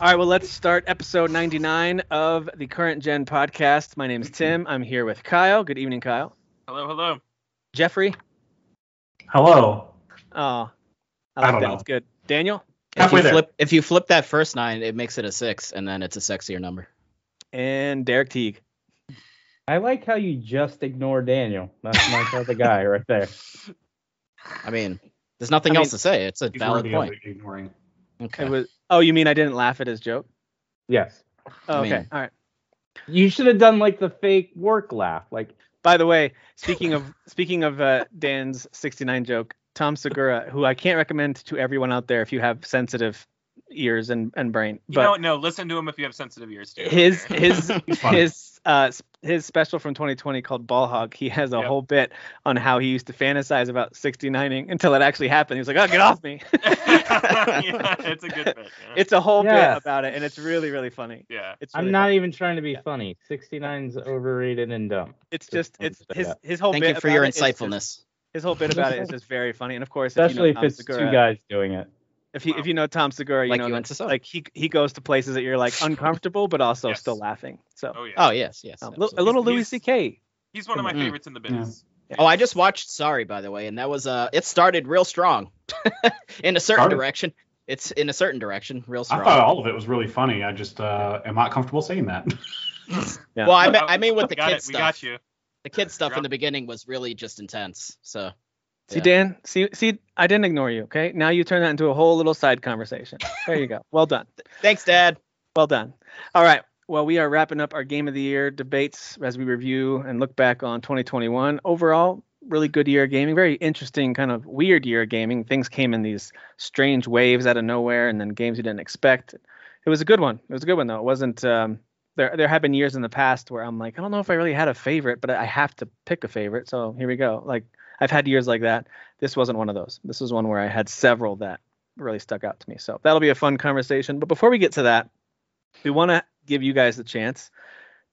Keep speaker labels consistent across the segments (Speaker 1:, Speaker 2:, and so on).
Speaker 1: All right, well, let's start episode 99 of the Current Gen podcast. My name's Tim. I'm here with Kyle. Good evening, Kyle.
Speaker 2: Hello, hello.
Speaker 1: Jeffrey.
Speaker 3: Hello.
Speaker 1: Oh, I,
Speaker 3: I
Speaker 1: like
Speaker 3: don't
Speaker 1: that.
Speaker 3: know.
Speaker 1: It's good. Daniel.
Speaker 4: If
Speaker 3: Halfway
Speaker 4: you,
Speaker 3: there.
Speaker 4: flip, if you flip that first nine, it makes it a six, and then it's a sexier number.
Speaker 1: And Derek Teague.
Speaker 5: I like how you just ignore Daniel. That's my type of guy right there.
Speaker 4: I mean, there's nothing
Speaker 1: I
Speaker 4: else to say. It's a
Speaker 3: He's
Speaker 4: valid
Speaker 3: worthy of
Speaker 4: point.
Speaker 3: ignoring.
Speaker 4: Okay.
Speaker 1: It was. Oh, you mean I didn't laugh at his joke?
Speaker 5: Yes.
Speaker 1: Oh,
Speaker 4: I
Speaker 1: okay.
Speaker 4: mean-
Speaker 1: All right.
Speaker 5: You should have done like the fake work laugh. Like
Speaker 1: By the way, speaking of speaking of uh, Dan's 69 joke, Tom Segura, who I can't recommend to everyone out there if you have sensitive ears and, and brain,
Speaker 2: You
Speaker 1: but
Speaker 2: know, no, listen to him if you have sensitive ears too.
Speaker 1: his his
Speaker 3: He's funny.
Speaker 1: his uh s- his special from 2020 called Ball Hog. He has a
Speaker 2: Yep.
Speaker 1: whole bit on how he used to fantasize about 69ing until it actually happened. He was like, "Oh, get off me!"
Speaker 2: yeah, it's a good bit. Yeah.
Speaker 1: It's a whole
Speaker 5: Yes.
Speaker 1: bit about it, and it's really really funny.
Speaker 2: yeah.
Speaker 1: It's
Speaker 5: I'm
Speaker 1: really
Speaker 5: not
Speaker 1: funny.
Speaker 5: even trying to be funny. 69's overrated and dumb.
Speaker 1: It's just
Speaker 5: wanted
Speaker 1: it's
Speaker 5: to say
Speaker 1: his
Speaker 5: that.
Speaker 1: his whole
Speaker 4: Thank
Speaker 1: bit.
Speaker 4: you for
Speaker 1: about
Speaker 4: your
Speaker 1: it Oh, is just-
Speaker 4: insightfulness.
Speaker 1: his whole bit about it is just very funny, and of course,
Speaker 5: Especially
Speaker 1: if, you
Speaker 5: if
Speaker 1: know Tom
Speaker 5: it's
Speaker 1: Segura,
Speaker 5: two guys doing it.
Speaker 1: If you if you know Tom Segura, you
Speaker 4: Like
Speaker 1: know
Speaker 4: you
Speaker 1: that-
Speaker 4: and Sasso.
Speaker 1: like he he goes to places that you're like uncomfortable, but also
Speaker 2: Yes.
Speaker 1: still laughing. So
Speaker 2: Oh yeah.
Speaker 4: oh yes, yes.
Speaker 1: um, li-
Speaker 4: absolutely.
Speaker 1: a little
Speaker 2: He's-
Speaker 1: Louis C.K.
Speaker 2: He's one of my
Speaker 5: mm-hmm.
Speaker 4: Mm.
Speaker 2: favorites in the biz.
Speaker 4: oh, I just watched Sorry, by the way, and that was uh, it started real strong, in a certain
Speaker 3: Started?
Speaker 4: direction. It's in a certain direction, real
Speaker 3: I
Speaker 4: strong.
Speaker 3: thought all of it was really funny. I just uh, am not comfortable saying that.
Speaker 1: Yeah.
Speaker 4: Well, I, mean, I mean with the
Speaker 2: got
Speaker 4: kid
Speaker 2: it.
Speaker 4: stuff.
Speaker 2: We got you.
Speaker 4: The kid stuff
Speaker 2: Drop-
Speaker 4: in the beginning was really just intense. So
Speaker 1: See,
Speaker 4: Yeah.
Speaker 1: Dan, see, see, I didn't ignore you. Okay, now you turn that into a whole little side conversation. There you go. Well done.
Speaker 4: thanks, Dad.
Speaker 1: Well done. All right. Well, we are wrapping up our game of the year debates as we review and look back on 2021. Overall, really good year of gaming. Very interesting, kind of weird year of gaming. Things came in these strange waves out of nowhere, and then games you didn't expect. It was a good one. It was a good one though. It wasn't. Um, there, there have been years in the past where I'm like, I don't know if I really had a favorite, but I have to pick a favorite. So here we go. Like I've had years like that. This wasn't one of those. This was one where I had several that really stuck out to me. So that'll be a fun conversation. But before we get to that, we want to give you guys the chance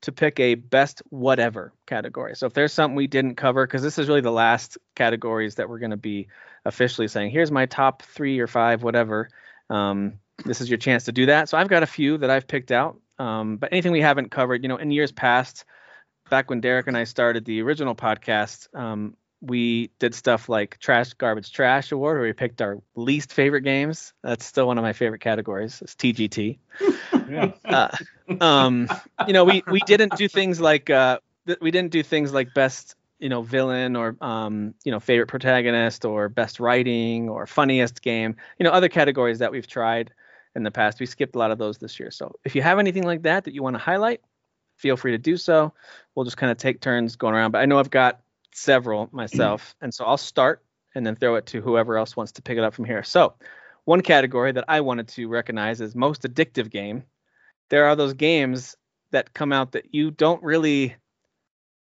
Speaker 1: to pick a best whatever category. So if there's something we didn't cover, because this is really the last categories that we're going to be officially saying, here's my top three or five, whatever. Um, this is your chance to do that. So I've got a few that I've picked out, um, but anything we haven't covered, you know, in years past, back when Derek and I started the original podcast, um, we did stuff like Trash Garbage Trash Award, where we picked our least favorite games. That's still one of my favorite categories. It's TGT
Speaker 3: yeah.
Speaker 1: uh, um, you know, we we didn't do things like uh, th- we didn't do things like best you know villain or um, you know favorite protagonist or best writing or funniest game. You know, other categories that we've tried in the past. We skipped a lot of those this year. So if you have anything like that that you want to highlight, feel free to do so. We'll just kind of take turns going around. But I know I've got several myself, and so I'll start and then throw it to whoever else wants to pick it up from here. So. One category that I wanted to recognize is most addictive game there are those games that come out that you don't really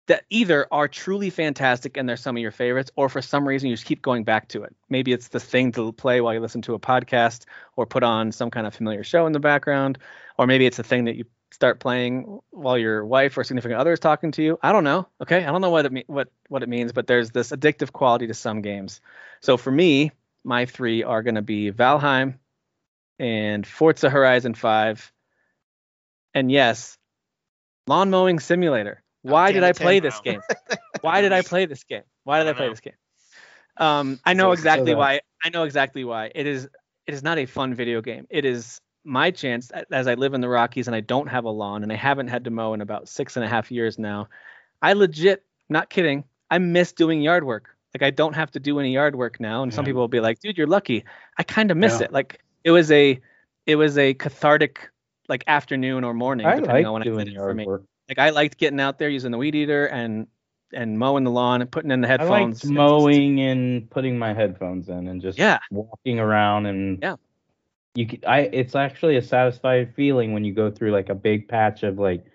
Speaker 1: that either are truly fantastic and they're some of your favorites or for some reason you just keep going back to it maybe it's the thing to play while you listen to a podcast or put on some kind of familiar show in the background or maybe it's the thing that you start playing while your wife or significant other is talking to you i don't know okay i don't know what it me- what what it means but there's this addictive quality to some games so for me my three are going to be valheim and forza horizon 5 and yes, lawn mowing simulator. Why
Speaker 4: damn
Speaker 1: did
Speaker 4: it,
Speaker 1: I play
Speaker 4: Tim.
Speaker 1: this
Speaker 2: Wow.
Speaker 1: game? Why did I play this game? Why did I,
Speaker 2: I
Speaker 1: play
Speaker 2: know.
Speaker 1: this game? Um, I know
Speaker 5: So- so
Speaker 1: exactly
Speaker 5: bad.
Speaker 1: why. I know exactly why. It is. It is not a fun video game. It is my chance a- as I live in the Rockies and I don't have a lawn and I haven't had to mow in about six and a half years now. I legit, not kidding. I miss doing yard work. Like I don't have to do any yard work now. And some
Speaker 3: Yeah.
Speaker 1: people will be like, "Dude, you're lucky." I kind of miss
Speaker 3: Yeah.
Speaker 1: it. Like it was a, it was a cathartic like afternoon or morning,
Speaker 5: I
Speaker 1: depending
Speaker 5: like
Speaker 1: on when I
Speaker 5: doing
Speaker 1: did it for
Speaker 5: yard
Speaker 1: me.
Speaker 5: work.
Speaker 1: Like I liked getting out there using the weed eater and and mowing the lawn and putting in the
Speaker 5: I
Speaker 1: headphones.
Speaker 5: like
Speaker 1: It's just-
Speaker 5: mowing and putting my headphones in and just
Speaker 1: Yeah.
Speaker 5: walking around and
Speaker 1: Yeah.
Speaker 5: You c I it's actually a satisfied feeling when you go through like a big patch of like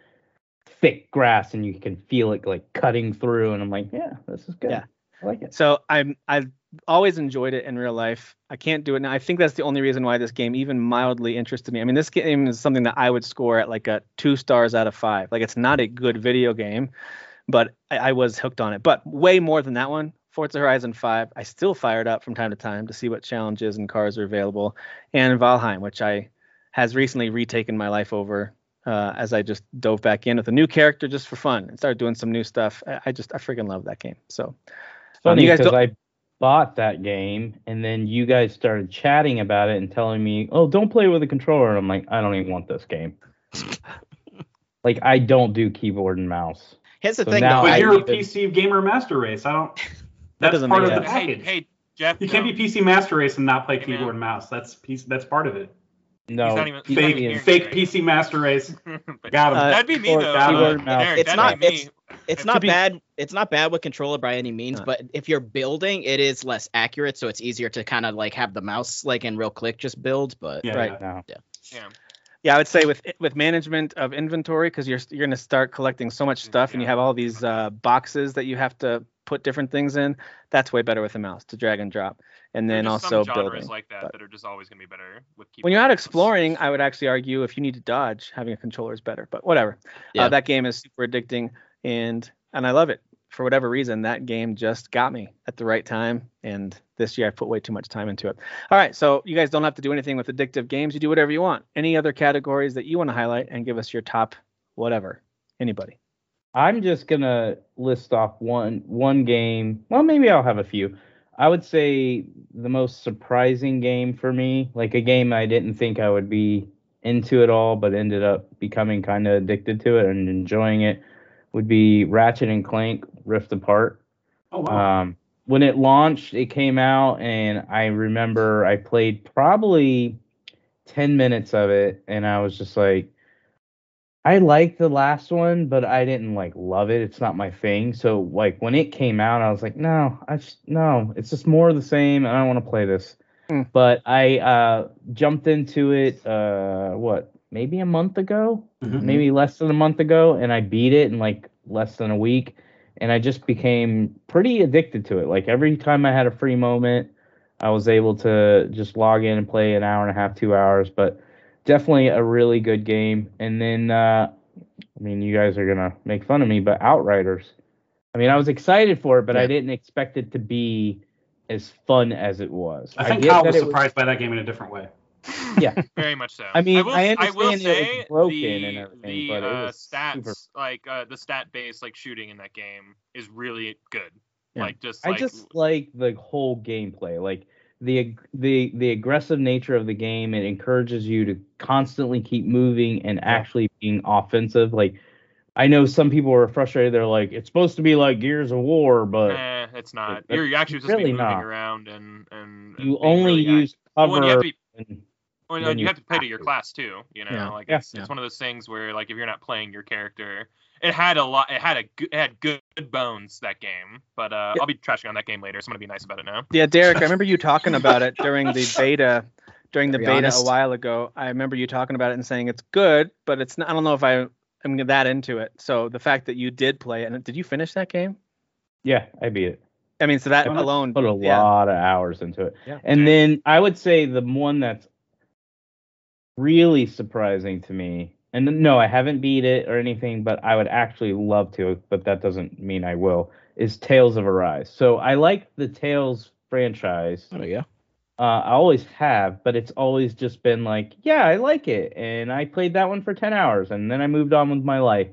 Speaker 5: thick grass and you can feel it like cutting through and I'm like, yeah, this is good.
Speaker 1: Yeah.
Speaker 5: I like it.
Speaker 1: So I'm I've always enjoyed it in real life. I can't do it now. I think that's the only reason why this game even mildly interested me. I mean, this game is something that I would score at like a two stars out of five. Like it's not a good video game, but I, I was hooked on it. But way more than that one. Forza Horizon 5, I still fire it up from time to time to see what challenges and cars are available, and Valheim, which I has recently retaken my life over uh, as I just dove back in with a new character just for fun and started doing some new stuff. I, I just I freaking love that game. So
Speaker 5: It's funny
Speaker 1: you guys
Speaker 5: because
Speaker 1: don't-
Speaker 5: I bought that game and then you guys started chatting about it and telling me, "Oh, don't play with a controller." And I'm like, "I don't even want this game." like I don't do keyboard and mouse.
Speaker 4: Here's the
Speaker 5: So
Speaker 4: thing,
Speaker 5: now
Speaker 4: though.
Speaker 5: I
Speaker 3: But
Speaker 4: I
Speaker 3: you're a
Speaker 4: even-
Speaker 3: PC gamer master race. I don't. That's
Speaker 1: doesn't
Speaker 3: part
Speaker 1: make
Speaker 3: of the
Speaker 1: sense.
Speaker 2: Hey,
Speaker 3: package.
Speaker 2: hey, Jeff.
Speaker 3: you can't
Speaker 2: no.
Speaker 3: be PC master race and not play
Speaker 2: Hey,
Speaker 3: keyboard
Speaker 2: man.
Speaker 3: and mouse. That's piece, That's part of it.
Speaker 5: No,
Speaker 2: not even- he's not
Speaker 5: keyboard
Speaker 2: even
Speaker 5: and-
Speaker 2: here.
Speaker 3: Fake PC master race.
Speaker 2: But-
Speaker 3: Got him.
Speaker 1: Uh,
Speaker 2: That'd be me
Speaker 5: keyboard-
Speaker 2: though.
Speaker 5: keyboard and mouse.
Speaker 2: Eric,
Speaker 4: It's
Speaker 2: that'd
Speaker 4: not-
Speaker 2: be
Speaker 4: it's-
Speaker 2: me.
Speaker 4: it's
Speaker 2: To
Speaker 4: not
Speaker 1: be-
Speaker 4: bad. It's not bad with controller by any means,
Speaker 1: Uh.
Speaker 4: but if you're building, it is less accurate, so it's easier to kind of like have the mouse like in real click just build. But
Speaker 3: yeah,
Speaker 1: right.
Speaker 3: yeah.
Speaker 5: no.
Speaker 1: yeah, I would say with with management of inventory because you're you're gonna start collecting so much stuff and you
Speaker 2: Mm-hmm. Yeah.
Speaker 1: have all these uh, boxes that you have to put different things in. That's way better with a mouse to drag and drop, and
Speaker 2: There's
Speaker 1: then
Speaker 2: just
Speaker 1: also
Speaker 2: some genres
Speaker 1: building.
Speaker 2: like that
Speaker 1: but-
Speaker 2: that are just always gonna be better with
Speaker 1: when you're out
Speaker 2: keyboard and mouse.
Speaker 1: exploring, I would actually argue if you need to dodge, having a controller is better. But whatever.
Speaker 4: Yeah.
Speaker 1: Uh, that game is super addicting, and and I love it. For whatever reason, that game just got me at the right time, and this year I put way too much time into it. All right, so you guys don't have to do anything with addictive games. You do whatever you want. Any other categories that you want to highlight, and give us your top whatever. Anybody?
Speaker 5: I'm just gonna list off one one game. Well, maybe I'll have a few. I would say the most surprising game for me, like a game I didn't think I would be into at all, but ended up becoming kind of addicted to it and enjoying it, would be Ratchet and Clank Rift Apart.
Speaker 3: Oh wow.
Speaker 5: Um, when it launched, it came out, and I remember I played probably 10 minutes of it, and I was just like, I liked the last one, but I didn't like love it. It's not my thing. So like when it came out, I was like, no, I just no, it's just more of the same, and I don't want to play this.
Speaker 1: Hmm.
Speaker 5: But I uh, jumped into it. Uh, what? Maybe a month ago
Speaker 3: Mhm.
Speaker 5: maybe less than a month ago and I beat it in like less than a week and I just became pretty addicted to it. Like every time I had a free moment, I was able to just log in and play an hour and a half, 2 hours, but definitely a really good game. And then uh I mean, you guys are going to make fun of me, but Outriders. I mean, I was excited for it, but I
Speaker 1: Yeah.
Speaker 5: didn't expect it to be as fun as it was.
Speaker 3: I think
Speaker 5: get
Speaker 3: Kyle
Speaker 5: that
Speaker 3: was
Speaker 5: it was-
Speaker 3: surprised by that game in a different way.
Speaker 2: Very much so.
Speaker 5: I mean,
Speaker 2: will,
Speaker 5: I
Speaker 2: will
Speaker 5: understand
Speaker 2: say
Speaker 5: it was broken
Speaker 2: the,
Speaker 5: and everything,
Speaker 2: the,
Speaker 5: but it
Speaker 2: uh,
Speaker 5: was
Speaker 2: stats,
Speaker 5: super-
Speaker 2: like uh, the stat based like shooting in that game is really good.
Speaker 1: Yeah.
Speaker 2: Like just
Speaker 5: I
Speaker 2: like
Speaker 5: just like the whole gameplay, like the ag- the the aggressive nature of the game. It encourages you to constantly keep moving and actually being offensive. Like I know some people are frustrated. They're like, it's supposed to be like Gears of War, but
Speaker 2: eh, it's not.
Speaker 5: But
Speaker 2: You're you're actually supposed
Speaker 5: really
Speaker 2: to be moving
Speaker 5: not.
Speaker 2: around and and and being
Speaker 5: you only
Speaker 2: really
Speaker 5: use
Speaker 2: active. Well, and you have to
Speaker 5: cover.
Speaker 2: be
Speaker 5: and-
Speaker 2: Well,
Speaker 5: then
Speaker 2: and you,
Speaker 5: you
Speaker 2: have to play
Speaker 5: have
Speaker 2: to your
Speaker 5: to.
Speaker 2: class too. You know,
Speaker 1: Yeah.
Speaker 2: like
Speaker 5: Yeah.
Speaker 2: it's, it's one of those things where like if you're not playing your character, it had a lot. It had a g- it had good bones that game, but uh,
Speaker 1: Yeah.
Speaker 2: I'll be trashing on that game later. So I'm gonna be nice about it now.
Speaker 1: Yeah, Derek. I remember you talking about it during the beta. During the
Speaker 4: Very
Speaker 1: beta a
Speaker 4: honest.
Speaker 1: while ago, I remember you talking about it and saying it's good, but it's not. I don't know if I am that into it. So the fact that you did play it, and did you finish that game?
Speaker 5: yeah, I beat it.
Speaker 1: I mean, so that
Speaker 3: Well, that's
Speaker 1: alone.
Speaker 5: Put a
Speaker 1: yeah.
Speaker 5: lot of hours into it.
Speaker 1: Yeah.
Speaker 5: And then I would say the one that's really surprising to me, and no, I haven't beat it or anything, but I would actually love to, but that doesn't mean I will, is Tales of Arise. So I like the Tales franchise.
Speaker 4: There we go.
Speaker 5: Uh, I always have, but it's always just been like, yeah, I like it. And I played that one for 10 hours and then I moved on with my life.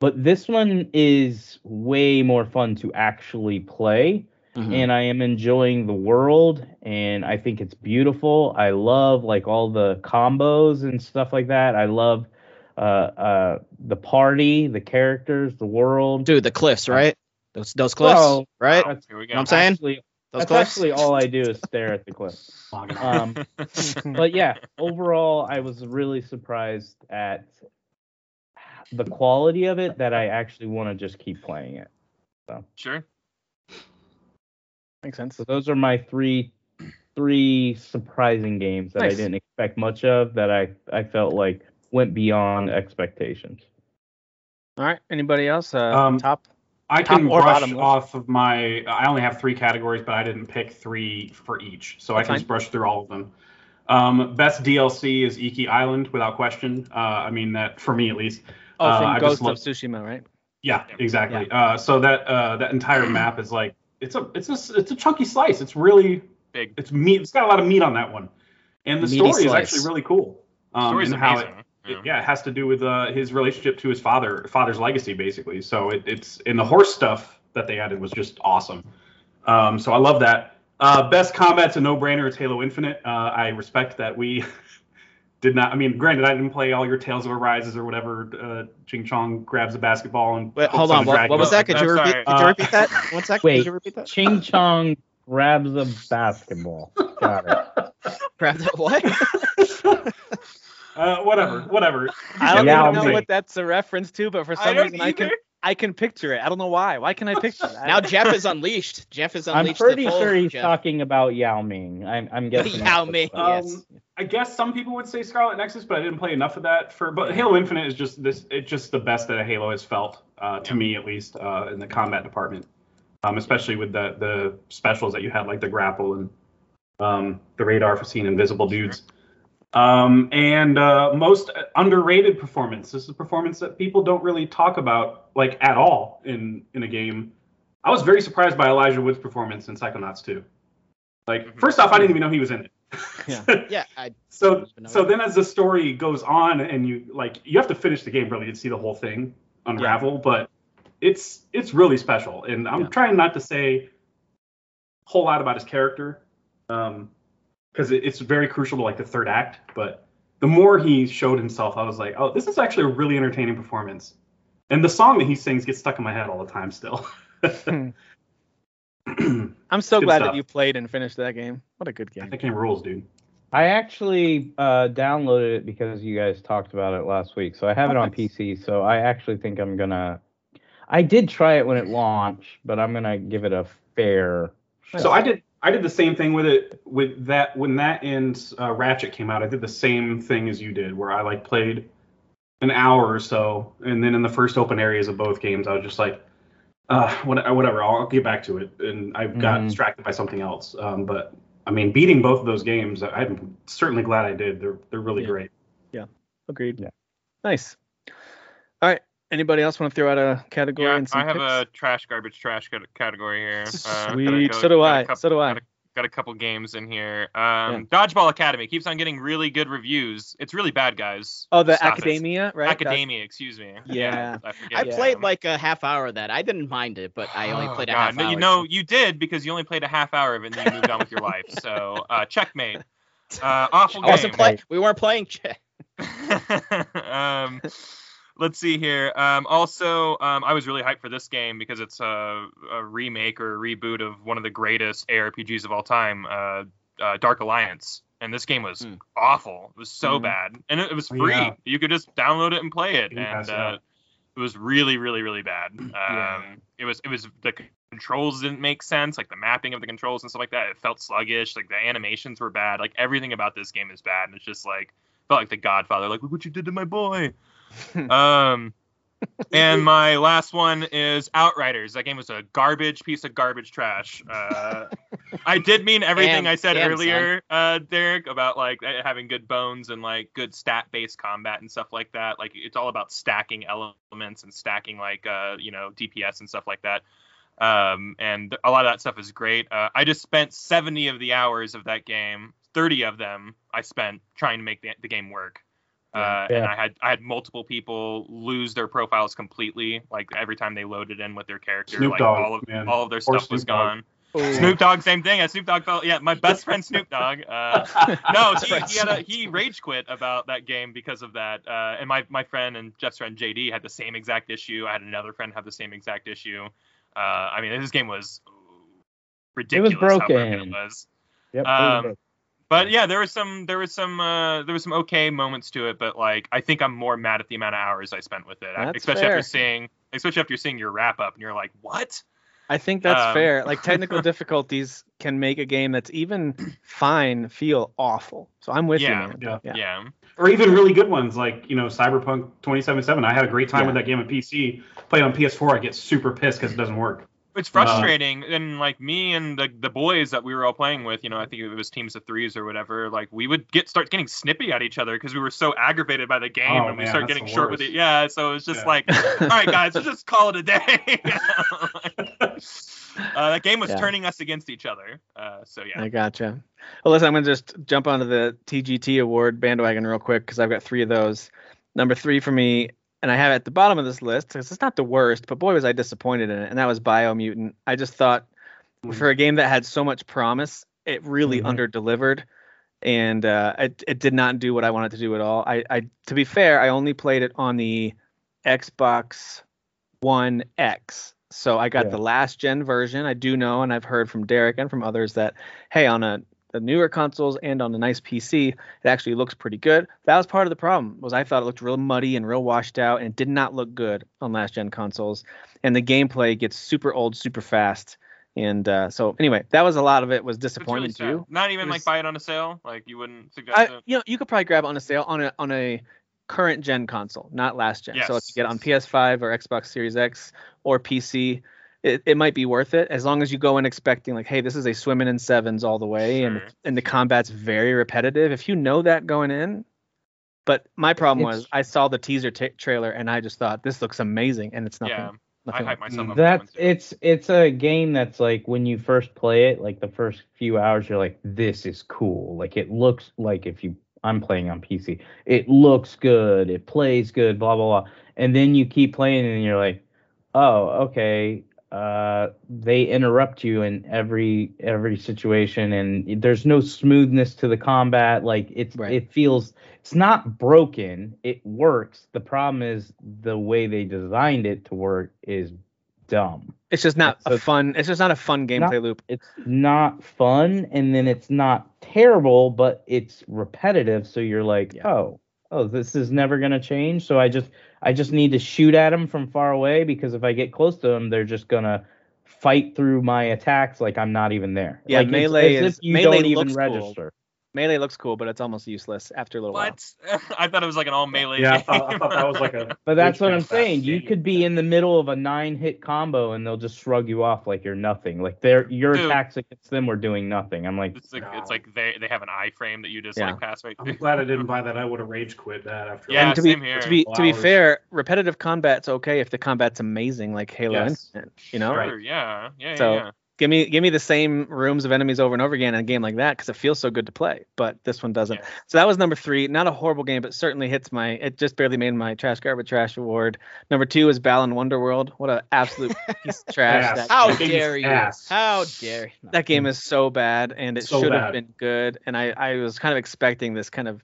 Speaker 5: But this one is way more fun to actually play
Speaker 4: Mm-hmm.
Speaker 5: and I am enjoying the world and I think it's beautiful. I love like all the combos and stuff like that. I love uh uh the party, the characters, the world.
Speaker 4: Dude, the cliffs, right? Those those cliffs,
Speaker 5: Well,
Speaker 4: right?
Speaker 2: Oh, here we go.
Speaker 4: I'm saying?
Speaker 5: Actually,
Speaker 4: Those
Speaker 5: that's
Speaker 4: cliffs.
Speaker 5: actually all I do is stare at the cliff.
Speaker 3: Log it on.
Speaker 5: Um but yeah, overall, I was really surprised at the quality of it that I actually want to just keep playing it.
Speaker 2: Sure.
Speaker 1: Makes sense.
Speaker 5: So those are my three three surprising games that
Speaker 1: Nice.
Speaker 5: I didn't expect much of that I I felt like went beyond expectations.
Speaker 1: All right. Anybody else? Uh,
Speaker 3: Um,
Speaker 1: top.
Speaker 3: I
Speaker 1: Top
Speaker 3: can
Speaker 1: or
Speaker 3: brush
Speaker 1: bottom list?
Speaker 3: off of my. I only have three categories, but I didn't pick three for each, so I
Speaker 1: That's
Speaker 3: can just brush through all of them. Um, best DLC is Iki Island, without question. Uh, I mean that for me at least.
Speaker 1: Oh,
Speaker 3: uh,
Speaker 1: from
Speaker 3: I
Speaker 1: Ghost
Speaker 3: just
Speaker 1: of
Speaker 3: love-
Speaker 1: Tsushima, right?
Speaker 3: Yeah,
Speaker 2: Yeah.
Speaker 3: exactly. Uh, so that uh, that entire map is like it's a it's a it's a chunky slice. It's really
Speaker 2: Big.
Speaker 3: it's meat. It's got a lot of meat on that one, and the
Speaker 4: Meaty
Speaker 3: story is
Speaker 4: slice.
Speaker 3: actually really cool. um,
Speaker 2: Story's
Speaker 3: and how it,
Speaker 2: amazing.
Speaker 3: it-
Speaker 2: yeah.
Speaker 3: yeah, it has to do with uh, his relationship to his father, father's legacy, basically. So it, it's in the horse stuff that they added was just awesome. Um, so I love that. Uh, best combat's a no-brainer. It's Halo Infinite. Uh, I respect that we did not. I mean, granted, I didn't play all your Tales of Arises or whatever. Uh, Ching Chong grabs a basketball and.
Speaker 4: Wait,
Speaker 3: hooks
Speaker 4: hold on.
Speaker 3: a
Speaker 4: What,
Speaker 3: dragon.
Speaker 4: what was that? Could you
Speaker 2: I'm
Speaker 4: repeat?
Speaker 2: sorry.
Speaker 4: Could you
Speaker 3: Uh,
Speaker 4: repeat that? One second.
Speaker 5: Wait.
Speaker 4: Could you repeat that?
Speaker 5: Ching Chong grabs a basketball. Got it.
Speaker 4: Grab that. What?
Speaker 3: Uh, whatever, whatever.
Speaker 1: I don't
Speaker 5: Yeah,
Speaker 1: even know
Speaker 5: I'm-
Speaker 1: what that's a reference to, but for
Speaker 2: I
Speaker 1: some
Speaker 2: don't
Speaker 1: reason I can
Speaker 2: either.
Speaker 1: I can picture it. I don't know why. Why can I picture that?
Speaker 4: Now Jeff is unleashed. Jeff is
Speaker 5: I'm
Speaker 4: unleashed. to
Speaker 5: pretty
Speaker 4: full,
Speaker 5: sure he's
Speaker 4: Jeff.
Speaker 5: talking about Yao Ming. I'm, I'm guessing.
Speaker 4: Yao
Speaker 5: that's
Speaker 4: Ming.
Speaker 5: what-
Speaker 3: Um,
Speaker 4: Yes.
Speaker 3: I guess some people would say Scarlet Nexus, but I didn't play enough of that. For but Halo Infinite is just this. It's just the best that a Halo has felt uh, to me, at least, uh, in the combat department. Um, especially with the the specials that you had, like the grapple and um, the radar for seeing invisible dudes. Um, and uh, most underrated performance. This is a performance that people don't really talk about like at all in in a game. I was very surprised by Elijah Wood's performance in Psychonauts 2. Like,
Speaker 2: Mhm.
Speaker 3: first off, I didn't even know he was in it.
Speaker 1: Yeah.
Speaker 4: Yeah. I,
Speaker 3: so
Speaker 4: Even though-
Speaker 3: so then as the story goes on and you like you have to finish the game really to see the whole thing unravel but it's it's really special and i'm
Speaker 1: Yeah.
Speaker 3: trying not to say a whole lot about his character um because it, it's very crucial to like the third act but the more he showed himself i was like oh this is actually a really entertaining performance and the song that he sings gets stuck in my head all the time still
Speaker 1: Hmm. I'm so
Speaker 3: Good
Speaker 1: glad
Speaker 3: stuff.
Speaker 1: that you played and finished that game. What a good game.
Speaker 3: that game rules dude
Speaker 5: I actually uh, downloaded it because you guys talked about it last week. So I have it on PC. So I actually think I'm going to. I did try it when it launched, but I'm going to give it a fair.
Speaker 3: So I did I did the same thing with it with that when that and uh, Ratchet came out. I did the same thing as you did, where I like played an hour or so, and then in the first open areas of both games, I was just like, uh, what- whatever, I'll get back to it, and I got
Speaker 1: Mm-hmm.
Speaker 5: Mhm.
Speaker 3: distracted by something else. Um, but I mean, beating both of those games, I- I'm certainly glad I did. They're they're really
Speaker 1: Yeah.
Speaker 3: great.
Speaker 1: Agreed.
Speaker 5: Yeah.
Speaker 1: Nice. All right. Anybody else want to throw out a category
Speaker 2: Yeah,
Speaker 1: and some
Speaker 2: I have
Speaker 1: picks?
Speaker 2: a trash, garbage, trash cat- category here. Uh, gotta-
Speaker 1: Sweet.
Speaker 2: gotta-
Speaker 1: So do
Speaker 2: gotta
Speaker 1: I.
Speaker 2: couple-
Speaker 1: So do I.
Speaker 2: gotta- got a couple games in here. Um, Dodgeball Academy keeps on getting really good reviews. It's really bad, guys.
Speaker 1: Oh, the
Speaker 2: Stop it.
Speaker 1: academia, right? That's-
Speaker 2: Academia, excuse me.
Speaker 1: Yeah.
Speaker 2: I, forget
Speaker 4: I
Speaker 2: the
Speaker 4: played
Speaker 2: name.
Speaker 4: like a half hour of that. I didn't mind it, but I only
Speaker 2: Oh,
Speaker 4: played a
Speaker 2: God.
Speaker 4: half
Speaker 2: No,
Speaker 4: hour.
Speaker 2: You know, you did because you only played a half hour of it and then you moved on with your life. So, uh, checkmate. Uh, awful
Speaker 4: I wasn't
Speaker 2: game.
Speaker 4: play. We weren't playing. Jeff.
Speaker 2: um, let's see here. Um, also, um, I was really hyped for this game because it's a, a remake or a reboot of one of the greatest ARPGs of all time, uh, uh, Dark Alliance. And this game was
Speaker 4: Hmm.
Speaker 2: awful. It was so
Speaker 1: Mhm.
Speaker 2: bad, and it, it was
Speaker 3: Oh,
Speaker 2: free.
Speaker 3: yeah.
Speaker 2: You could just download it and play it,
Speaker 3: Game
Speaker 2: and
Speaker 3: Pass,
Speaker 2: uh,
Speaker 3: yeah.
Speaker 2: it was really, really, really bad. Um,
Speaker 1: Yeah.
Speaker 2: It was, it was the c- controls didn't make sense, like the mapping of the controls and stuff like that. It felt sluggish. Like the animations were bad. Like everything about this game is bad, and it's just like felt like the Godfather. Like, look what you did to my boy. um, and my last one is Outriders. That game was a garbage piece of garbage trash. Uh, I did mean everything
Speaker 4: Damn-
Speaker 2: I said
Speaker 4: damn,
Speaker 2: earlier, uh, Derek, about like uh, having good bones and like good stat-based combat and stuff like that. Like it's all about stacking elements and stacking like uh, you know DPS and stuff like that. Um, and a lot of that stuff is great. Uh, I just spent 70 of the hours of that game. 30 of them I spent trying to make the, the game work. Uh, and
Speaker 5: Yeah.
Speaker 2: I had I had multiple people lose their profiles completely. Like every time they loaded in with their character,
Speaker 3: Snoop
Speaker 2: like
Speaker 3: Dogg,
Speaker 2: all of
Speaker 3: man.
Speaker 2: all of their
Speaker 3: Poor
Speaker 2: stuff was
Speaker 3: Snoop Dogg.
Speaker 2: gone.
Speaker 1: Ooh.
Speaker 2: Snoop Dogg, same thing. Yeah, Snoop Dogg fell. Yeah, my best friend Snoop Dogg. Uh, no, he, he had a he rage quit about that game because of that. Uh, and my my friend and Jeff's friend JD had the same exact issue. I had another friend have the same exact issue. Uh, I mean, this game was ridiculous. How broken it
Speaker 5: broken.
Speaker 2: was.
Speaker 5: Yep.
Speaker 2: Um, But yeah, there was some there was some uh, there was some okay moments to it, but like I think I'm more mad at the amount of hours I spent with it,
Speaker 1: That's
Speaker 2: especially
Speaker 1: fair.
Speaker 2: after seeing especially after seeing your wrap up, and you're like, what?
Speaker 1: I think that's
Speaker 2: Um,
Speaker 1: fair. Like technical difficulties can make a game that's even fine feel awful. So I'm with
Speaker 2: Yeah.
Speaker 1: you, man.
Speaker 3: Yeah.
Speaker 1: Yeah.
Speaker 2: yeah.
Speaker 3: or even really good ones like you know Cyberpunk 2077. I had a great time
Speaker 1: Yeah.
Speaker 3: with that game on PC. Played on PS4, I get super pissed because it doesn't work.
Speaker 2: It's
Speaker 3: Uh,
Speaker 2: frustrating, and like me and the the boys that we were all playing with, you know, I think it was teams of threes or whatever. Like we would get start getting snippy at each other because we were so aggravated by the game,
Speaker 3: Oh,
Speaker 2: and we
Speaker 3: man,
Speaker 2: start
Speaker 3: that's
Speaker 2: getting
Speaker 3: the
Speaker 2: short with it.
Speaker 3: worst.
Speaker 2: Yeah, so it was just
Speaker 3: Yeah.
Speaker 2: like, all right, guys, let's just call it a day. uh, that game was
Speaker 1: Yeah.
Speaker 2: turning us against each other. Uh, so yeah,
Speaker 1: I gotcha. Well, listen, I'm going to just jump onto the TGT award bandwagon real quick because I've got three of those. Number three for me, and I have it at the bottom of this list because it's not the worst, but boy, was I disappointed in it. And that was Biomutant. I just thought for a game that had so much promise, it really
Speaker 5: Mhm.
Speaker 1: under-delivered, and uh, it it did not do what I wanted to do at all. I, I to be fair, I only played it on the Xbox One X, so I got
Speaker 5: Yeah.
Speaker 1: the last gen version. I do know, and I've heard from Derek and from others that hey, on a the newer consoles and on a nice PC, it actually looks pretty good. That was part of the problem was I thought it looked real muddy and real washed out, and it did not look good on last gen consoles. And the gameplay gets super old, super fast. And uh, so anyway, that was a lot of it was
Speaker 2: It's really
Speaker 1: disappointment
Speaker 2: sad.
Speaker 1: too.
Speaker 2: Not even
Speaker 1: It
Speaker 2: like
Speaker 1: was-
Speaker 2: buy it on a sale. Like you wouldn't suggest
Speaker 1: I,
Speaker 2: it.
Speaker 1: you know, you could probably grab it on a sale on a on a current gen console, not last gen. So if
Speaker 2: Yes.
Speaker 1: you get it on PS5 or Xbox Series X or PC, it, it might be worth it as long as you go in expecting like, hey, this is a swimming in sevens all the way, and
Speaker 2: Sure.
Speaker 1: and the combat's very repetitive. If you know that going in, but my problem was
Speaker 5: It's-
Speaker 1: I saw the teaser ta trailer and I just thought this looks amazing, and it's nothing.
Speaker 2: Yeah, I
Speaker 1: nothing
Speaker 2: hype myself up. for that one,
Speaker 5: That's
Speaker 2: too.
Speaker 5: it's it's a game that's like when you first play it, like the first few hours, you're like, this is cool. Like it looks like if you I'm playing on PC, it looks good, it plays good, blah blah blah. And then you keep playing and you're like, oh okay. Uh, they interrupt you in every every situation, and there's no smoothness to the combat. Like it's
Speaker 4: Right.
Speaker 5: it feels it's not broken. It works. The problem is the way they designed it to work is dumb.
Speaker 1: It's just not
Speaker 5: So-
Speaker 1: a fun. It's just not a fun gameplay loop.
Speaker 5: It's not fun, and then it's not terrible, but it's repetitive. So you're like,
Speaker 1: Yeah.
Speaker 5: oh, oh, this is never gonna change. So I just, I just need to shoot at them from far away because if I get close to them, they're just gonna fight through my attacks like I'm not even there.
Speaker 1: Yeah,
Speaker 5: like, it's
Speaker 1: melee
Speaker 5: as
Speaker 1: is-
Speaker 5: if you
Speaker 1: melee
Speaker 5: don't even
Speaker 1: looks cool.
Speaker 5: register.
Speaker 1: Melee looks cool, but it's almost useless after a little while.
Speaker 2: What? I thought it was like an all melee.
Speaker 3: Yeah, I
Speaker 2: game.
Speaker 3: thought, I thought that was like a.
Speaker 5: But that's what I'm
Speaker 3: Witchcraft
Speaker 5: saying. You
Speaker 3: game.
Speaker 5: could be in the middle of a nine hit combo and they'll just shrug you off like you're nothing. Like their your
Speaker 2: Dude.
Speaker 5: attacks against them were doing nothing. I'm like,
Speaker 2: It's like,
Speaker 3: No.
Speaker 2: it's like they they have an iframe that you just
Speaker 1: Yeah.
Speaker 2: like pass right
Speaker 3: I'm
Speaker 2: through.
Speaker 3: glad I didn't buy that. I would have rage quit that after.
Speaker 2: Yeah,
Speaker 1: and to be,
Speaker 2: same here.
Speaker 1: to be to be
Speaker 3: Flowers.
Speaker 1: fair, repetitive combat's okay if the combat's amazing, like Halo
Speaker 3: Yes.
Speaker 1: Infinite. You know,
Speaker 3: Right.
Speaker 2: Sure, yeah, yeah, yeah,
Speaker 1: So-
Speaker 2: yeah.
Speaker 1: give me give me the same rooms of enemies over and over again in a game like that because it feels so good to play. But this one doesn't.
Speaker 2: Yeah.
Speaker 1: So that was number three. Not a horrible game, but certainly hits my. It just barely made my trash garbage trash award. Number two is Balan Wonderworld. What an absolute piece of trash.
Speaker 3: Ass.
Speaker 1: That,
Speaker 4: How
Speaker 3: That game is
Speaker 4: dare you?
Speaker 3: ass.
Speaker 4: How dare you?
Speaker 1: that game is so bad, and it
Speaker 3: So
Speaker 1: should
Speaker 3: bad.
Speaker 1: have been good. And I I was kind of expecting this kind of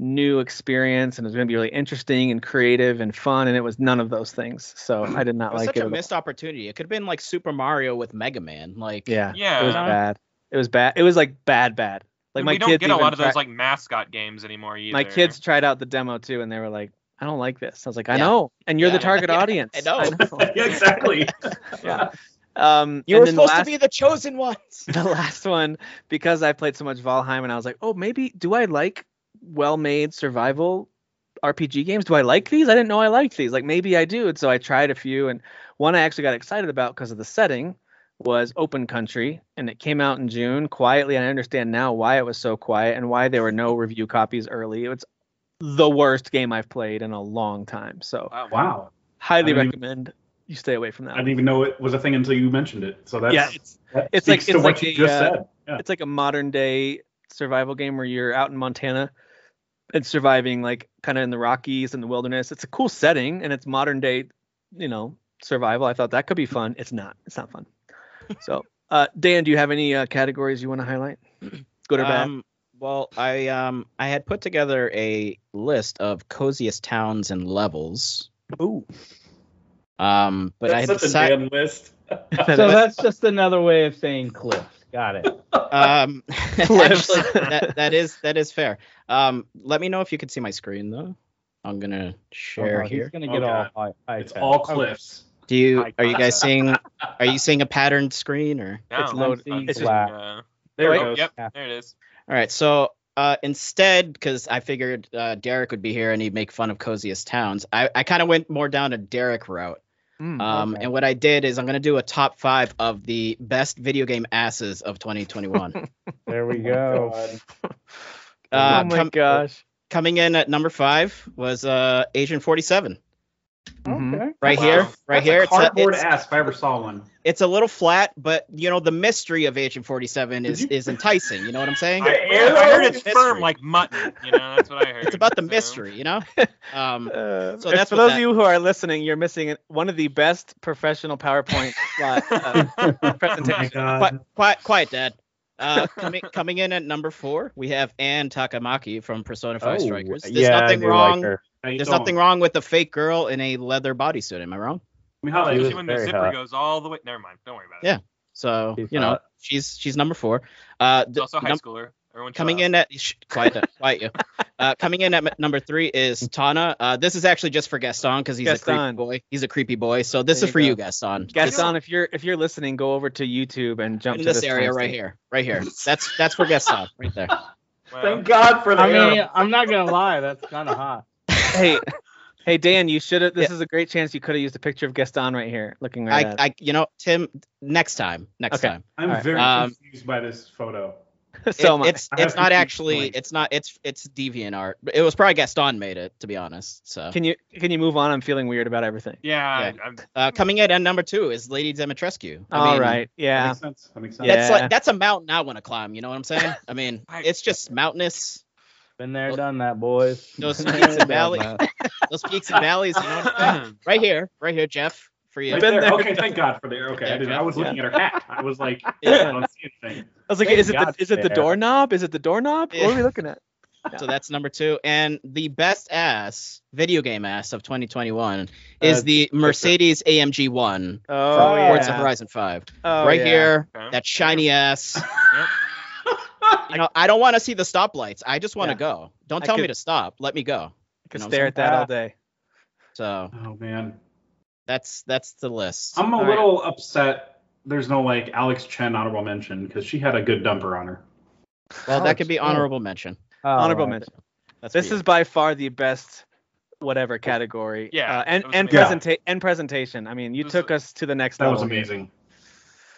Speaker 1: new experience and it was going to be really interesting and creative and fun and it was none of those things so i did not
Speaker 4: It was
Speaker 1: like
Speaker 4: such
Speaker 1: it
Speaker 4: a
Speaker 1: at all.
Speaker 4: missed opportunity. It could have been like Super Mario with Mega Man. Like
Speaker 1: Yeah. uh, It was
Speaker 2: Yeah.
Speaker 1: bad. It was bad. It was like bad, bad. Like
Speaker 2: Dude,
Speaker 1: my
Speaker 2: we don't
Speaker 1: kids
Speaker 2: get a
Speaker 1: even
Speaker 2: lot of those
Speaker 1: tri-
Speaker 2: like mascot games anymore either.
Speaker 1: my kids tried out the demo too, and they were like, "I don't like this." I was like, "I
Speaker 4: Yeah.
Speaker 1: know," and you're
Speaker 4: Yeah.
Speaker 1: the target
Speaker 4: Yeah,
Speaker 1: audience.
Speaker 4: I know.
Speaker 3: yeah, exactly.
Speaker 1: Yeah. Um,
Speaker 4: you
Speaker 1: and
Speaker 4: were
Speaker 1: then
Speaker 4: supposed
Speaker 1: last,
Speaker 4: to be the chosen ones.
Speaker 1: the last one because I played so much Valheim, and I was like, "Oh, maybe do I like well-made survival RPG games? Do I like these? I didn't know I liked these. Like maybe I do." And so I tried a few, and one I actually got excited about because of the setting was Open Country, and it came out in June quietly. And I understand now why it was so quiet and why there were no review copies early. It's the worst game I've played in a long time. So
Speaker 2: Wow.
Speaker 3: Wow.
Speaker 1: highly
Speaker 3: I mean-
Speaker 1: recommend you stay away from
Speaker 3: I
Speaker 1: that.
Speaker 3: didn't even know it was a thing until you mentioned it. So that's
Speaker 1: yeah, it's,
Speaker 3: that
Speaker 1: it's like-
Speaker 3: speaks to
Speaker 1: it's
Speaker 3: what
Speaker 1: like
Speaker 3: you
Speaker 1: a,
Speaker 3: just
Speaker 1: uh,
Speaker 3: said. Yeah.
Speaker 1: it's like a modern day survival game where you're out in Montana and surviving like kind of in the Rockies and the wilderness. It's a cool setting and it's modern day, you know, survival. I thought that could be fun. It's not. It's not fun. So, uh, Dan, do you have any uh, categories you want to highlight? Good or bad?
Speaker 4: Um, well, I um I had put together a list of coziest towns and levels.
Speaker 1: Ooh.
Speaker 4: Um, but I had
Speaker 3: That's such
Speaker 4: decided.
Speaker 3: a damn list.
Speaker 5: so that's just another way of saying cliffs. Got it.
Speaker 4: Um,
Speaker 1: Cliffs.
Speaker 4: actually, that, that is that is fair. Um, let me know if you can see my screen though. I'm gonna share
Speaker 5: Oh, he's
Speaker 4: here.
Speaker 5: gonna
Speaker 3: Oh,
Speaker 5: get
Speaker 3: God.
Speaker 5: all high, high
Speaker 3: It's
Speaker 5: tech.
Speaker 3: all
Speaker 5: Okay. Oh.
Speaker 3: cliffs.
Speaker 4: Do you
Speaker 2: High
Speaker 4: are you guys
Speaker 2: concept.
Speaker 4: seeing are you seeing a patterned screen or?
Speaker 2: No,
Speaker 1: It's
Speaker 2: I'm
Speaker 1: loaded.
Speaker 2: seeing,
Speaker 1: It's
Speaker 5: just-
Speaker 2: uh,
Speaker 1: there it
Speaker 2: oh,
Speaker 1: goes.
Speaker 2: Yep,
Speaker 5: Yeah.
Speaker 2: there it is.
Speaker 4: All right, so uh, instead, because I figured uh, Derek would be here and he'd make fun of coziest towns, I, I kind of went more down a Derek route.
Speaker 3: Hmm,
Speaker 1: Mm.
Speaker 4: Um,
Speaker 5: okay.
Speaker 4: And what I did is I'm gonna do a top five of the best video game asses of Uh, 2021.
Speaker 5: There we
Speaker 3: Oh,
Speaker 5: go.
Speaker 3: God.
Speaker 1: oh
Speaker 4: uh,
Speaker 1: my
Speaker 3: Oh
Speaker 4: com-
Speaker 1: gosh.
Speaker 4: Coming in at number five was uh, Agent 47.
Speaker 1: Mhm.
Speaker 5: Okay.
Speaker 4: Right
Speaker 3: Wow.
Speaker 4: here, right
Speaker 3: That's
Speaker 4: here.
Speaker 3: A
Speaker 4: It's a,
Speaker 3: cardboard
Speaker 4: it's,
Speaker 3: ass if I ever saw one.
Speaker 4: it's a little flat, but you know the mystery of Agent 47 is
Speaker 3: Did you-
Speaker 4: is enticing. You know what I'm saying?
Speaker 2: I,
Speaker 3: Yeah,
Speaker 2: I heard
Speaker 4: it's
Speaker 2: it's
Speaker 4: mystery.
Speaker 2: firm like mutton. You know, that's what I heard.
Speaker 4: It's about the
Speaker 2: So-
Speaker 4: mystery, you know. Um,
Speaker 1: Uh,
Speaker 4: So
Speaker 1: and
Speaker 4: that's
Speaker 1: for
Speaker 4: what
Speaker 1: those
Speaker 4: that-
Speaker 1: of you who are listening, you're missing one of the best professional PowerPoint slide, uh,
Speaker 3: Oh
Speaker 1: presentations.
Speaker 4: Qui- quiet, quiet, Dad. Uh, coming, coming in at number four, we have Anne Takamaki from Persona 5 Strikers. There's
Speaker 5: Oh, yeah, I
Speaker 4: nothing
Speaker 5: do
Speaker 4: wrong.
Speaker 5: Like her.
Speaker 3: How you
Speaker 4: There's
Speaker 3: doing?
Speaker 4: nothing wrong with a fake girl in a leather bodysuit. Am I wrong?
Speaker 3: I mean, how that
Speaker 5: She was
Speaker 2: Especially when the
Speaker 5: very
Speaker 2: zipper
Speaker 5: hot.
Speaker 2: goes all the way. Never mind. Don't worry about it.
Speaker 4: Yeah. So
Speaker 5: She's
Speaker 4: you know
Speaker 5: hot.
Speaker 4: she's she's number four. Uh,
Speaker 2: It's also a high
Speaker 4: Num-
Speaker 2: schooler. Everyone chill
Speaker 4: coming
Speaker 2: out.
Speaker 4: in at shh, quiet, down, quiet you. Uh, coming in at m- number three is Tana. Uh, this is actually just for Gaston because he's a creepy
Speaker 1: Gaston.
Speaker 4: boy. He's a creepy boy. So this is
Speaker 1: There you
Speaker 4: for
Speaker 1: go.
Speaker 4: you, Gaston.
Speaker 1: Gaston, if you're if you're listening, go over to YouTube and jump
Speaker 4: in
Speaker 1: to
Speaker 4: this area
Speaker 1: timestamp.
Speaker 4: right here, right here. That's that's for Gaston right there.
Speaker 2: Wow.
Speaker 3: Thank God for the
Speaker 5: I mean,
Speaker 3: arrow.
Speaker 5: I'm not gonna lie, that's kind of hot.
Speaker 1: Hey, hey Dan, you should have. This is a great chance. You could have used a picture of Gaston right here, looking right
Speaker 4: I,
Speaker 1: at.
Speaker 4: I, you know, Tim. Next time, next
Speaker 1: Okay.
Speaker 4: time.
Speaker 3: I'm
Speaker 1: Alright.
Speaker 3: very
Speaker 4: Um,
Speaker 3: confused by this photo.
Speaker 1: it.
Speaker 4: It-
Speaker 1: so much.
Speaker 4: it's
Speaker 3: I have
Speaker 4: it's not
Speaker 3: to keep
Speaker 4: actually
Speaker 3: going.
Speaker 4: it's not it's it's deviant art. It was probably Gaston made it to be honest. So
Speaker 1: Can you can you move on? I'm feeling weird about everything.
Speaker 2: Yeah. I'm,
Speaker 4: uh, coming in at number two is Lady Demetrescu. I
Speaker 1: All
Speaker 4: mean,
Speaker 1: right.
Speaker 3: That
Speaker 1: Yeah.
Speaker 3: makes sense. That makes sense.
Speaker 4: That's
Speaker 1: Yeah.
Speaker 4: like that's a mountain I want to climb. You know what I'm saying? I mean,
Speaker 2: I-
Speaker 4: it's just mountainous.
Speaker 5: Been there, done that, boys.
Speaker 4: Those
Speaker 5: Been
Speaker 4: peaks
Speaker 5: there,
Speaker 4: and
Speaker 5: done
Speaker 4: valleys.
Speaker 5: that.
Speaker 4: Those peaks and valleys. You know what I'm saying? Right here, right here, Jeff, for you.
Speaker 3: Right
Speaker 1: Been
Speaker 3: there.
Speaker 1: there.
Speaker 3: Okay, thank God for the arrow. Okay, I, didn't, I was
Speaker 1: Yeah.
Speaker 3: looking at her hat. I was like,
Speaker 4: Yeah.
Speaker 3: I don't see anything.
Speaker 1: I was like,
Speaker 5: Thank
Speaker 1: is it the,
Speaker 5: God
Speaker 1: is it the
Speaker 5: there.
Speaker 1: doorknob? Is it the doorknob? What are
Speaker 4: Yeah.
Speaker 1: we looking at?
Speaker 4: So that's number two. And the best ass video game ass of 2021
Speaker 5: Uh,
Speaker 4: is the Mercedes AMG One from
Speaker 1: Oh,
Speaker 4: Forza
Speaker 1: yeah.
Speaker 4: Horizon Five.
Speaker 1: Oh,
Speaker 4: right
Speaker 1: yeah.
Speaker 4: here,
Speaker 2: Okay.
Speaker 4: that shiny ass.
Speaker 2: Yep.
Speaker 4: You know, I don't want to see the stoplights. I just want to
Speaker 1: Yeah.
Speaker 4: go. Don't
Speaker 1: I
Speaker 4: tell me
Speaker 1: could-
Speaker 4: to stop. Let me go.
Speaker 1: I could
Speaker 4: You know what
Speaker 1: stare
Speaker 4: I'm saying?
Speaker 1: at that all day.
Speaker 4: So
Speaker 3: Oh man,
Speaker 4: that's that's the list.
Speaker 3: I'm a
Speaker 1: All right.
Speaker 3: little upset. There's no like Alex Chen honorable mention because she had a good dumper on her.
Speaker 4: well, that
Speaker 5: Alex,
Speaker 4: could be
Speaker 5: yeah.
Speaker 4: honorable mention.
Speaker 5: Oh,
Speaker 1: Honorable
Speaker 5: wow.
Speaker 1: mention.
Speaker 4: That's
Speaker 1: This is by far the best whatever category.
Speaker 2: Yeah,
Speaker 1: Uh, and
Speaker 2: that was
Speaker 1: and
Speaker 3: amazing.
Speaker 1: presenta- and presentation. I mean, you
Speaker 2: This
Speaker 1: took
Speaker 2: is-
Speaker 1: us to the next
Speaker 3: That
Speaker 1: level.
Speaker 3: was amazing.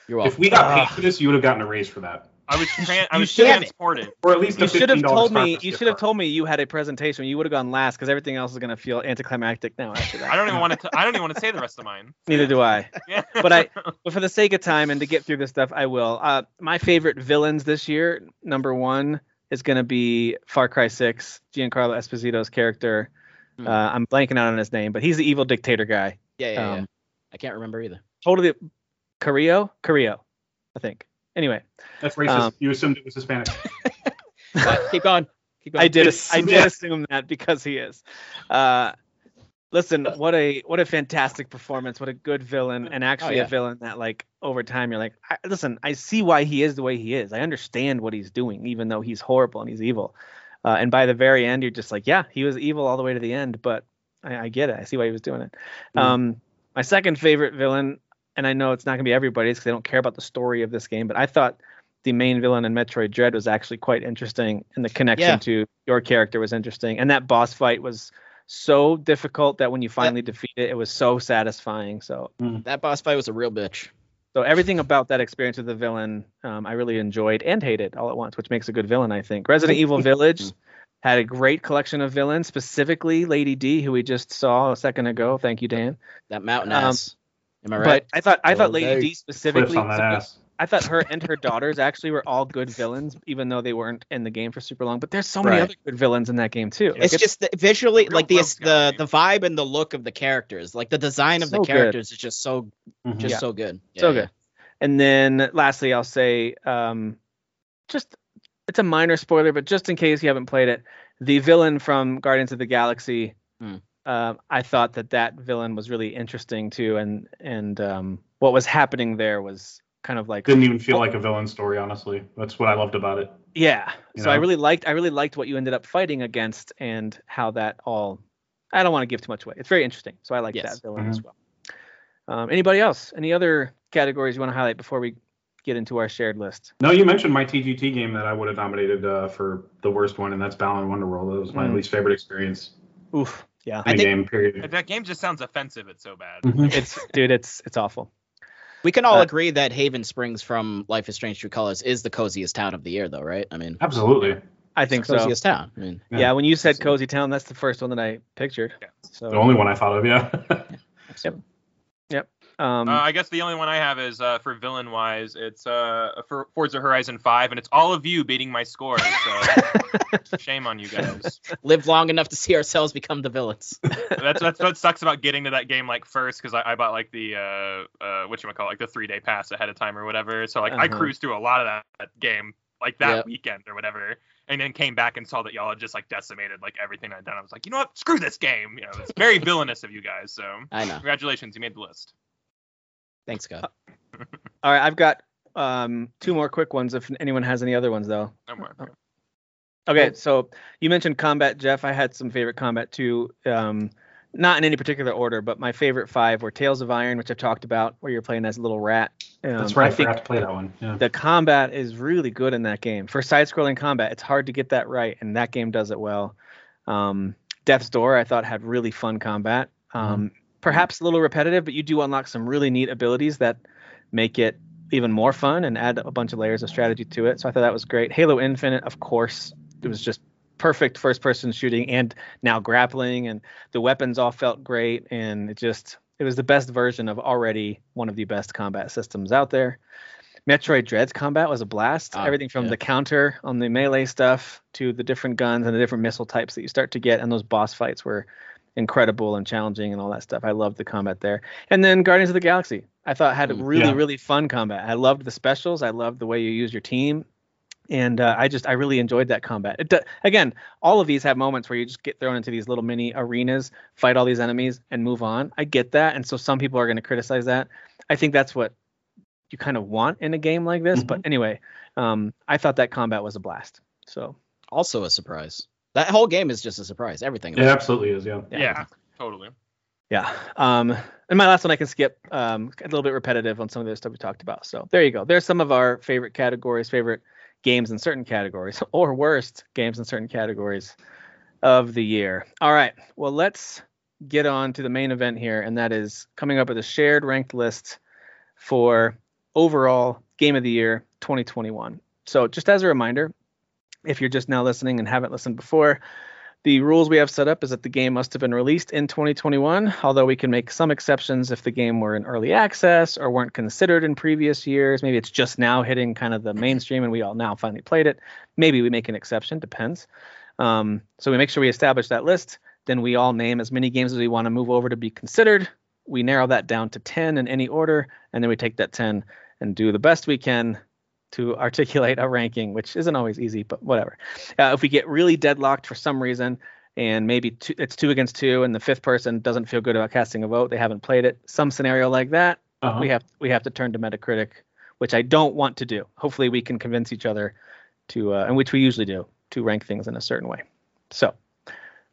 Speaker 4: You're welcome.
Speaker 3: If we got
Speaker 1: Ah.
Speaker 3: paid for this, you would have gotten a raise for that,
Speaker 2: I was tran- I
Speaker 1: you
Speaker 2: was
Speaker 1: should have-
Speaker 2: transported.
Speaker 3: or at least
Speaker 1: You
Speaker 3: a
Speaker 1: should have
Speaker 3: $15
Speaker 1: told me.
Speaker 3: Starbucks
Speaker 1: You
Speaker 3: gift
Speaker 1: should have
Speaker 3: card.
Speaker 1: told me you had a presentation. You would have gone last because everything else is going to feel anticlimactic now after that.
Speaker 2: I don't even want to. I don't even want to say the rest of mine.
Speaker 1: Neither do I.
Speaker 2: Yeah.
Speaker 1: But I, but for the sake of time and to get through this stuff, I will. Uh, my favorite villains this year, number one, is going to be Far Cry Six, Giancarlo Esposito's character.
Speaker 4: Hmm.
Speaker 1: Uh, I'm blanking out on his name, but he's the evil dictator guy.
Speaker 4: yeah, yeah, yeah.
Speaker 1: um,
Speaker 4: I can't remember either.
Speaker 1: Totally, Carrillo, Carrillo, I think. Anyway,
Speaker 3: That's racist.
Speaker 1: Um,
Speaker 3: you assumed it was Hispanic.
Speaker 4: But keep going. Keep going.
Speaker 1: I did
Speaker 3: It's-
Speaker 1: I did
Speaker 3: yeah.
Speaker 1: assume that because he is. Uh, listen, what a what a fantastic performance! What a good villain, and actually
Speaker 4: yeah.
Speaker 1: a villain that like over time you're like, I, listen, I see why he is the way he is. I understand what he's doing, even though he's horrible and he's evil. Uh, and by the very end, you're just like, yeah, he was evil all the way to the end, but I, I get it. I see why he was doing it.
Speaker 5: Mm.
Speaker 1: Um, my second favorite villain, and I know it's not gonna be everybody's because they don't care about the story of this game, but I thought the main villain in Metroid Dread was actually quite interesting, and the connection
Speaker 4: Yeah.
Speaker 1: to your character was interesting. And that boss fight was so difficult that when you finally defeat it, it was so satisfying. So,
Speaker 4: That boss fight was a real bitch.
Speaker 1: so everything about that experience with the villain, um, I really enjoyed and hated all at once, which makes a good villain, I think. Resident Evil Village had a great collection of villains, specifically Lady D, who we just saw a second ago. Thank you, Dan.
Speaker 4: That mountain
Speaker 1: Um,
Speaker 4: ass. Am I right?
Speaker 1: But I thought I thought
Speaker 5: Well,
Speaker 1: Lady
Speaker 5: there-
Speaker 1: D
Speaker 3: Clips
Speaker 1: specifically.
Speaker 3: on that ass.
Speaker 1: I thought her and her daughters actually were all good villains, even though they weren't in the game for super long. But there's so many
Speaker 4: Right.
Speaker 1: other good villains in that game too. Like,
Speaker 4: it's just the, visually
Speaker 2: Real
Speaker 4: like the
Speaker 2: rogue guy.
Speaker 4: the the vibe and the look of the characters, like the design of
Speaker 1: So
Speaker 4: the
Speaker 1: good. Mm-hmm.
Speaker 4: characters is just so
Speaker 3: Mhm.
Speaker 4: just
Speaker 1: Yeah.
Speaker 4: so good. Yeah,
Speaker 1: so
Speaker 4: yeah.
Speaker 1: good. And then lastly, I'll say, um, just it's a minor spoiler, but just in case you haven't played it, the villain from Guardians of the Galaxy,
Speaker 4: Hmm.
Speaker 1: uh, I thought that that villain was really interesting too, and and um, what was happening there was kind of like
Speaker 3: Didn't even feel like a villain story, honestly. That's what I loved about it.
Speaker 1: Yeah.
Speaker 3: You
Speaker 1: so I
Speaker 3: know?
Speaker 1: really liked I really liked what you ended up fighting against and how that all I don't want to give too much away. It's very interesting. So I like
Speaker 4: Yes.
Speaker 1: that villain as well. Um, anybody else? Any other categories you want to highlight before we get into our shared list?
Speaker 3: No, you mentioned my TGT game that I would have nominated uh, for the worst one, and that's Balan Wonderworld. That was my
Speaker 1: Mm.
Speaker 3: least favorite experience
Speaker 1: Oof. Yeah.
Speaker 4: I
Speaker 3: in a
Speaker 4: think-
Speaker 3: game. Period.
Speaker 2: that game just sounds offensive. It's so bad.
Speaker 3: Mhm.
Speaker 1: It's dude, it's it's awful.
Speaker 4: We can all
Speaker 1: Uh,
Speaker 4: agree that Haven Springs from Life is Strange True Colors is the coziest town of the year, though, right? I mean,
Speaker 3: Absolutely.
Speaker 1: I think so.
Speaker 4: Coziest town. I mean,
Speaker 1: Yeah.
Speaker 3: Yeah.
Speaker 1: when you said
Speaker 4: So-
Speaker 1: cozy town, that's the first one that I pictured.
Speaker 2: Yeah.
Speaker 1: So
Speaker 3: The only one I thought of, yeah.
Speaker 1: um,
Speaker 2: Uh, I guess the only one I have is uh, for villain wise, it's uh, for Forza Horizon 5, and it's all of you beating my score. So shame on you guys.
Speaker 4: live long enough to see ourselves become the villains.
Speaker 2: That's that's what sucks about getting to that game like first, because I, I bought like the uh, uh, what call like the three day pass ahead of time or whatever. So like I
Speaker 1: Uh-huh.
Speaker 2: cruised through a lot of that, that game like that
Speaker 4: Yep.
Speaker 2: weekend or whatever, and then came back and saw that y'all had just like decimated like everything I'd done. I was like, you know what? Screw this game. You know, it's very villainous of you guys. So
Speaker 4: I know.
Speaker 2: congratulations, you made the list.
Speaker 4: Thanks,
Speaker 1: Uh,
Speaker 4: God.
Speaker 1: all right, I've got um, two more quick ones. If anyone has any other ones though.
Speaker 2: No more.
Speaker 1: Okay, so you mentioned combat, Jeff. I had some favorite combat too. Um, not in any particular order, but my favorite five were Tales of Iron, which I've talked about, where you're playing as a little rat. Um,
Speaker 3: That's right. I,
Speaker 1: I think
Speaker 3: forgot to play that one. Yeah.
Speaker 1: the combat is really good in that game. For side-scrolling combat, it's hard to get that right, and that game does it well. Um, Death's Door, I thought, had really fun combat.
Speaker 3: Mm-hmm.
Speaker 1: Um, Perhaps a little repetitive, but you do unlock some really neat abilities that make it even more fun and add a bunch of layers of strategy to it. So I thought that was great. Halo Infinite, of course, it was just perfect first-person shooting and now grappling, and the weapons all felt great, and it just it was the best version of already one of the best combat systems out there. Metroid Dread's combat was a blast.
Speaker 4: Ah,
Speaker 1: Everything from
Speaker 4: yeah.
Speaker 1: the counter on the melee stuff to the different guns and the different missile types that you start to get, and those boss fights were incredible and challenging and all that stuff. I loved the combat there. And then Guardians of the Galaxy, I thought had
Speaker 4: Mm,
Speaker 1: really
Speaker 3: yeah.
Speaker 1: really fun combat. I loved the specials. I loved the way you use your team, and uh, I just I really enjoyed that combat. It do, again, all of these have moments where you just get thrown into these little mini arenas, fight all these enemies, and move on. I get that, and so some people are going to criticize that. I think that's what you kind of want in a game like this. But anyway, um, I thought that combat was a blast. So
Speaker 4: Also a surprise. That whole game is just a surprise. Everything.
Speaker 3: It absolutely is, yeah.
Speaker 1: Yeah.
Speaker 2: yeah totally.
Speaker 1: yeah. Um, and my last one I can skip. Um, a little bit repetitive on some of the stuff we talked about. So there you go. There's some of our favorite categories, favorite games in certain categories, or worst games in certain categories of the year. All right. Well, let's get on to the main event here, and that is coming up with a shared ranked list for overall game of the year 2021. So just as a reminder, if you're just now listening and haven't listened before, the rules we have set up is that the game must have been released in 2021, although we can make some exceptions if the game were in early access or weren't considered in previous years. Maybe it's just now hitting kind of the mainstream and we all now finally played it. Maybe we make an exception, depends. Um, so we make sure we establish that list. Then we all name as many games as we want to move over to be considered. We narrow that down to 10 in any order, and then we take that 10 and do the best we can to articulate a ranking, which isn't always easy, but whatever. Uh, if we get really deadlocked for some reason, and maybe two, it's two against two, and the fifth person doesn't feel good about casting a vote, they haven't played it, some scenario like that,
Speaker 3: Uh-huh.
Speaker 1: we have we have to turn to Metacritic, which I don't want to do. Hopefully, we can convince each other to, uh, and which we usually do, to rank things in a certain way. So,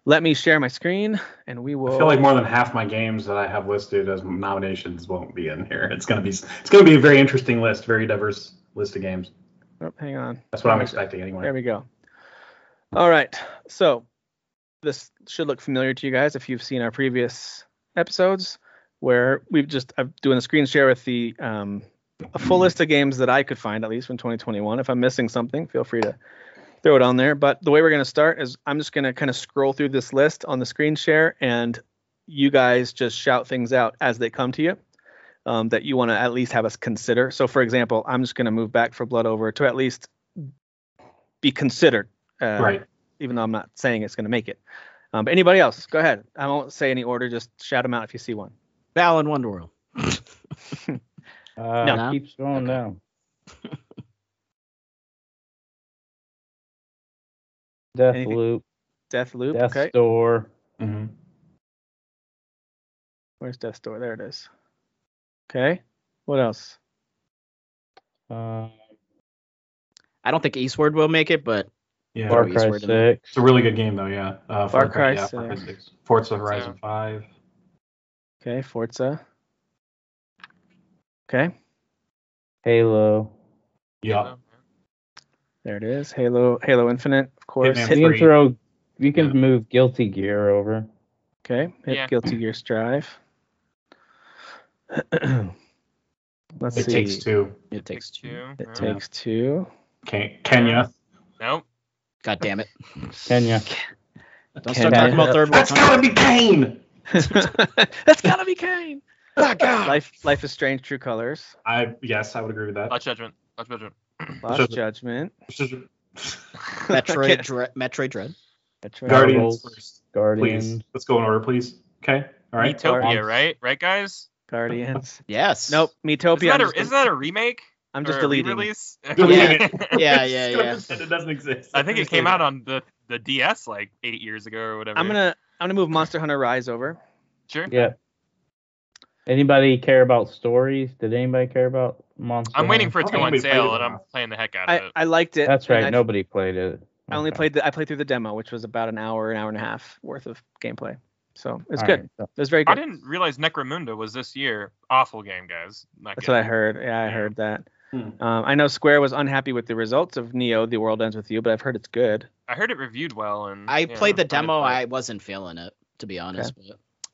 Speaker 1: let me share my screen, and we will.
Speaker 3: I feel like more than half my games that I have listed as nominations won't be in here. It's gonna be it's gonna be a very interesting list, very diverse list of games.
Speaker 1: Oh, hang on.
Speaker 3: That's what I'm expecting anyway.
Speaker 1: There we go. All right. So this should look familiar to you guys if you've seen our previous episodes where we've just I'm doing a screen share with the um, a full list of games that I could find at least from 2021. If I'm missing something, feel free to throw it on there. But the way we're going to start is I'm just going to kind of scroll through this list on the screen share and you guys just shout things out as they come to you um, that you want to at least have us consider. So, for example, I'm just going to move back for Blood Over to at least be considered. Uh,
Speaker 3: Right.
Speaker 1: Even though I'm not saying it's going to make it. Um, but anybody else, go ahead. I won't say any order. Just shout them out if you see one.
Speaker 4: Val and Wonder World.
Speaker 5: Uh,
Speaker 4: No.
Speaker 5: Keep scrolling
Speaker 4: Okay.
Speaker 5: down. Death
Speaker 1: Anything-
Speaker 5: loop,
Speaker 1: Death Loop.
Speaker 5: death
Speaker 1: okay.
Speaker 5: store.
Speaker 3: hmm
Speaker 1: Where's Death Door? There it is. Okay. What else?
Speaker 5: Uh,
Speaker 4: I don't think Eastward will make it, but
Speaker 3: Yeah.
Speaker 5: Far
Speaker 4: we
Speaker 5: Cry
Speaker 4: swear to them.
Speaker 5: Six.
Speaker 3: It's a really good game though, yeah. Uh,
Speaker 1: Far Cry
Speaker 3: yeah, Far Cry
Speaker 1: six.
Speaker 3: 6. Forza Horizon 5.
Speaker 1: Okay. Forza. Okay.
Speaker 5: Halo.
Speaker 3: Yeah.
Speaker 1: There it is. Halo. Halo Infinite, of course.
Speaker 3: Hitman.
Speaker 1: Hit-
Speaker 5: You can
Speaker 3: Three.
Speaker 5: throw. You can
Speaker 3: Yeah.
Speaker 5: move Guilty Gear over.
Speaker 1: okay. Hit
Speaker 2: Yeah.
Speaker 1: Guilty Gear Strive. Let's
Speaker 3: It
Speaker 1: see.
Speaker 3: takes two.
Speaker 4: It takes two.
Speaker 1: It
Speaker 2: Yeah.
Speaker 1: takes two.
Speaker 3: Ken- Kenya.
Speaker 2: Nope.
Speaker 4: God damn it!
Speaker 5: Kenya.
Speaker 1: Kenya.
Speaker 4: Don't start talking about third world.
Speaker 3: That's gotta be Kane.
Speaker 1: That's gotta be Kane.
Speaker 4: Oh, God.
Speaker 1: Life, life is strange. True colors.
Speaker 3: I yes, I would agree with that.
Speaker 2: Last judgment. Last judgment.
Speaker 1: Lost
Speaker 3: Just-
Speaker 1: judgment.
Speaker 4: Metroid, Dre- Metroid Dread.
Speaker 1: That's right.
Speaker 3: Guardians
Speaker 5: Marvels.
Speaker 3: first,
Speaker 5: Guardians.
Speaker 3: please. Let's go in order, please. Okay. All right.
Speaker 2: Utopia,
Speaker 5: Guardians.
Speaker 2: right? Right, guys?
Speaker 1: Guardians.
Speaker 4: Yes.
Speaker 1: Nope. Metopia.
Speaker 2: Isn't that,
Speaker 1: I'm
Speaker 2: a,
Speaker 1: just,
Speaker 2: isn't that a remake?
Speaker 1: I'm just
Speaker 2: or a
Speaker 1: deleting.
Speaker 2: Release?
Speaker 3: Delete it.
Speaker 4: Yeah, yeah,
Speaker 3: Just gonna
Speaker 4: yeah.
Speaker 3: pretend It doesn't exist.
Speaker 2: I think it
Speaker 3: Just
Speaker 2: came
Speaker 3: leave
Speaker 2: out on the, the DS like eight years ago or whatever.
Speaker 1: I'm gonna I'm gonna move Monster Hunter Rise over.
Speaker 2: Sure.
Speaker 5: Yeah. Anybody care about stories? Did anybody care about Monster?
Speaker 2: I'm waiting
Speaker 5: Hunter?
Speaker 2: for it to
Speaker 3: I
Speaker 2: go
Speaker 3: don't
Speaker 2: on
Speaker 3: think we played
Speaker 2: sale,
Speaker 3: it
Speaker 2: and I'm
Speaker 3: enough.
Speaker 2: playing the heck out of
Speaker 1: I,
Speaker 2: it.
Speaker 1: I liked it.
Speaker 5: That's
Speaker 1: and
Speaker 5: right.
Speaker 1: I,
Speaker 5: Nobody played it.
Speaker 1: I only
Speaker 5: Okay.
Speaker 1: played the I played through the demo, which was about an hour, an hour and a half worth of gameplay. So it's
Speaker 5: All
Speaker 1: good.
Speaker 5: right, so-
Speaker 1: It was very
Speaker 2: I
Speaker 1: good.
Speaker 2: didn't realize Necromunda was this year. Awful game, guys. Not
Speaker 1: That's
Speaker 2: good.
Speaker 1: what I heard. Yeah, I heard that.
Speaker 3: Hmm.
Speaker 1: Um, I know Square was unhappy with the results of Neo: The World Ends with You, but I've heard it's good.
Speaker 2: I heard it reviewed well, and
Speaker 4: I
Speaker 2: you know,
Speaker 4: played the
Speaker 2: didn't
Speaker 4: demo.
Speaker 2: play
Speaker 4: I
Speaker 2: it.
Speaker 4: wasn't feeling it, to be honest. But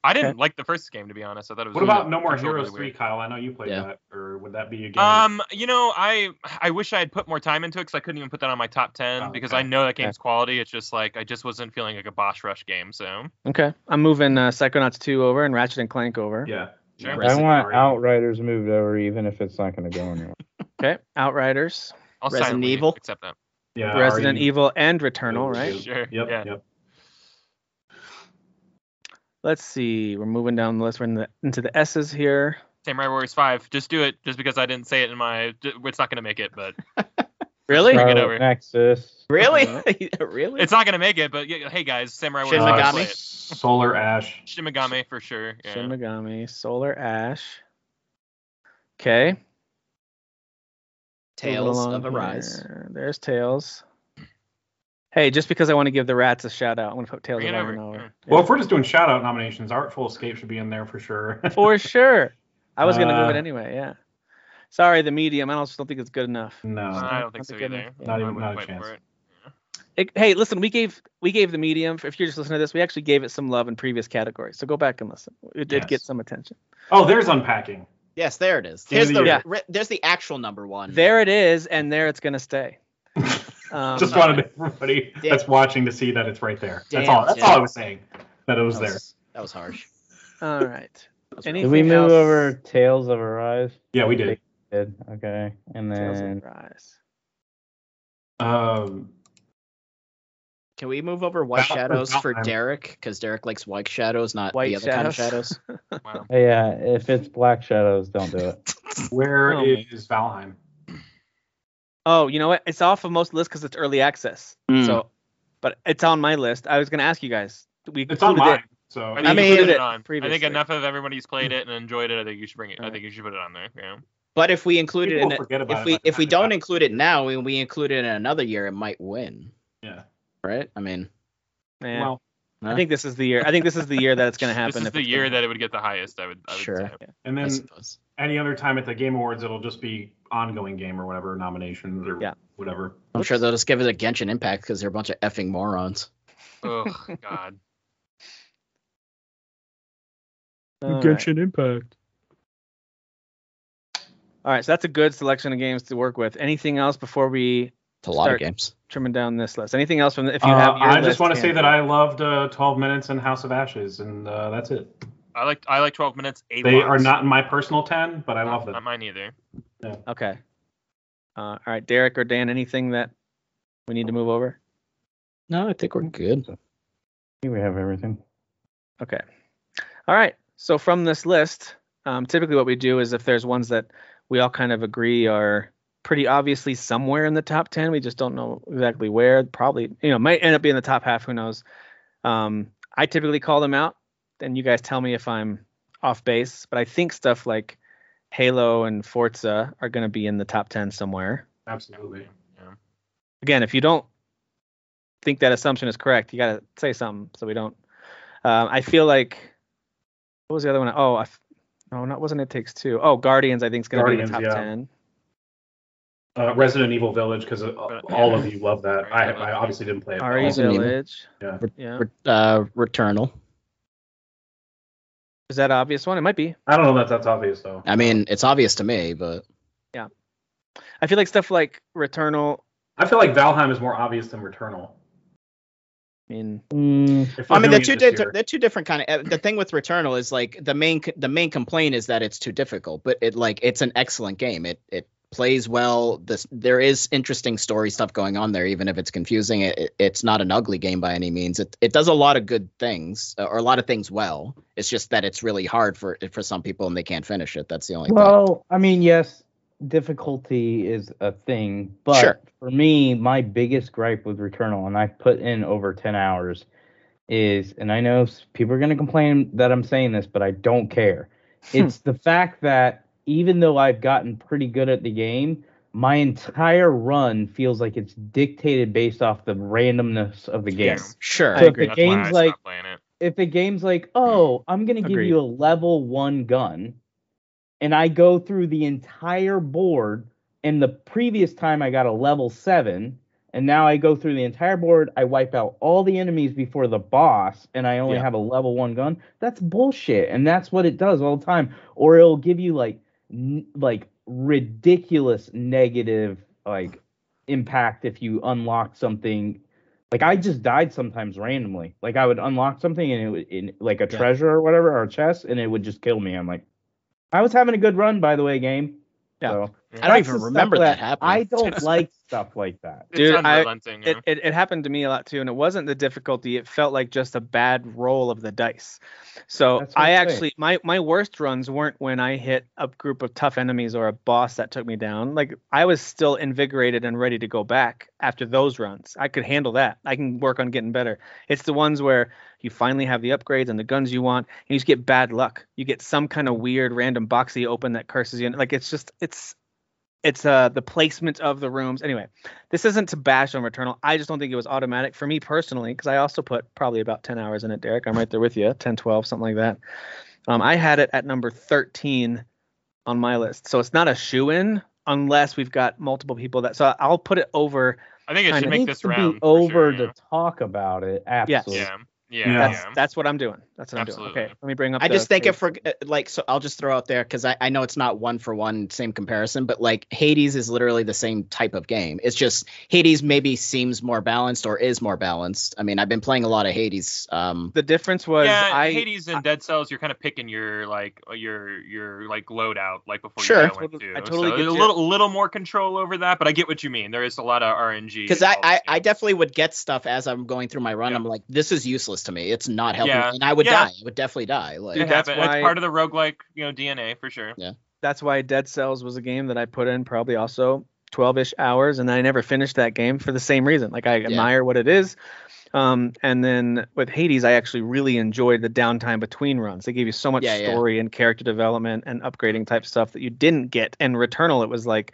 Speaker 2: I didn't like the first game to be honest. I thought it was.
Speaker 3: What about No More
Speaker 2: controlled
Speaker 3: Heroes
Speaker 2: really
Speaker 3: Three,
Speaker 2: weird.
Speaker 3: Kyle? I know you played
Speaker 4: Yeah.
Speaker 3: that, or would that be a game?
Speaker 2: Um, you know, I I wish I had put more time into it because I couldn't even put that on my top ten
Speaker 3: Oh,
Speaker 2: because
Speaker 3: okay.
Speaker 2: I know that game's quality. It's just like I just wasn't feeling like a boss rush game. So
Speaker 1: Okay, I'm moving uh, Psychonauts 2 over and Ratchet and Clank over.
Speaker 3: yeah.
Speaker 2: Sure.
Speaker 5: I
Speaker 3: Resident
Speaker 5: want
Speaker 3: Evil.
Speaker 5: Outriders moved over, even if it's not going to go anywhere.
Speaker 1: Okay, Outriders,
Speaker 2: I'll
Speaker 4: Resident
Speaker 2: silently
Speaker 4: Evil?
Speaker 2: accept that.
Speaker 3: Yeah,
Speaker 1: Resident
Speaker 3: RE.
Speaker 1: Evil, and Returnal. Right.
Speaker 2: Sure.
Speaker 3: Yep.
Speaker 2: Yeah.
Speaker 3: Yep.
Speaker 1: Let's see. We're moving down the list. We're in the, into the S's here.
Speaker 2: Samurai Warriors Five. Just do it, just because I didn't say it in my. It's not gonna make it, but
Speaker 1: Really?
Speaker 2: Bring it
Speaker 5: Scarlet
Speaker 2: over.
Speaker 5: Nexus.
Speaker 4: really, really,
Speaker 2: it's not gonna make it. But yeah, hey guys, Samurai
Speaker 4: Shin
Speaker 2: Warriors. Five,
Speaker 4: Megami?
Speaker 2: play it.
Speaker 3: Uh, Solar Ash.
Speaker 2: Shin Megami for sure. Yeah.
Speaker 1: Shin Megami, Solar Ash. Okay.
Speaker 4: Tales
Speaker 1: moving
Speaker 4: of
Speaker 1: along
Speaker 4: Arise.
Speaker 1: here. There's Tales. Hey, just because I want to give the rats a shout out, I'm gonna put Tales
Speaker 2: Bring
Speaker 1: of
Speaker 2: it over.
Speaker 1: Iron over.
Speaker 2: Yeah.
Speaker 3: Well, if we're just doing shout out nominations, Artful Escape should be in there for sure.
Speaker 1: For sure. I was gonna move it
Speaker 3: Uh,
Speaker 1: anyway. Yeah. Sorry, the medium. I also don't think it's good enough.
Speaker 3: no.
Speaker 2: I don't think
Speaker 1: That's a
Speaker 2: so
Speaker 1: good
Speaker 2: either.
Speaker 1: one.
Speaker 3: Not
Speaker 2: I
Speaker 3: even-
Speaker 2: wouldn't
Speaker 3: not a
Speaker 2: fight
Speaker 3: chance.
Speaker 2: for it.
Speaker 1: It- hey, listen, we gave we gave the medium. If you're just listening to this, we actually gave it some love in previous categories. So go back and listen. It did
Speaker 3: Yes.
Speaker 1: get some attention.
Speaker 3: Oh, there's unpacking.
Speaker 4: Yes, there it is.
Speaker 3: Game of
Speaker 4: There's
Speaker 3: the
Speaker 4: the
Speaker 1: year.
Speaker 4: re- there's the actual number one.
Speaker 1: There it is, and there it's gonna stay. Um,
Speaker 3: just wanted everybody
Speaker 4: Damn.
Speaker 3: that's watching to see that it's right there. that's
Speaker 4: Damn,
Speaker 3: all. That's
Speaker 4: Tim.
Speaker 3: all I was saying. That it was
Speaker 4: that
Speaker 3: there.
Speaker 4: was, that was harsh.
Speaker 1: all right.
Speaker 4: That was
Speaker 1: Any-
Speaker 5: Did we
Speaker 1: Anything
Speaker 5: move
Speaker 1: else?
Speaker 5: over Tales of Arise?
Speaker 3: Yeah, we did.
Speaker 5: Did okay, and
Speaker 1: Tales of
Speaker 5: then
Speaker 1: Arise.
Speaker 3: Um,
Speaker 4: rough. Can we move over White
Speaker 3: Battle for
Speaker 4: Shadows for
Speaker 3: Valheim.
Speaker 4: Derek? Because Derek likes White Shadows, not
Speaker 1: White
Speaker 4: the other kind of
Speaker 1: Shadows.
Speaker 4: shadows.
Speaker 2: Wow.
Speaker 5: yeah, if it's Black Shadows, don't do it.
Speaker 3: where
Speaker 1: Oh,
Speaker 3: is
Speaker 1: man.
Speaker 3: Valheim?
Speaker 1: Oh, you know what? It's off of most lists because it's early access. So, but it's on my list. I was gonna ask you guys. We
Speaker 3: It's on
Speaker 1: included
Speaker 3: mine.
Speaker 1: it.
Speaker 3: So
Speaker 2: I,
Speaker 1: I
Speaker 2: think
Speaker 1: mean,
Speaker 2: you should put
Speaker 1: it
Speaker 2: it on. I think
Speaker 1: previously.
Speaker 2: enough of everybody's played it and enjoyed it. I think you should bring it. I think you should put it on there. Yeah.
Speaker 4: But if we include
Speaker 3: People
Speaker 4: it in
Speaker 3: forget
Speaker 4: it,
Speaker 3: about
Speaker 4: if
Speaker 3: it
Speaker 4: we
Speaker 3: by the
Speaker 4: if we
Speaker 3: time they
Speaker 4: don't
Speaker 3: buy it.
Speaker 4: include it now, and we include it in another year, it might win.
Speaker 3: Yeah.
Speaker 4: Right? I mean,
Speaker 1: Yeah.
Speaker 3: well,
Speaker 1: I think this is the year. I think this is the year that it's gonna happen.
Speaker 2: This is
Speaker 1: if
Speaker 2: the
Speaker 1: it's
Speaker 2: year
Speaker 1: gonna-
Speaker 2: that it would get the highest. I would. I would
Speaker 4: Sure.
Speaker 2: Say.
Speaker 3: and
Speaker 4: I
Speaker 3: then
Speaker 4: suppose.
Speaker 3: any other time at the Game Awards, it'll just be ongoing game or whatever nominations or
Speaker 1: Yeah.
Speaker 3: whatever.
Speaker 4: I'm sure they'll just give it a Genshin Impact because they're a bunch of effing morons.
Speaker 2: Oh God.
Speaker 1: All right.
Speaker 5: Impact.
Speaker 1: All right, so that's a good selection of games to work with. Anything else before we
Speaker 4: It's a lot
Speaker 1: Start-
Speaker 4: of games.
Speaker 1: trimming down this list? Anything else from the, if you
Speaker 3: Uh,
Speaker 1: have your
Speaker 3: I just want to
Speaker 1: list
Speaker 3: say that
Speaker 1: handy.
Speaker 3: I loved uh, 12 minutes in House of Ashes, and uh, that's it.
Speaker 2: I like. I like 12 minutes. Eight.
Speaker 3: They
Speaker 2: blocks.
Speaker 3: are not in my personal 10, but I
Speaker 2: Not-
Speaker 3: love
Speaker 2: Not
Speaker 3: them.
Speaker 2: mine either.
Speaker 1: Okay. Uh, all right, Derek or Dan, anything that we need to move over?
Speaker 4: No, I think we're good.
Speaker 5: We have everything.
Speaker 1: Okay. All right. So from this list, um, typically what we do is if there's ones that we all kind of agree are pretty obviously somewhere in the top 10, we just don't know exactly where. Probably, you know, might end up being the top half. Who knows? Um, I typically call them out, and you guys tell me if I'm off base. But I think stuff like Halo and Forza are going to be in the top 10 somewhere.
Speaker 3: Absolutely.
Speaker 1: Again, if you don't think that assumption is correct, you got to say something so we don't. Um, I feel like what was the other one? Oh, I f- no, not wasn't it takes two. Oh, Guardians I think is going to be in the top
Speaker 3: Guardians, yeah.
Speaker 1: ten.
Speaker 3: Uh, Resident Evil Village, because all of you love that. I, I obviously didn't play it.
Speaker 1: RE
Speaker 4: Resident Evil.
Speaker 1: E Village.
Speaker 3: Yeah.
Speaker 1: yeah.
Speaker 4: Re- Uh, Returnal.
Speaker 1: Is that an obvious one? It might be.
Speaker 3: I don't know that that's obvious, though.
Speaker 4: I mean, it's obvious to me, but
Speaker 1: I feel like stuff like Returnal.
Speaker 3: I feel like Valheim is more obvious than Returnal.
Speaker 1: I mean,
Speaker 5: Mm,
Speaker 3: If
Speaker 4: I
Speaker 3: we're
Speaker 4: mean, they're
Speaker 3: doing it
Speaker 4: two
Speaker 3: this
Speaker 4: di-
Speaker 3: year.
Speaker 4: they're two different kind of. The thing with Returnal is like the main c- the main complaint is that it's too difficult, but it like it's an excellent game. It it plays well. This there is interesting story stuff going on there, even if it's confusing. It, it- it's not an ugly game by any means. It it does a lot of good things uh, or a lot of things well. It's just that it's really hard for for some people and they can't finish it. That's the only. thing.
Speaker 5: well, I mean, yes, difficulty is a thing, but
Speaker 4: Sure.
Speaker 5: for me, my biggest gripe with Returnal, and I've put in over 10 hours, is, and I know s- people are going to complain that I'm saying this, but I don't care. It's the fact that even though I've gotten pretty good at the game, my entire run feels like it's dictated based off the randomness of the game.
Speaker 2: Yes.
Speaker 4: Sure.
Speaker 1: I
Speaker 5: So if
Speaker 1: agree.
Speaker 5: the
Speaker 2: That's why I
Speaker 5: game's
Speaker 2: stopped
Speaker 5: like
Speaker 2: playing it.
Speaker 5: if the game's like, oh, I'm gonna give
Speaker 1: Agreed.
Speaker 5: you a level one gun, and I go through the entire board, and the previous time I got a level seven, and now I go through the entire board, I wipe out all the enemies before the boss, and I only
Speaker 1: Yeah.
Speaker 5: have a level one gun. That's bullshit, and that's what it does all the time. Or it'll give you like, n- like ridiculous negative like impact if you unlock something like I just died sometimes randomly. Like I would unlock something and it would in like a
Speaker 4: Yeah.
Speaker 5: treasure or whatever or a chest and it would just kill me. I'm like, I was having a good run by the way, game.
Speaker 1: Yeah.
Speaker 5: So,
Speaker 4: I don't
Speaker 5: that's the
Speaker 4: even
Speaker 5: stuff
Speaker 4: remember that happening.
Speaker 5: I don't like stuff like that.
Speaker 2: It's
Speaker 1: Dude, I-
Speaker 2: unrelenting. yeah.
Speaker 1: it, it, it happened to me a lot too and it wasn't the difficulty it felt like just a bad roll of the dice so
Speaker 5: That's
Speaker 1: i
Speaker 5: what I'm saying.
Speaker 1: actually my my worst runs weren't when i hit a group of tough enemies or a boss that took me down like i was still invigorated and ready to go back after those runs i could handle that i can work on getting better it's the ones where you finally have the upgrades and the guns you want and you just get bad luck you get some kind of weird random box that you open that curses you and like it's just it's it's uh the placement of the rooms anyway this isn't to bash on Returnal. I just don't think it was automatic for me personally, because I also put probably about 10 hours in it, Derek. I'm right there with you, 10, 12, something like that. Um, I had it at number 13 on my list. So it's not a shoe in unless we've got multiple people that. So I'll put it over.
Speaker 2: I think it
Speaker 1: kinda
Speaker 2: should
Speaker 5: It
Speaker 2: make
Speaker 5: needs
Speaker 2: this
Speaker 5: to
Speaker 2: round
Speaker 5: be
Speaker 2: for
Speaker 5: over
Speaker 2: sure,
Speaker 5: to talk about it. Absolutely.
Speaker 2: yeah. Yeah,
Speaker 3: Yeah.
Speaker 2: yeah,
Speaker 1: That's, that's what I'm doing. That's what I'm
Speaker 2: Absolutely.
Speaker 1: doing. Okay, let me bring up.
Speaker 4: I
Speaker 1: the
Speaker 4: just think
Speaker 1: page.
Speaker 4: if we're uh, like, so I'll just throw out there because I, I know it's not one for one same comparison, but like Hades is literally the same type of game. It's just Hades maybe seems more balanced or is more balanced. I mean, I've been playing a lot of Hades. Um,
Speaker 1: the difference was
Speaker 2: yeah,
Speaker 1: I
Speaker 2: Hades and Dead Cells, you're kind of picking your like uh, your your like loadout like before
Speaker 4: Sure.
Speaker 2: you
Speaker 1: I
Speaker 2: go
Speaker 1: totally-
Speaker 2: into.
Speaker 1: I totally
Speaker 2: so
Speaker 1: get
Speaker 2: there's a
Speaker 1: you.
Speaker 2: little little more control over that, but I get what you mean. There is a lot of RNG.
Speaker 4: because I,
Speaker 2: involved,
Speaker 4: I,
Speaker 2: yeah.
Speaker 4: I definitely would get stuff as I'm going through my run.
Speaker 2: Yeah.
Speaker 4: I'm like, this is useless to me. It's not helping.
Speaker 2: Yeah.
Speaker 4: me. And I would
Speaker 2: Yeah.
Speaker 4: die. I would definitely die. Like,
Speaker 2: It
Speaker 1: Dude, that's
Speaker 2: happen-
Speaker 1: why-
Speaker 2: It's part of the roguelike, you know, DNA for sure.
Speaker 1: that's why Dead Cells was a game that I put in probably also 12 ish hours, and I never finished that game for the same reason. Like I admire what it is. Um, and then with Hades, I actually really enjoyed the downtime between runs. They gave you so much
Speaker 4: Yeah, yeah.
Speaker 1: story and character development and upgrading type stuff that you didn't get. And Returnal, it was like,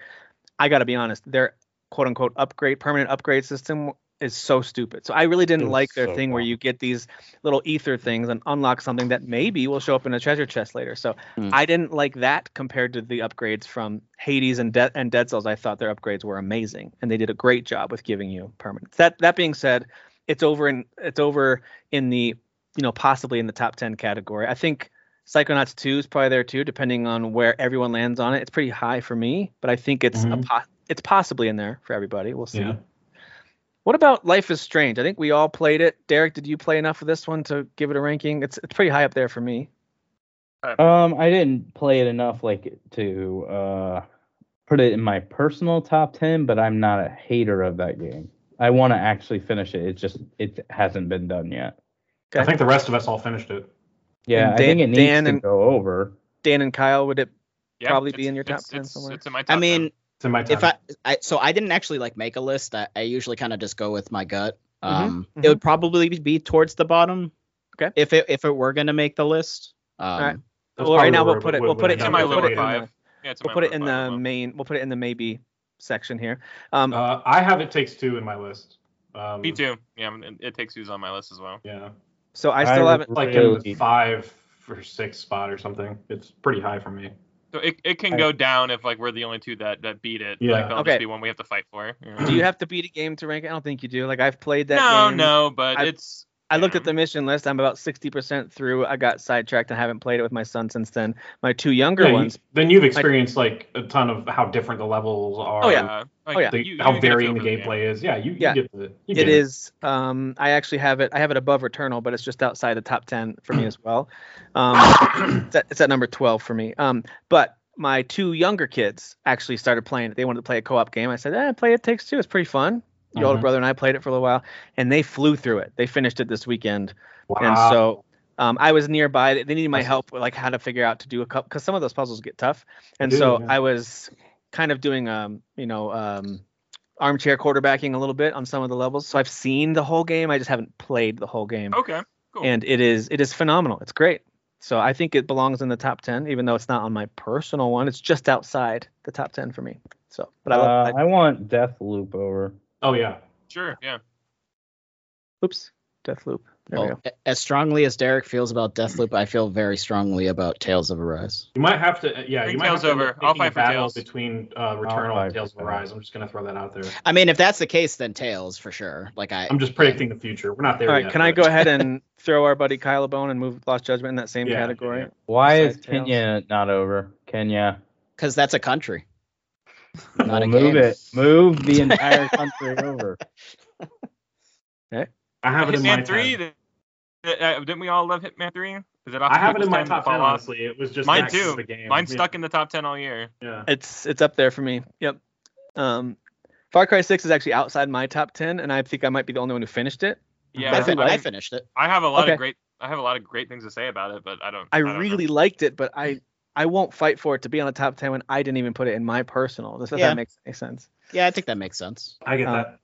Speaker 1: I got to be honest, their quote unquote upgrade, permanent upgrade system is so stupid. So I really
Speaker 5: It
Speaker 1: didn't
Speaker 5: was
Speaker 1: like their
Speaker 5: so
Speaker 1: thing where
Speaker 5: dumb.
Speaker 1: you get these little ether things and unlock something that maybe will show up in a treasure chest later. So I didn't like that compared to the upgrades from Hades and, De- and Dead Cells. I thought their upgrades were amazing, and they did a great job with giving you permanence. That that being said, it's over in it's over in the you know possibly in the top ten category. I think Psychonauts two is probably there too, depending on where everyone lands on it. It's pretty high for me, but I think it's a
Speaker 3: Mhm.
Speaker 1: po- it's possibly in there for everybody. We'll see.
Speaker 3: Yeah.
Speaker 1: What about Life is Strange? I think we all played it. Derek, did you play enough of this one to give it a ranking? It's it's pretty high up there for me.
Speaker 5: Um, I didn't play it enough like to uh put it in my personal top ten, but I'm not a hater of that game. I want to actually finish it. It just it hasn't been done yet.
Speaker 3: I think the rest of us all finished it.
Speaker 5: Yeah,
Speaker 1: And
Speaker 5: I
Speaker 1: Dan-
Speaker 5: think it needs
Speaker 1: Dan
Speaker 5: to
Speaker 1: and-
Speaker 5: go over.
Speaker 1: Dan and Kyle, would it
Speaker 2: Yeah,
Speaker 1: Probably
Speaker 2: it's-
Speaker 1: be in your
Speaker 2: it's-
Speaker 1: top 10
Speaker 2: it's-
Speaker 1: somewhere.
Speaker 2: It's in my top.
Speaker 4: I
Speaker 2: 10.
Speaker 4: mean,
Speaker 3: It's in my time.
Speaker 4: if I, I so I didn't actually like make a list. I, I usually kind of just go with my gut. Um,
Speaker 1: Mhm,
Speaker 4: it would probably be towards the bottom.
Speaker 1: Okay.
Speaker 4: If it if it were gonna make the list. Um,
Speaker 1: right.
Speaker 3: That's
Speaker 1: well, right now
Speaker 3: probably
Speaker 1: we'll put
Speaker 3: where-
Speaker 1: it- we'll
Speaker 3: where
Speaker 1: put it
Speaker 3: we
Speaker 2: it's in
Speaker 1: in
Speaker 3: end
Speaker 2: my
Speaker 1: Yeah,
Speaker 3: up.
Speaker 1: we'll
Speaker 2: low
Speaker 1: put it in
Speaker 2: five.
Speaker 1: the-
Speaker 2: yeah, it's in
Speaker 1: We'll
Speaker 2: my
Speaker 1: put it
Speaker 2: low
Speaker 1: in
Speaker 2: five
Speaker 1: the
Speaker 2: level.
Speaker 1: main. We'll put it in the maybe section here. Um,
Speaker 3: Uh, I have it takes two in my list. Um,
Speaker 2: Me too. Yeah, I'm- it- it takes who's on my list as well.
Speaker 3: Yeah,
Speaker 1: so I still
Speaker 5: I
Speaker 1: haven't.
Speaker 5: would
Speaker 3: like in
Speaker 5: really-
Speaker 3: the five or six spot or something. It's pretty high for me.
Speaker 2: So it, it can
Speaker 5: I-
Speaker 2: go down if like we're the only two that that beat it.
Speaker 3: Yeah.
Speaker 2: Like that'll
Speaker 1: Okay.
Speaker 2: just be one we have to fight for. you know?
Speaker 1: Do you have to beat a game to rank it? I don't think you do. Like I've played that.
Speaker 2: no,
Speaker 1: game.
Speaker 2: no, but
Speaker 1: I-
Speaker 2: it's
Speaker 1: I looked at the mission list. I'm about 60% through. I got sidetracked and haven't played it with my son since then. My two younger
Speaker 3: Yeah, you-
Speaker 1: ones.
Speaker 3: Then you've experienced like a ton of how different the levels are.
Speaker 1: Oh, yeah.
Speaker 2: Uh, like,
Speaker 1: Oh, yeah.
Speaker 3: the-
Speaker 2: you- you
Speaker 3: how
Speaker 2: get a feel
Speaker 3: varying the
Speaker 2: for game.
Speaker 3: gameplay is. Yeah, you, you
Speaker 1: Yeah.
Speaker 3: get the. You
Speaker 1: It
Speaker 3: get
Speaker 1: is. Um, I actually have it. I have it above Returnal, but it's just outside the top ten for me as well. Um, it's, at, it's at number twelve for me. Um, but my two younger kids actually started playing it. They wanted to play a co-op game. I said, "Eh, play It Takes Two. It's pretty fun." Your older
Speaker 5: Mhm.
Speaker 1: brother and I played it for a little while, and they flew through it. They finished it this weekend,
Speaker 3: Wow.
Speaker 1: and so um, I was nearby. They they needed my
Speaker 3: Awesome.
Speaker 1: help with like how to figure out to do a couple because some of those puzzles get tough, and
Speaker 3: do,
Speaker 1: so
Speaker 3: yeah.
Speaker 1: I was kind of doing um you know um armchair quarterbacking a little bit on some of the levels. So I've seen the whole game. I just haven't played the whole game,
Speaker 3: Oh.
Speaker 2: Okay. cool.
Speaker 1: and it is it is phenomenal. It's great. So I think it belongs in the top ten, even though it's not on my personal one. It's just outside the top ten for me. So, but I, love,
Speaker 5: Uh, I want Death Loop over.
Speaker 3: oh yeah.
Speaker 2: Sure. Yeah.
Speaker 1: I- oops, Death Loop. There we go.
Speaker 4: Well, a- as strongly as Derek feels about Deathloop, I feel very strongly about Tales of Arise.
Speaker 3: You might have to. Yeah,
Speaker 2: Bring
Speaker 3: you might
Speaker 2: Tails
Speaker 3: have to
Speaker 2: over.
Speaker 3: look-
Speaker 2: I'll
Speaker 3: making
Speaker 2: fight for
Speaker 3: battle
Speaker 2: Tails.
Speaker 3: between uh, Returnal
Speaker 5: fight
Speaker 3: and Tales
Speaker 5: for
Speaker 3: of
Speaker 5: Tails.
Speaker 3: Arise. I'm just gonna throw that out there.
Speaker 4: I mean, if that's the case, then Tails for sure. Like I,
Speaker 3: I'm just predicting the future. We're not there
Speaker 1: All right,
Speaker 3: yet.
Speaker 1: can I go
Speaker 3: but-
Speaker 1: ahead and throw our buddy Kyle a bone and move Lost Judgment in that same
Speaker 3: Yeah, yeah,
Speaker 1: category?
Speaker 3: yeah.
Speaker 5: Why is
Speaker 1: Besides Tails.
Speaker 5: Kenya not over? Kenya,
Speaker 4: because that's a country. Not
Speaker 5: Well,
Speaker 4: a
Speaker 5: move
Speaker 4: game.
Speaker 5: it. Move the entire country over.
Speaker 3: I have it in my
Speaker 2: Hitman three.
Speaker 3: top-
Speaker 2: th- th- uh, didn't we all love Hitman three? Is it? off
Speaker 3: I have it
Speaker 2: people's
Speaker 3: in my
Speaker 2: time to
Speaker 3: top
Speaker 2: fall
Speaker 3: ten.
Speaker 2: off?
Speaker 3: Honestly, it was just
Speaker 2: Mine
Speaker 3: access
Speaker 2: too.
Speaker 3: to The game.
Speaker 2: Mine's
Speaker 3: Yeah,
Speaker 2: stuck in the top ten all year.
Speaker 3: Yeah.
Speaker 1: It's it's up there for me. Yep. Um, Far Cry 6 is actually outside my top 10, and I think I might be the only one who finished it.
Speaker 2: Yeah.
Speaker 4: I, fin-
Speaker 1: I-
Speaker 4: I finished it.
Speaker 2: I have a lot
Speaker 1: Okay.
Speaker 2: of great. I have a lot of great things to say about it, but I don't.
Speaker 1: I
Speaker 2: don't know.
Speaker 1: really liked it, but I I won't fight for it to be on the top 10 when I didn't even put it in my personal. Does does
Speaker 4: Yeah.
Speaker 1: that make any sense?
Speaker 4: Yeah, I think that makes sense.
Speaker 3: I get
Speaker 1: Uh,
Speaker 3: that.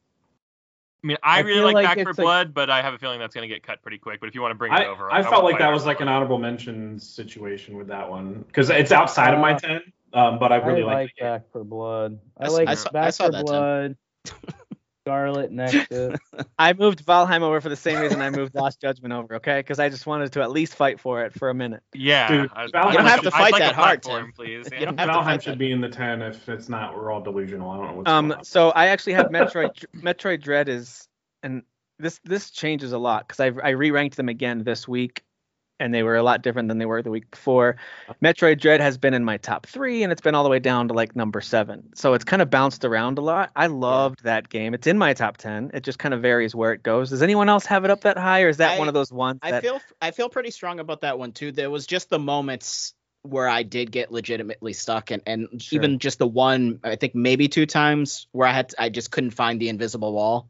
Speaker 2: I mean, I,
Speaker 5: I
Speaker 2: really
Speaker 5: feel
Speaker 2: like,
Speaker 5: like
Speaker 2: Back for
Speaker 5: it's like-
Speaker 2: Blood, but I have a feeling that's going to get cut pretty quick. But if you want to bring it
Speaker 3: I,
Speaker 2: over,
Speaker 3: I felt
Speaker 2: will
Speaker 3: like
Speaker 2: play
Speaker 3: that
Speaker 2: it.
Speaker 3: was like an honorable mention situation with that one because it's outside of my
Speaker 5: Uh,
Speaker 3: ten. Um, but I really
Speaker 5: I
Speaker 3: like
Speaker 5: like
Speaker 3: the game.
Speaker 5: Back for Blood. I
Speaker 4: I s-
Speaker 5: like
Speaker 4: I saw- I
Speaker 5: Back
Speaker 4: saw
Speaker 5: for
Speaker 4: that, Tim.
Speaker 5: Blood. Scarlet Nexus.
Speaker 1: I moved Valheim over for the same reason I moved Lost Judgment over, okay? Because I just wanted to at least fight for it for a minute.
Speaker 2: Yeah,
Speaker 3: Dude,
Speaker 2: I,
Speaker 3: you don't
Speaker 2: I'd
Speaker 3: have to
Speaker 2: I'd
Speaker 4: fight
Speaker 2: a
Speaker 4: that hard,
Speaker 2: platform,
Speaker 4: Tim.
Speaker 2: please.
Speaker 4: You
Speaker 2: yeah.
Speaker 4: don't have to
Speaker 3: Valheim
Speaker 4: fight
Speaker 3: should
Speaker 4: that.
Speaker 3: be in the ten. If it's not, we're all delusional. I don't know what's
Speaker 1: Um,
Speaker 3: going on.
Speaker 1: so I actually have Metroid Metroid Dread is, and this this changes a lot because I I re-ranked them again this week, and they were a lot different than they were the week before. Metroid Dread has been in my top three, and it's been all the way down to like number seven. So it's kind of bounced around a lot. I loved that game. It's in my top ten. It just kind of varies where it goes. Does anyone else have it up that high, or is that
Speaker 4: I-
Speaker 1: one of those ones
Speaker 4: I
Speaker 1: that?
Speaker 4: feel I feel pretty strong about that one too. There was just the moments where I did get legitimately stuck, and and
Speaker 1: Sure.
Speaker 4: even just the one I think maybe two times where I had to, I just couldn't find the invisible wall.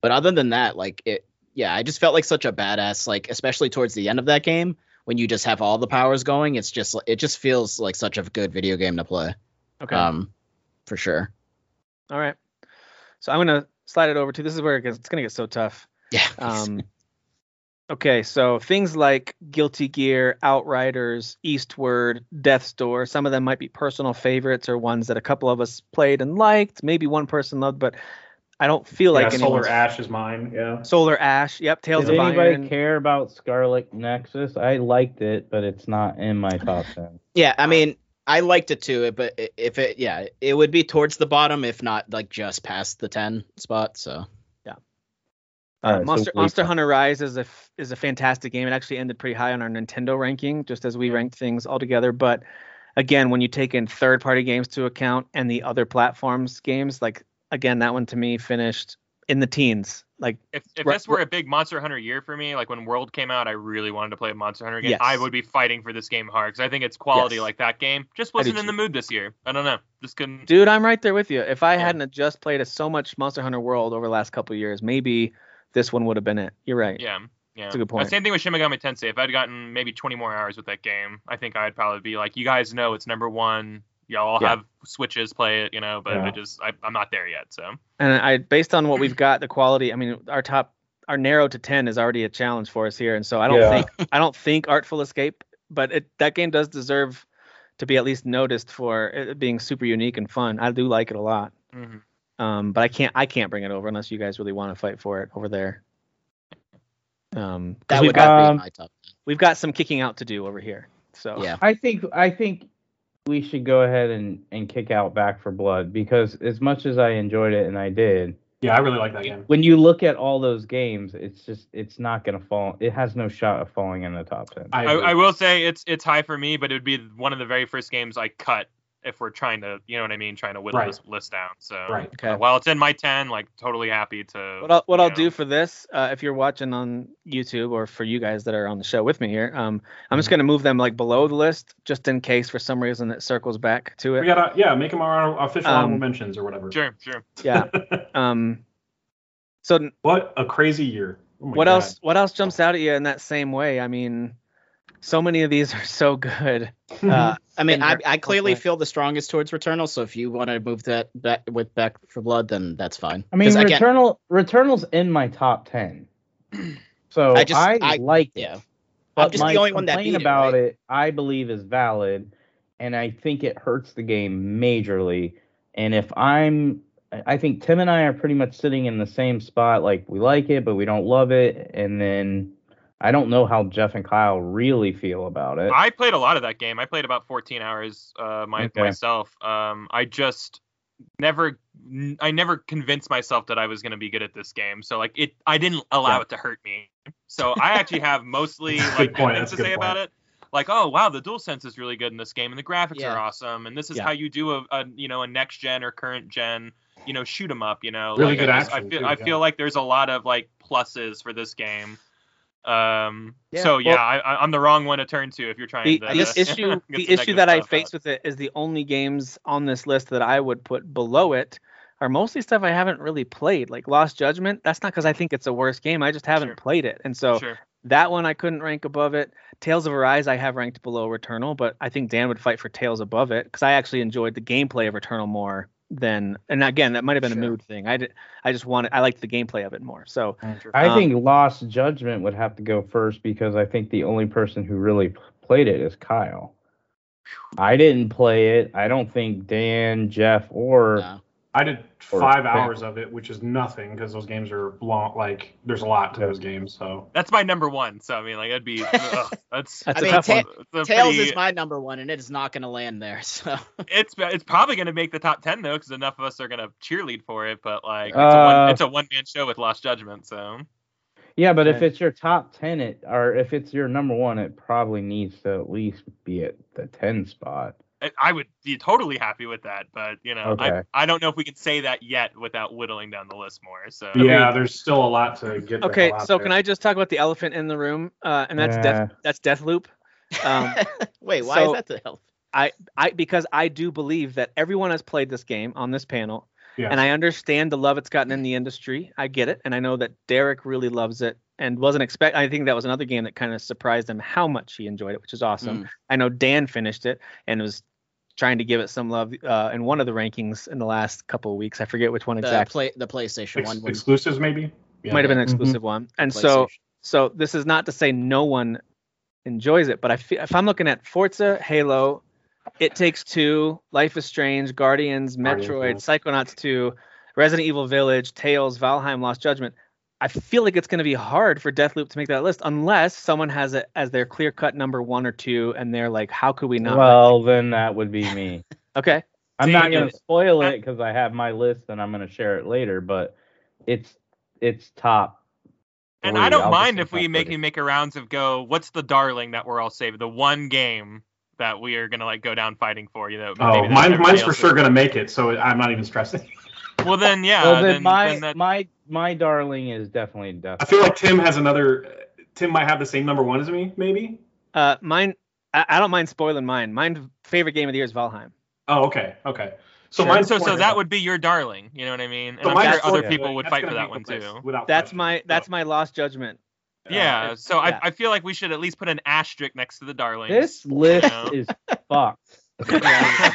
Speaker 4: But other than that, like it, yeah, I just felt like such a badass. Like especially towards the end of that game when you just have all the powers going, it's just it just feels like such a good video game to play.
Speaker 1: okay.
Speaker 4: Um, for sure.
Speaker 1: all right. So I'm gonna slide it over to. This is where it gets, it's gonna get so tough.
Speaker 4: Yeah.
Speaker 1: Um, okay, so things like Guilty Gear, Outriders, Eastward, Death's Door, some of them might be personal favorites or ones that a couple of us played and liked. Maybe one person loved, but I don't feel
Speaker 3: yeah,
Speaker 1: like
Speaker 3: Solar
Speaker 1: anyone's-
Speaker 3: Ash is mine. Yeah.
Speaker 1: Solar Ash. Yep, Tales
Speaker 5: Does
Speaker 1: of
Speaker 5: anybody
Speaker 1: Iron.
Speaker 5: care about Scarlet Nexus? I liked it, but it's not in my top ten.
Speaker 4: Yeah, I mean, I liked it too, but i- if it, yeah, it would be towards the bottom, if not like just past the ten spot. So
Speaker 5: All right, so
Speaker 1: Monster,
Speaker 5: wait.
Speaker 1: Monster Hunter Rise is a f- is a fantastic game. It actually ended pretty high on our Nintendo ranking, just as we ranked things all together. But again, when you take in third party games to account and the other platforms games, like again, that one to me finished in the teens. Like
Speaker 2: If, if
Speaker 1: Right,
Speaker 2: this were a big Monster Hunter year for me, like when World came out, I really wanted to play a Monster Hunter game.
Speaker 1: Yes.
Speaker 2: I would be fighting for this game hard because I think it's quality
Speaker 1: Yes.
Speaker 2: like that game. Just
Speaker 1: I do
Speaker 2: wasn't in the mood this year. I don't know. Just couldn't.
Speaker 1: Dude, I'm right there with you. If I
Speaker 2: Yeah.
Speaker 1: hadn't have just played a, so much Monster Hunter World over the last couple of years, maybe this one would have been it. You're right.
Speaker 2: Yeah. Yeah. Uh,
Speaker 1: That's a good point.
Speaker 2: Same thing with Shin Megami Tensei. If I'd gotten maybe 20 more hours with that game, I think I'd probably be like, you guys know it's number one. Y'all all
Speaker 1: Yeah.
Speaker 2: have switches, play it, you know. But
Speaker 3: Yeah.
Speaker 2: I just, I, I'm not there yet. So
Speaker 1: And I, based on what we've got, the quality. I mean, our top, our narrow to ten is already a challenge for us here, and so I don't
Speaker 5: Yeah.
Speaker 1: think I don't think Artful Escape, but it, that game does deserve to be at least noticed for it being super unique and fun. I do like it a lot,
Speaker 2: mhm.
Speaker 1: um, but I can't I can't bring it over unless you guys really want to fight for it over there. Um, 'cause
Speaker 4: that
Speaker 1: we've
Speaker 4: would
Speaker 1: got oh.
Speaker 4: not
Speaker 5: um,
Speaker 4: be my top.
Speaker 1: we've got some kicking out to do over here. So
Speaker 4: Yeah.
Speaker 5: I think I think we should go ahead and and kick out Back for Blood because as much as I enjoyed it and I did,
Speaker 3: Yeah, I really like that game.
Speaker 5: When you look at all those games, it's just it's not gonna fall. It has no shot of falling in the top ten.
Speaker 2: I,
Speaker 3: agree.
Speaker 2: I will say it's it's high for me, but it would be one of the very first games I cut if we're trying to, you know what I mean, trying to whittle
Speaker 3: Right.
Speaker 2: this list down. So
Speaker 3: right.
Speaker 1: Okay.
Speaker 2: uh, while it's in my ten, like totally happy to.
Speaker 1: What I'll, what
Speaker 2: you
Speaker 1: I'll
Speaker 2: know.
Speaker 1: do for this, uh, if you're watching on YouTube or for you guys that are on the show with me here, um, I'm just gonna move them like below the list, just in case for some reason it circles back to
Speaker 3: We
Speaker 1: it.
Speaker 3: gotta yeah make them our official
Speaker 1: Um,
Speaker 3: honorable mentions or whatever.
Speaker 2: Sure, sure.
Speaker 1: Yeah. um. So
Speaker 3: What a crazy year. Oh my
Speaker 1: what
Speaker 3: God.
Speaker 1: else? What else jumps out at you in that same way? I mean, so many of these are so good. Uh,
Speaker 4: I mean, I,
Speaker 1: Denver,
Speaker 4: I clearly
Speaker 1: okay.
Speaker 4: feel the strongest towards Returnal. So if you want to move that back with Back for Blood, then that's fine.
Speaker 5: I mean,
Speaker 4: 'Cause again,
Speaker 5: Returnal Returnal's in my top ten, so
Speaker 4: I
Speaker 5: I,
Speaker 4: just- I-
Speaker 5: like it.
Speaker 4: yeah,
Speaker 5: But
Speaker 4: I'm just
Speaker 5: my
Speaker 4: the only one that
Speaker 5: complaint
Speaker 4: beat it,
Speaker 5: about
Speaker 4: right?
Speaker 5: it, I believe, is valid, and I think it hurts the game majorly. And if I'm, I I think Tim and I are pretty much sitting in the same spot. Like we like it, but we don't love it. And then I don't know how Jeff and Kyle really feel about it.
Speaker 2: I played a lot of that game. I played about 14 hours uh, my,
Speaker 5: Okay.
Speaker 2: myself. Um, I just never, n- I never convinced myself that I was going to be good at this game. So like it, I didn't allow
Speaker 5: Yeah.
Speaker 2: it to hurt me. So I actually have mostly
Speaker 3: That's
Speaker 2: like
Speaker 3: a good
Speaker 2: good
Speaker 3: point.
Speaker 2: things
Speaker 3: That's a
Speaker 2: to
Speaker 3: good
Speaker 2: say about it. Like oh wow, the dual sense is really good in this game, and the graphics
Speaker 4: Yeah.
Speaker 2: are awesome, and this is
Speaker 4: Yeah.
Speaker 2: how you do a, a you know a next gen or current gen you know shoot 'em up. You know,
Speaker 3: Really
Speaker 2: like,
Speaker 3: good
Speaker 2: I, just- I
Speaker 3: action,
Speaker 2: feel
Speaker 3: too,
Speaker 2: I
Speaker 3: yeah.
Speaker 2: feel like there's a lot of like pluses for this game. Um.
Speaker 4: Yeah,
Speaker 2: so yeah,
Speaker 1: well-
Speaker 2: I I, I'm the wrong one to turn to if you're trying
Speaker 1: the,
Speaker 2: to.
Speaker 1: the
Speaker 2: get
Speaker 1: issue
Speaker 2: some
Speaker 1: the issue
Speaker 2: negative
Speaker 1: that I
Speaker 2: stuff
Speaker 1: face
Speaker 2: out.
Speaker 1: with it is the only games on this list that I would put below it are mostly stuff I haven't really played, like Lost Judgment. That's not because I think it's a worse game. I just haven't
Speaker 2: Sure.
Speaker 1: played it, and so
Speaker 2: Sure.
Speaker 1: that one I couldn't rank above it. Tales of Arise I have ranked below Returnal, but I think Dan would fight for Tales above it because I actually enjoyed the gameplay of Returnal more than. And again, that might have been
Speaker 4: Sure.
Speaker 1: a mood thing. I did, I just wanted I liked the gameplay of it more. So
Speaker 5: I
Speaker 1: Um,
Speaker 5: think Lost Judgment would have to go first because I think the only person who really p- played it is Kyle. I didn't play it. I don't think Dan, Jeff, or
Speaker 4: no.
Speaker 3: I did
Speaker 5: Or
Speaker 3: five
Speaker 5: Phantom.
Speaker 3: hours of it, which is nothing because those games are long. Like there's a lot to
Speaker 5: Yeah.
Speaker 3: those games. So
Speaker 2: That's my number one. So I mean, like, that'd be ugh, that's
Speaker 1: That's
Speaker 4: I mean,
Speaker 1: a tough
Speaker 4: Ta-
Speaker 1: one.
Speaker 2: that's a
Speaker 4: Tails
Speaker 2: pretty-
Speaker 4: is my number one, and it is not going to land there. So
Speaker 2: It's it's probably gonna make the top ten though, because enough of us are gonna cheerlead for it. But like, it's a
Speaker 5: Uh,
Speaker 2: one it's a one man show with Lost Judgment. So
Speaker 5: Yeah, but if
Speaker 1: Okay.
Speaker 5: it's your top ten, it or if it's your number one, it probably needs to at least be at the ten spot.
Speaker 2: I, I would be totally happy with that. But you know,
Speaker 5: Okay.
Speaker 2: I I don't know if we can say that yet without whittling down the list more. So
Speaker 3: yeah, there's still a lot to get. the
Speaker 1: okay,
Speaker 3: hell out
Speaker 1: so
Speaker 3: there.
Speaker 1: can I just talk about the elephant in the room? Uh, and that's death. That's Death Loop. Um,
Speaker 4: wait, why
Speaker 1: So-
Speaker 4: is that the hell?
Speaker 1: I because I do believe that everyone has played this game on this panel,
Speaker 3: Yeah.
Speaker 1: and I understand the love it's gotten in the industry. I get it, and I know that Derek really loves it and wasn't expect. I think that was another game that kind of surprised him how much he enjoyed it, which is awesome.
Speaker 4: Mm.
Speaker 1: I know Dan finished it and was trying to give it some love uh, in one of the rankings in the last couple of weeks. I forget which one
Speaker 4: The
Speaker 1: exactly.
Speaker 4: play the PlayStation
Speaker 3: Ex-
Speaker 4: one was
Speaker 3: exclusives maybe? Yeah.
Speaker 1: Might have been an
Speaker 4: Mm-hmm.
Speaker 5: Mhm.
Speaker 1: exclusive one, and so
Speaker 4: PlayStation.
Speaker 1: so this is not to say no one enjoys it, but I feel, if I'm looking at Forza, Halo, It Takes Two, Life is Strange, Guardians,
Speaker 3: Guardians,
Speaker 1: Metroid,
Speaker 3: yeah.
Speaker 1: Psychonauts 2, Resident Evil Village, Tales, Valheim, Lost Judgment, I feel like it's going to be hard for Deathloop to make that list unless someone has it as their clear cut number one or two, and they're like, how could we not?
Speaker 5: well, then that would be me.
Speaker 1: okay,
Speaker 5: I'm
Speaker 2: See,
Speaker 5: not
Speaker 2: you-
Speaker 5: gonna spoil it because I have my list and I'm gonna share it later. But it's it's top.
Speaker 2: And
Speaker 5: three.
Speaker 2: I don't
Speaker 5: I'll just
Speaker 2: mind
Speaker 5: say
Speaker 2: if we
Speaker 5: top
Speaker 2: make
Speaker 5: three.
Speaker 2: make a rounds of go. What's the darling that we're all saving? The one game that we are gonna like go down fighting for. You know.
Speaker 3: Oh,
Speaker 2: maybe that's
Speaker 3: mine,
Speaker 2: everybody
Speaker 3: mine's for
Speaker 2: else's.
Speaker 3: sure gonna make it, so I'm not even stressing.
Speaker 2: Well then, yeah.
Speaker 5: well, then,
Speaker 2: then,
Speaker 5: my
Speaker 2: then that,
Speaker 5: my my darling is definitely death.
Speaker 3: I feel like Tim has another. Tim might have the same number one as me, maybe.
Speaker 1: uh, mine, I, I don't mind spoiling mine. Mine favorite game of the year is Valheim.
Speaker 3: Oh, okay, okay. So
Speaker 1: Sure.
Speaker 3: mine's
Speaker 2: so so
Speaker 3: Forza.
Speaker 2: that would be your darling. You know what I mean? And
Speaker 3: So
Speaker 2: I'm
Speaker 3: mine's
Speaker 2: sure other
Speaker 3: Forza.
Speaker 2: people would
Speaker 3: That's
Speaker 2: fight
Speaker 3: gonna
Speaker 2: for that
Speaker 3: make
Speaker 2: one
Speaker 3: the list,
Speaker 2: too.
Speaker 3: without Oh,
Speaker 1: That's
Speaker 3: question.
Speaker 1: my
Speaker 3: So,
Speaker 1: that's my lost judgment.
Speaker 2: Yeah.
Speaker 1: it's-
Speaker 2: So
Speaker 1: yeah.
Speaker 2: I I feel like we should at least put an asterisk next to the darling.
Speaker 5: This list
Speaker 2: know?
Speaker 5: is fucked.
Speaker 2: Yeah.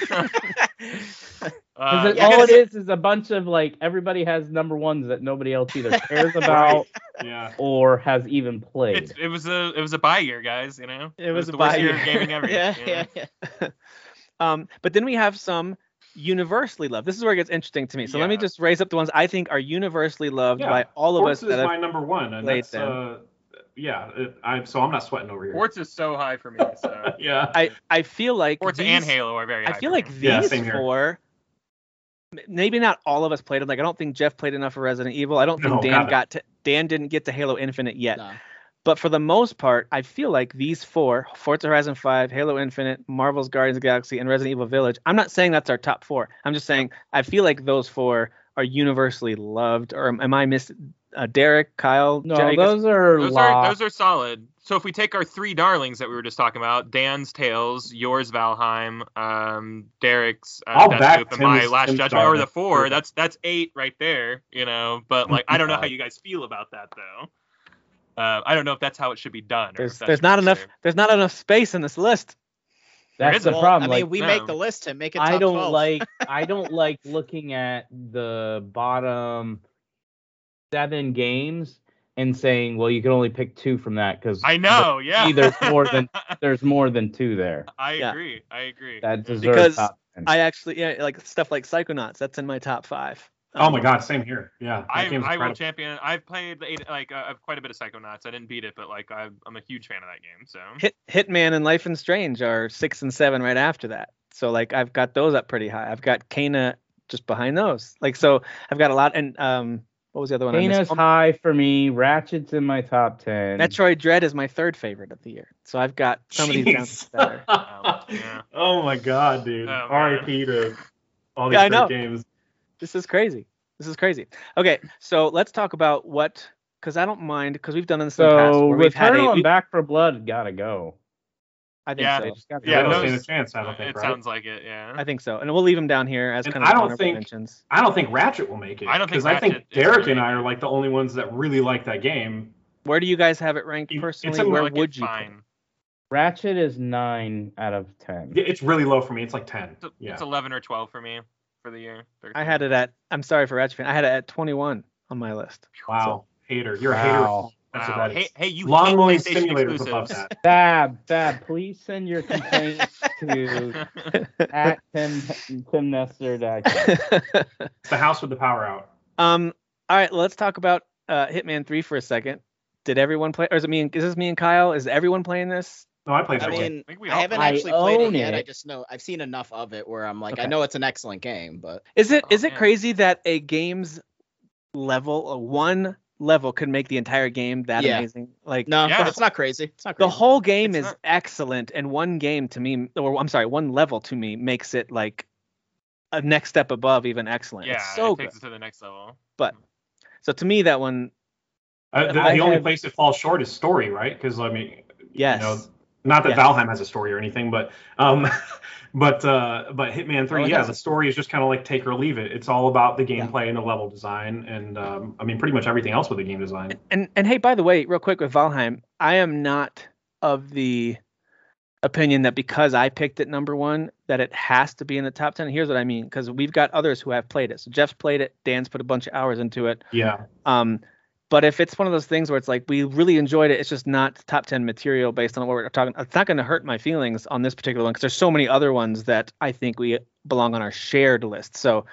Speaker 5: Because
Speaker 2: Uh,
Speaker 5: it,
Speaker 2: yeah,
Speaker 5: all
Speaker 2: 'cause-
Speaker 5: it is is a bunch of like everybody has number ones that nobody else either cares about
Speaker 3: yeah.
Speaker 5: or has even played.
Speaker 2: It's, it was a it was a bye year, guys. You know,
Speaker 1: It was a
Speaker 2: the worst
Speaker 1: bye
Speaker 2: year
Speaker 1: year.
Speaker 2: of gaming ever.
Speaker 4: yeah,
Speaker 2: you know?
Speaker 4: yeah, yeah.
Speaker 1: Um, but then we have some universally loved. This is where it gets interesting to me. So let me
Speaker 2: Yeah.
Speaker 1: just raise up the ones I think are universally loved
Speaker 3: Yeah.
Speaker 1: by all of us.
Speaker 3: Forza is
Speaker 1: That have-
Speaker 3: my number one, and
Speaker 1: played
Speaker 3: that's
Speaker 1: them.
Speaker 3: uh, yeah. It, I so I'm not sweating over here.
Speaker 2: Forts is so high for me. So
Speaker 3: Yeah.
Speaker 1: I I feel like
Speaker 2: Forts
Speaker 1: these-
Speaker 2: and Halo are very.
Speaker 1: I
Speaker 2: high
Speaker 1: feel
Speaker 2: for
Speaker 1: like
Speaker 2: me.
Speaker 1: these
Speaker 3: Yeah, same here.
Speaker 1: four m- maybe not all of us played them. Like I don't think Jeff played enough of Resident Evil. I don't think
Speaker 3: No,
Speaker 1: Dan
Speaker 3: got it.
Speaker 1: got to Dan didn't get to Halo Infinite yet.
Speaker 4: Nah.
Speaker 1: But for the most part, I feel like these four Forza Horizon 5, Halo Infinite, Marvel's Guardians of the Galaxy, and Resident Evil Village. I'm not saying that's our top four. I'm just saying I feel like those four are universally loved. Or am- am I miss uh, Derek, Kyle?
Speaker 5: No,
Speaker 1: Jake?
Speaker 5: those are
Speaker 2: Those are
Speaker 5: locked.
Speaker 2: those are solid. So if we take our three darlings that we were just talking about, Dan's Tales, yours Valheim, um, Derek's uh,
Speaker 3: I'll
Speaker 2: Death
Speaker 3: back
Speaker 2: Loop, and
Speaker 3: Tim's-
Speaker 2: my Last
Speaker 3: Tim's
Speaker 2: Judgment, or
Speaker 3: darling.
Speaker 2: the four. That's that's eight right there. You know, but like I don't know how you guys feel about that though. Uh, I don't know if that's how it should be done. or if
Speaker 1: there's
Speaker 2: that's
Speaker 1: there's not enough
Speaker 2: necessary.
Speaker 1: there's not enough space in this list.
Speaker 5: That's
Speaker 2: is
Speaker 5: the
Speaker 2: a-
Speaker 5: problem.
Speaker 4: I mean,
Speaker 5: like,
Speaker 4: we
Speaker 2: no.
Speaker 4: make the list and make it. Top
Speaker 5: I don't
Speaker 4: 12.
Speaker 5: like I don't like looking at the bottom seven games and saying, well, you can only pick two from that because
Speaker 2: I know. Yeah.
Speaker 5: there's more than- there's more than two there
Speaker 2: I
Speaker 1: Yeah.
Speaker 2: agree. I agree.
Speaker 5: that deserve
Speaker 1: Because
Speaker 5: top 10.
Speaker 1: I actually yeah, like stuff like Psychonauts. That's in my top five.
Speaker 3: Oh
Speaker 1: Um,
Speaker 3: my god, same here. Yeah, that
Speaker 2: I,
Speaker 3: game's
Speaker 2: I will
Speaker 3: incredible.
Speaker 2: champion. I've played eight, like uh, I've quite a bit of Psychonauts. I didn't beat it, but like I've, I'm a huge fan of that game. So
Speaker 5: Mm-hmm.
Speaker 1: Hit Hitman and Life and Strange are six and seven right after that. So like I've got those up pretty high. I've got Kana just behind those. Like so I've got a lot and um what was the other one? I
Speaker 5: Kano's
Speaker 1: missed? Oh,
Speaker 5: high for me. Ratchet's in my top ten.
Speaker 1: Metroid Dread is my third favorite of the year. So I've got some of these down
Speaker 3: Jeez.
Speaker 1: better.
Speaker 2: Yeah.
Speaker 3: Oh my god, dude.
Speaker 2: Oh, man.
Speaker 3: R.I.P. to all these
Speaker 1: Yeah, I know.
Speaker 3: great games.
Speaker 1: This is crazy. This is crazy. Okay, so let's talk about what because I don't mind because we've done this in the past
Speaker 5: so
Speaker 1: where we've had
Speaker 5: Returnal
Speaker 1: a,
Speaker 5: and
Speaker 1: we,
Speaker 5: Back for Blood gotta go.
Speaker 1: I think
Speaker 2: Yeah.
Speaker 1: so.
Speaker 5: They just gotta
Speaker 3: Yeah,
Speaker 5: go.
Speaker 3: I don't
Speaker 2: those-
Speaker 3: stand a chance. I don't think.
Speaker 2: it
Speaker 3: right?
Speaker 2: sounds like it. Yeah.
Speaker 1: I think so. And we'll leave them down here as
Speaker 3: And
Speaker 1: kind of
Speaker 3: I don't
Speaker 1: honorable
Speaker 3: think-
Speaker 1: mentions.
Speaker 3: I don't think Ratchet will make it.
Speaker 2: I don't think
Speaker 3: 'cause I think
Speaker 2: Ratchet is
Speaker 3: Derek
Speaker 2: gonna
Speaker 3: and
Speaker 2: make
Speaker 3: I are like the only ones that really like that game.
Speaker 1: Where do you guys have it ranked
Speaker 3: It- it's
Speaker 1: personally?
Speaker 3: in
Speaker 1: Where
Speaker 2: Like,
Speaker 1: would
Speaker 2: it's
Speaker 1: you? put it?
Speaker 2: Fine.
Speaker 5: Ratchet is nine out of ten.
Speaker 3: Yeah, It's really low for me. It's like ten.
Speaker 2: It's,
Speaker 3: Yeah.
Speaker 2: it's 11 or 12 for me for the year.
Speaker 1: I had it at. I'm sorry for Ratchet fan. I had it at 21. On my list.
Speaker 3: Wow. Hater. You're a
Speaker 5: Wow.
Speaker 3: hater. That's
Speaker 2: Wow.
Speaker 3: what that
Speaker 2: uh, Hey,
Speaker 3: is.
Speaker 2: hey, you
Speaker 3: Lawn
Speaker 2: hate
Speaker 3: mowing
Speaker 2: PlayStation
Speaker 3: simulator above
Speaker 2: exclusives.
Speaker 3: that.
Speaker 5: Fab, Fab, please send your complaints to at Tim Tim Nestor.
Speaker 3: It's the house with the power out.
Speaker 1: um. All right. Let's talk about uh, Hitman 3 for a second. Did everyone play? Or is it me? And, is this me and Kyle? Is everyone playing this?
Speaker 3: No, I played
Speaker 4: I
Speaker 3: that game.
Speaker 4: mean,
Speaker 2: think we
Speaker 4: I
Speaker 2: all
Speaker 4: haven't
Speaker 5: played it.
Speaker 4: actually
Speaker 5: I
Speaker 4: played it
Speaker 5: own
Speaker 4: yet.
Speaker 5: it.
Speaker 4: I just know I've seen enough of it where I'm like, I
Speaker 1: Okay.
Speaker 4: know it's an excellent game, but
Speaker 1: Is it?
Speaker 2: Oh,
Speaker 1: Is it
Speaker 2: man.
Speaker 1: crazy that a game's level, a one level, could make the entire game that
Speaker 4: Yeah.
Speaker 1: amazing? Like
Speaker 4: no,
Speaker 2: Yeah.
Speaker 4: it's not crazy. It's not
Speaker 1: the
Speaker 4: crazy.
Speaker 1: whole game
Speaker 2: It's
Speaker 1: is
Speaker 2: not-
Speaker 1: excellent, and one game to me, or I'm sorry, one level to me makes it like a next step above even excellent.
Speaker 2: Yeah,
Speaker 1: it's so
Speaker 2: it
Speaker 1: good.
Speaker 2: takes it to the next level.
Speaker 1: So to me, that one,
Speaker 3: Uh, the,
Speaker 1: I
Speaker 3: the only
Speaker 1: have-
Speaker 3: place it falls short is story, right? Because I mean,
Speaker 1: yes.
Speaker 3: you know, not that
Speaker 1: Yes.
Speaker 3: Valheim has a story or anything, but um, but uh, but Hitman Three,
Speaker 1: it
Speaker 3: yeah,
Speaker 1: has
Speaker 3: the
Speaker 1: a-
Speaker 3: story is just kind of like take or leave it. It's all about the gameplay and the level design, and um, I mean, pretty much everything else with the game design.
Speaker 1: And and hey, by the way, real quick with Valheim, I am not of the opinion that because I picked it number one, that it has to be in the top ten. Here's what I mean, because we've got others who have played it. So Jeff's played it, Dan's put a bunch of hours into it.
Speaker 3: Yeah,
Speaker 1: Um, but if it's one of those things where it's like we really enjoyed it, it's just not top ten material based on what we're talking. It's not going to hurt my feelings on this particular one because there's so many other ones that I think we belong on our shared list. So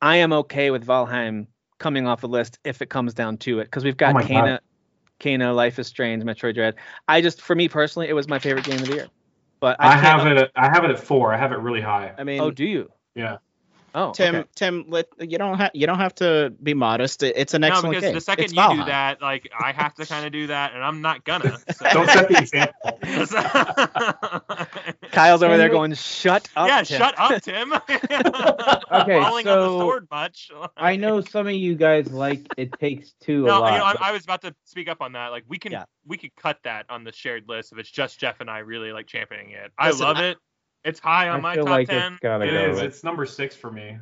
Speaker 1: I am okay with Valheim coming off the list if it comes down to it because we've
Speaker 3: Oh
Speaker 1: got
Speaker 3: my God.
Speaker 1: Kana, Kana, Life is Strange, Metroid Dread. I just, for me personally, it was my favorite game of the year. But I,
Speaker 3: I,
Speaker 1: can't-
Speaker 3: have it. At, I have it at four. I have it really high.
Speaker 4: I mean,
Speaker 1: Oh, do you?
Speaker 3: Yeah.
Speaker 1: Oh,
Speaker 4: Tim,
Speaker 1: okay.
Speaker 4: Tim, let, you don't have you don't have to be modest. It- it's an
Speaker 2: No,
Speaker 4: excellent
Speaker 2: because
Speaker 4: game.
Speaker 2: the second
Speaker 4: It's
Speaker 2: you do
Speaker 4: Valheim.
Speaker 2: that, like I have to kind of do that, and I'm not gonna. So.
Speaker 3: Don't set the example.
Speaker 1: Kyle's over
Speaker 5: Tim,
Speaker 1: there
Speaker 5: we-
Speaker 1: going, "Shut up!"
Speaker 2: yeah,
Speaker 1: Tim."
Speaker 2: shut up, Tim. okay, Falling on the
Speaker 5: so-
Speaker 2: sword much.
Speaker 5: I know some of you guys like It Takes Two a
Speaker 2: No,
Speaker 5: lot.
Speaker 2: you know, I,
Speaker 5: but
Speaker 2: I was about to speak up on that. Like we can
Speaker 1: Yeah.
Speaker 2: we could cut that on the shared list if it's just Jeff and I really like championing it. I
Speaker 4: Listen,
Speaker 2: love
Speaker 4: I-
Speaker 2: it. It's high on
Speaker 5: I
Speaker 2: my
Speaker 5: feel
Speaker 2: top
Speaker 5: like it's
Speaker 2: ten.
Speaker 5: gotta
Speaker 3: It
Speaker 5: go
Speaker 3: is.
Speaker 5: with-
Speaker 3: It's number six for me.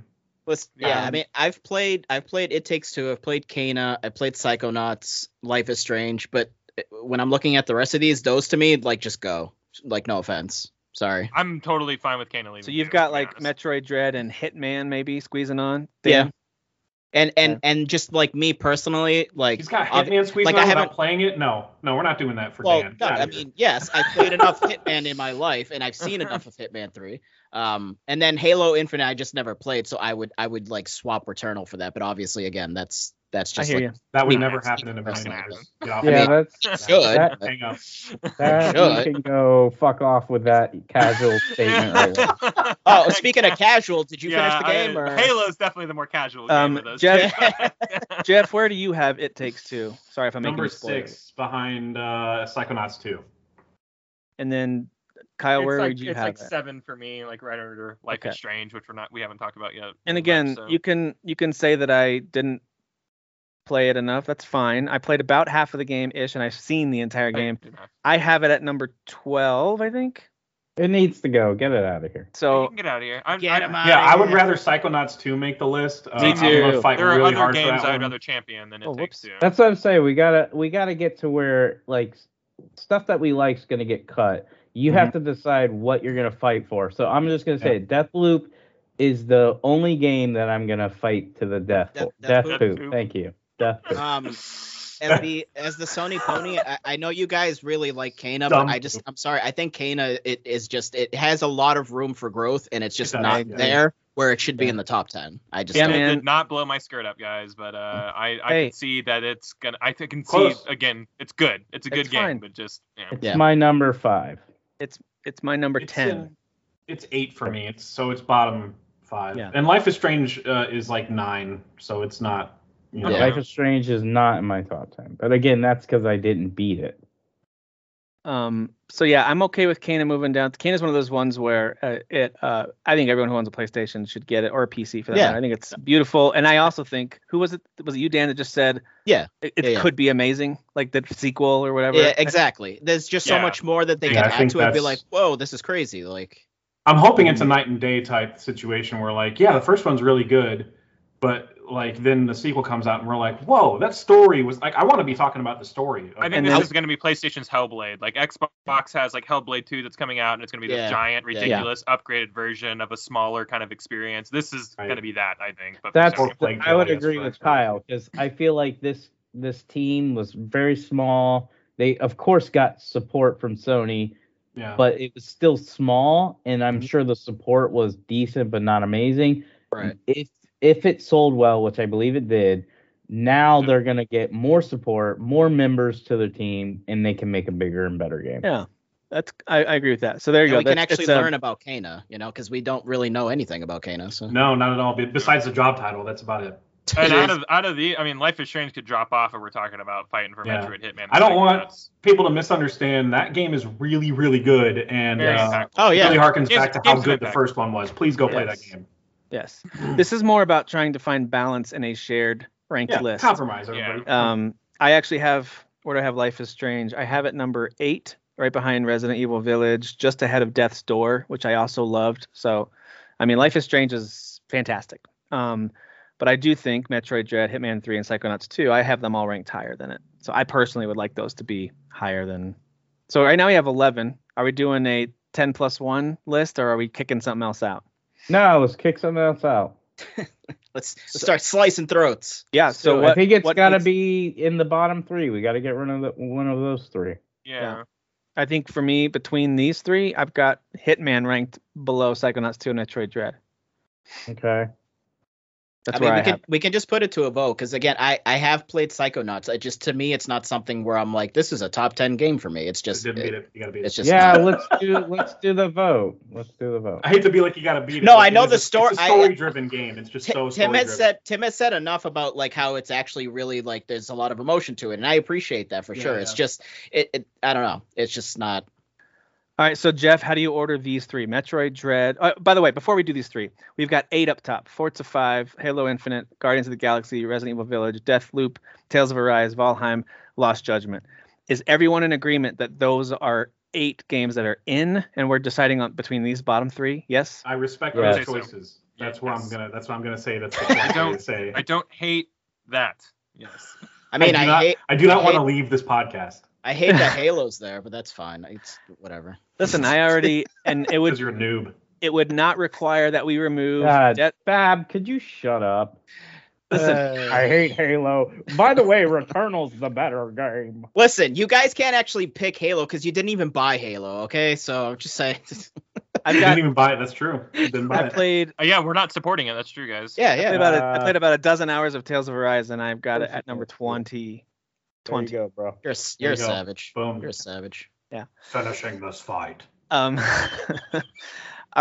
Speaker 4: Listen, yeah, I
Speaker 1: Um,
Speaker 4: mean, I've played, I've played It Takes Two, I've played Kana, I played Psychonauts, Life is Strange, but eh, when I'm looking at the rest of these, those to me, like, just go. Like, no offense, sorry.
Speaker 2: I'm totally fine with Kane leaving.
Speaker 1: So you've
Speaker 2: too, to
Speaker 1: got
Speaker 2: be
Speaker 1: like
Speaker 2: honest.
Speaker 1: Metroid Dread and Hitman maybe squeezing on.
Speaker 4: Yeah.
Speaker 1: Dan?
Speaker 4: And and and just like me personally, like,
Speaker 3: He's got
Speaker 4: ob-
Speaker 3: Hitman squeezing
Speaker 4: like,
Speaker 3: on
Speaker 4: I
Speaker 3: without
Speaker 4: haven't-
Speaker 3: playing it. No, no, we're not doing that for
Speaker 4: well,
Speaker 3: Dan.
Speaker 4: no,
Speaker 3: Get outta
Speaker 4: I
Speaker 3: here.
Speaker 4: mean, yes, I've played enough Hitman in my life, and I've seen enough of Hitman Three. Um, and then Halo Infinite, I just never played, so I would I would like swap Returnal for that, but obviously, again, that's That's
Speaker 1: I
Speaker 4: just
Speaker 1: hear
Speaker 4: like
Speaker 1: you.
Speaker 3: That would
Speaker 4: Yeah,
Speaker 3: never
Speaker 4: it's
Speaker 3: happen in a
Speaker 4: personal.
Speaker 3: million years. Get off
Speaker 5: Yeah,
Speaker 3: me.
Speaker 5: that's
Speaker 4: should.
Speaker 5: That-
Speaker 4: but-
Speaker 3: Hang up.
Speaker 5: that
Speaker 4: Sure.
Speaker 5: you can go fuck off with that casual statement. Right there.
Speaker 4: Oh, speaking of casual, did you
Speaker 2: yeah,
Speaker 4: finish the game
Speaker 2: I,
Speaker 4: or
Speaker 2: Halo is definitely the more casual game
Speaker 1: Um,
Speaker 2: of those.
Speaker 1: Jeff-
Speaker 2: two.
Speaker 1: Jeff, where do you have It Takes Two? Sorry if I'm making
Speaker 3: Number
Speaker 1: a spoiler.
Speaker 3: six behind uh, Psychonauts 2.
Speaker 1: And then Kyle,
Speaker 2: it's
Speaker 1: where
Speaker 2: like,
Speaker 1: would you
Speaker 2: it's
Speaker 1: have
Speaker 2: like
Speaker 1: it?
Speaker 2: seven for me, like right under Life
Speaker 1: Okay.
Speaker 2: is Strange, which we're not we haven't talked about yet.
Speaker 1: And
Speaker 2: much,
Speaker 1: again,
Speaker 2: so.
Speaker 1: you can you can say that I didn't play it enough. That's fine. I played about half of the game ish, and I've seen the entire
Speaker 2: I-
Speaker 1: game.
Speaker 2: you know,
Speaker 1: I have it at number twelve, I think.
Speaker 5: It needs to go. Get it out of here.
Speaker 2: you
Speaker 1: So
Speaker 2: can get out of here. I'm,
Speaker 4: Get
Speaker 2: I,
Speaker 4: 'em
Speaker 3: Yeah,
Speaker 4: outta
Speaker 3: I would
Speaker 4: here.
Speaker 3: rather Psychonauts 2 make the list. Uh,
Speaker 1: Me
Speaker 3: I'm gonna
Speaker 1: too.
Speaker 3: fight
Speaker 2: There are
Speaker 3: really
Speaker 2: other
Speaker 3: hard
Speaker 2: games
Speaker 3: for that
Speaker 2: I'd
Speaker 3: one.
Speaker 2: rather champion than It
Speaker 1: Oh,
Speaker 2: Takes
Speaker 1: whoops.
Speaker 2: Two.
Speaker 5: That's what I'm saying. We gotta we gotta get to where like s- stuff that we like's gonna get cut. You have to decide what you're gonna fight for. So I'm just gonna say Deathloop is the only game that I'm gonna fight to the death.
Speaker 4: Death-
Speaker 5: for.
Speaker 4: Death-
Speaker 5: Deathloop.
Speaker 2: Deathloop.
Speaker 5: Thank you. Deathloop.
Speaker 4: um as the as the Sony pony, I, I know you guys really like Kana,
Speaker 3: Dumb.
Speaker 4: but I just I'm sorry, I think Kana it is just it has a lot of room for growth and it's just
Speaker 3: does,
Speaker 4: not
Speaker 3: yeah.
Speaker 4: there where it should be in the top ten. I just
Speaker 1: Yeah,
Speaker 4: don't-
Speaker 2: It
Speaker 1: man.
Speaker 2: did not blow my skirt up, guys, but uh, I I
Speaker 1: Hey.
Speaker 2: can see that it's gonna. I th- can see
Speaker 3: Close.
Speaker 2: again. It's good. It's a good
Speaker 1: It's
Speaker 2: game,
Speaker 1: fine.
Speaker 2: but just you know.
Speaker 5: It's
Speaker 4: Yeah.
Speaker 5: my number five.
Speaker 1: it's my number
Speaker 3: It's uh,
Speaker 1: ten.
Speaker 3: in- it's eight for me. It's so it's bottom five.
Speaker 1: Yeah.
Speaker 3: And Life is Strange uh, is like nine, so it's not. You know,
Speaker 2: Yeah.
Speaker 5: Life is Strange is not in my top ten. But again, that's because I didn't beat it.
Speaker 1: Um, so yeah, I'm okay with Kana moving down. Kana's one of those ones where uh, it. Uh, I think everyone who owns a PlayStation should get it or a PC for that.
Speaker 4: Yeah.
Speaker 1: matter. I think it's beautiful, and I also think who was it? Was it you, Dan, that just said?
Speaker 4: Yeah.
Speaker 1: It, it
Speaker 4: Yeah, yeah.
Speaker 1: could be amazing, like the sequel or whatever.
Speaker 4: Yeah, exactly. There's just so
Speaker 2: Yeah.
Speaker 4: much more that they
Speaker 3: Yeah, I
Speaker 4: can add
Speaker 3: think
Speaker 4: to it. and Be
Speaker 3: that's-
Speaker 4: like, whoa, this is crazy. Like,
Speaker 3: I'm hoping it's a night and day type situation where like, yeah, the first one's really good, but like then the sequel comes out and we're like, whoa, that story was like, I want to be talking about the story.
Speaker 2: I think
Speaker 1: And
Speaker 2: this
Speaker 1: then-
Speaker 2: is going to be PlayStation's Hellblade. Like Xbox has like Hellblade 2 that's coming out, and it's going to be
Speaker 4: Yeah.
Speaker 2: this giant,
Speaker 4: Yeah.
Speaker 2: ridiculous, upgraded version of a smaller kind of experience. This is
Speaker 3: Right.
Speaker 2: going to be that, I think. But for
Speaker 5: That's
Speaker 2: Sony.
Speaker 3: Plague
Speaker 5: I would
Speaker 3: Tale, I guess,
Speaker 5: agree
Speaker 3: for
Speaker 5: with
Speaker 3: example.
Speaker 5: Kyle because I feel like this this team was very small. They of course got support from Sony,
Speaker 3: yeah.
Speaker 5: but it was still small, and I'm
Speaker 1: Mhm.
Speaker 5: sure the support was decent but not amazing.
Speaker 4: right.
Speaker 5: If if it sold well, which I believe it did, now
Speaker 2: Yeah.
Speaker 5: they're gonna get more support, more members to their team, and they can make a bigger and better game.
Speaker 1: Yeah. That's I, I agree with that. So there you
Speaker 4: And
Speaker 1: go.
Speaker 4: we can
Speaker 1: That's-
Speaker 4: actually
Speaker 1: it's um a-
Speaker 4: learn about Kana, you know, because we don't really know anything about Kana. So
Speaker 3: no, not at all. Be- Besides the job title, that's about it.
Speaker 2: And
Speaker 4: It
Speaker 2: out
Speaker 4: is-
Speaker 2: of out of the, I mean, Life is Strange could drop off if we're talking about fighting for
Speaker 3: Yeah.
Speaker 2: Metroid Hitman.
Speaker 3: I don't
Speaker 2: Like,
Speaker 3: want-
Speaker 2: that's
Speaker 3: People to misunderstand that game is really, really good and
Speaker 2: very
Speaker 3: uh,
Speaker 2: impactful.
Speaker 4: oh
Speaker 3: really
Speaker 4: yeah,
Speaker 3: harkens
Speaker 2: Games-
Speaker 3: back to how
Speaker 2: games
Speaker 3: good
Speaker 2: like
Speaker 3: the
Speaker 2: that.
Speaker 3: first one was. Please go play that
Speaker 1: Yes.
Speaker 3: game.
Speaker 1: Yes. this is more about trying to find balance in a shared ranked
Speaker 3: Yeah,
Speaker 1: list.
Speaker 3: compromise,
Speaker 2: Yeah.
Speaker 3: everybody.
Speaker 1: Um, I actually have where do I have Life is Strange? I have it number eight, right behind Resident Evil Village, just ahead of Death's Door, which I also loved. So, I mean, Life is Strange is fantastic. Um, but I do think Metroid Dread, Hitman 3, and Psychonauts 2, I have them all ranked higher than it. So I personally would like those to be higher than. So right now we have 11. Are we doing a 10 plus 1 list or are we kicking something else out?
Speaker 5: No, let's kick something else out.
Speaker 4: let's, let's start slicing throats.
Speaker 1: Yeah. So, what,
Speaker 5: I think it's
Speaker 1: what
Speaker 5: got to
Speaker 1: needs-
Speaker 5: be in the bottom three. We got to get rid of the, one of those three.
Speaker 2: Yeah.
Speaker 1: I think for me, between these three, I've got Hitman ranked below Psychonauts 2 and Metroid Dread.
Speaker 5: Okay.
Speaker 1: That's
Speaker 4: I
Speaker 1: where
Speaker 4: mean, we
Speaker 1: I
Speaker 4: can
Speaker 1: have.
Speaker 4: we can just put it to a vote because again, I I have played Psychonauts. It just to me, it's not something where I'm like, this is a top ten game for me. It's just
Speaker 3: Didn't
Speaker 4: it-
Speaker 3: beat it. You gotta beat
Speaker 4: it's
Speaker 3: it.
Speaker 4: just
Speaker 5: Yeah,
Speaker 4: not-
Speaker 5: let's do let's do the vote. Let's do the vote.
Speaker 3: I hate to be like you gotta beat it.
Speaker 4: No,
Speaker 3: but
Speaker 4: I
Speaker 3: it
Speaker 4: know
Speaker 3: is
Speaker 4: the
Speaker 3: a-
Speaker 4: story-
Speaker 3: It's a
Speaker 4: I-
Speaker 3: story-driven game. It's just
Speaker 4: Ti-
Speaker 3: so
Speaker 4: Tim
Speaker 3: story-driven.
Speaker 4: had said Tim has said enough about like how it's actually really like there's a lot of emotion to it, and I appreciate that for
Speaker 3: Yeah,
Speaker 4: sure. It's
Speaker 3: yeah.
Speaker 4: just it, it I don't know. It's just not
Speaker 1: All right, so Jeff, how do you order these three? Metroid Dread. Uh, by the way, before we do these three, we've got eight up top: Forza 5, Halo Infinite, Guardians of the Galaxy, Resident Evil Village, Deathloop, Tales of Arise, Valheim, Lost Judgment. Is everyone in agreement that those are eight games that are in, and we're deciding on between these bottom three? Yes.
Speaker 3: I respect
Speaker 5: Yeah.
Speaker 3: those
Speaker 2: Say so.
Speaker 3: choices. That's
Speaker 2: Yes.
Speaker 3: what I'm gonna. That's what I'm gonna say. That's what I'm
Speaker 2: don't-
Speaker 3: gonna say.
Speaker 2: I don't hate that. Yes.
Speaker 4: I mean
Speaker 3: do
Speaker 4: I,
Speaker 3: not-
Speaker 4: hate
Speaker 3: I do
Speaker 4: I
Speaker 3: not want to
Speaker 4: hate-
Speaker 3: leave this podcast
Speaker 4: I hate that Halo's there, but that's fine. It's whatever.
Speaker 1: Listen, I already, and it
Speaker 3: because
Speaker 1: would
Speaker 3: you're a noob.
Speaker 1: it would not require that we remove.
Speaker 5: God,
Speaker 1: Death-
Speaker 5: Fab, could you shut up? Uh,
Speaker 1: Listen,
Speaker 5: I hate Halo. By the way, Returnal's the better game.
Speaker 4: Listen, you guys can't actually pick Halo because you didn't even buy Halo, okay? So I'm just saying
Speaker 1: I've
Speaker 3: you
Speaker 1: got
Speaker 3: didn't even buy it. That's true. You didn't buy
Speaker 1: I
Speaker 3: it.
Speaker 1: played
Speaker 2: Uh, yeah, we're not supporting it. That's true, guys.
Speaker 4: Yeah,
Speaker 1: I played
Speaker 4: yeah.
Speaker 1: about a, I
Speaker 5: Uh,
Speaker 1: played about a dozen hours of Tales of Arise, and I've got it at number
Speaker 5: There you
Speaker 1: 20.
Speaker 5: There you
Speaker 1: 20.
Speaker 5: go, bro.
Speaker 4: You're a, s- you're a
Speaker 3: There you go.
Speaker 4: savage.
Speaker 3: Boom.
Speaker 4: You're a savage.
Speaker 3: Finishing this fight.
Speaker 1: Um, all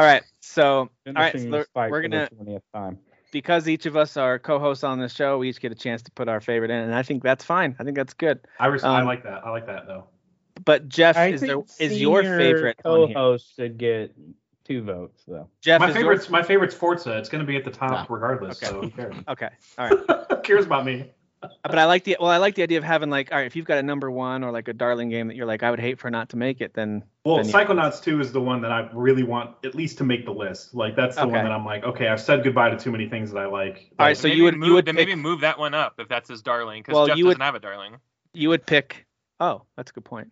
Speaker 1: right. So
Speaker 5: All
Speaker 1: right, so we're- we're gonna-
Speaker 5: the 20th time.
Speaker 1: because each of us are co-hosts on the show, we each get a chance to put our favorite in, and I think that's fine. I think that's good.
Speaker 3: I, res- I
Speaker 1: Um,
Speaker 3: like that. I like that though.
Speaker 1: But Jeff,
Speaker 5: I
Speaker 1: is there
Speaker 5: think
Speaker 1: is your
Speaker 5: senior
Speaker 1: favorite on here?
Speaker 5: co-host should get two votes though.
Speaker 1: Jeff
Speaker 3: My
Speaker 1: is your-
Speaker 3: favorite's my favorite's Forza. It's going to be at the top regardless.
Speaker 1: Okay.
Speaker 3: So who cares?
Speaker 1: okay. All right.
Speaker 3: who cares about me?
Speaker 1: But I like the well, I like the idea of having like all right, if you've got a number one or like a darling game that you're like, I would hate for not to make it, then
Speaker 3: Well,
Speaker 1: Then, yeah.
Speaker 3: Psychonauts 2 is the one that I really want at least to make the list. Like that's the
Speaker 1: Okay. Uh,
Speaker 3: one that I'm like, okay, I've said goodbye to too many things that I like.
Speaker 1: All right, so
Speaker 2: maybe
Speaker 1: you would- you
Speaker 2: move,
Speaker 1: would
Speaker 2: then maybe
Speaker 1: pick-
Speaker 2: move that one up if that's his darling because
Speaker 1: Well,
Speaker 2: Jeff
Speaker 1: you
Speaker 2: doesn't
Speaker 1: would-
Speaker 2: have a darling.
Speaker 1: you would pick. Oh, that's a good point.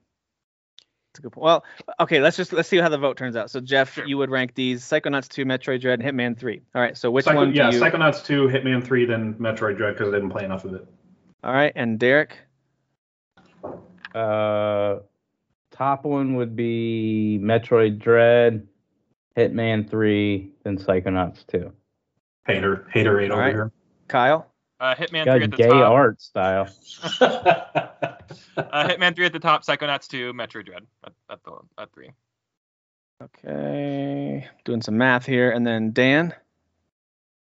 Speaker 1: That's a good point. Well, okay, let's just let's see how the vote turns out. So Jeff,
Speaker 2: Sure.
Speaker 1: you would rank these Psychonauts 2, Metroid Dread, and Hitman 3. All right, so which
Speaker 3: Psycho-
Speaker 1: one do
Speaker 3: yeah,
Speaker 1: you
Speaker 3: Psychonauts 2, Hitman 3, then Metroid Dread because I didn't play enough of it.
Speaker 1: All right, and Derek?
Speaker 5: Uh, top one would be Metroid Dread, Hitman Three, then Psychonauts Two.
Speaker 3: Hater, hater eight
Speaker 1: All
Speaker 3: over
Speaker 1: right.
Speaker 3: here.
Speaker 1: Kyle?
Speaker 2: Uh, Hitman three
Speaker 5: Got
Speaker 2: at the
Speaker 5: gay
Speaker 2: top.
Speaker 5: art style.
Speaker 2: Uh, Hitman three at the top. Psychonauts two. Metro Dread at, at the at three.
Speaker 1: Okay. Doing some math here. And then Dan?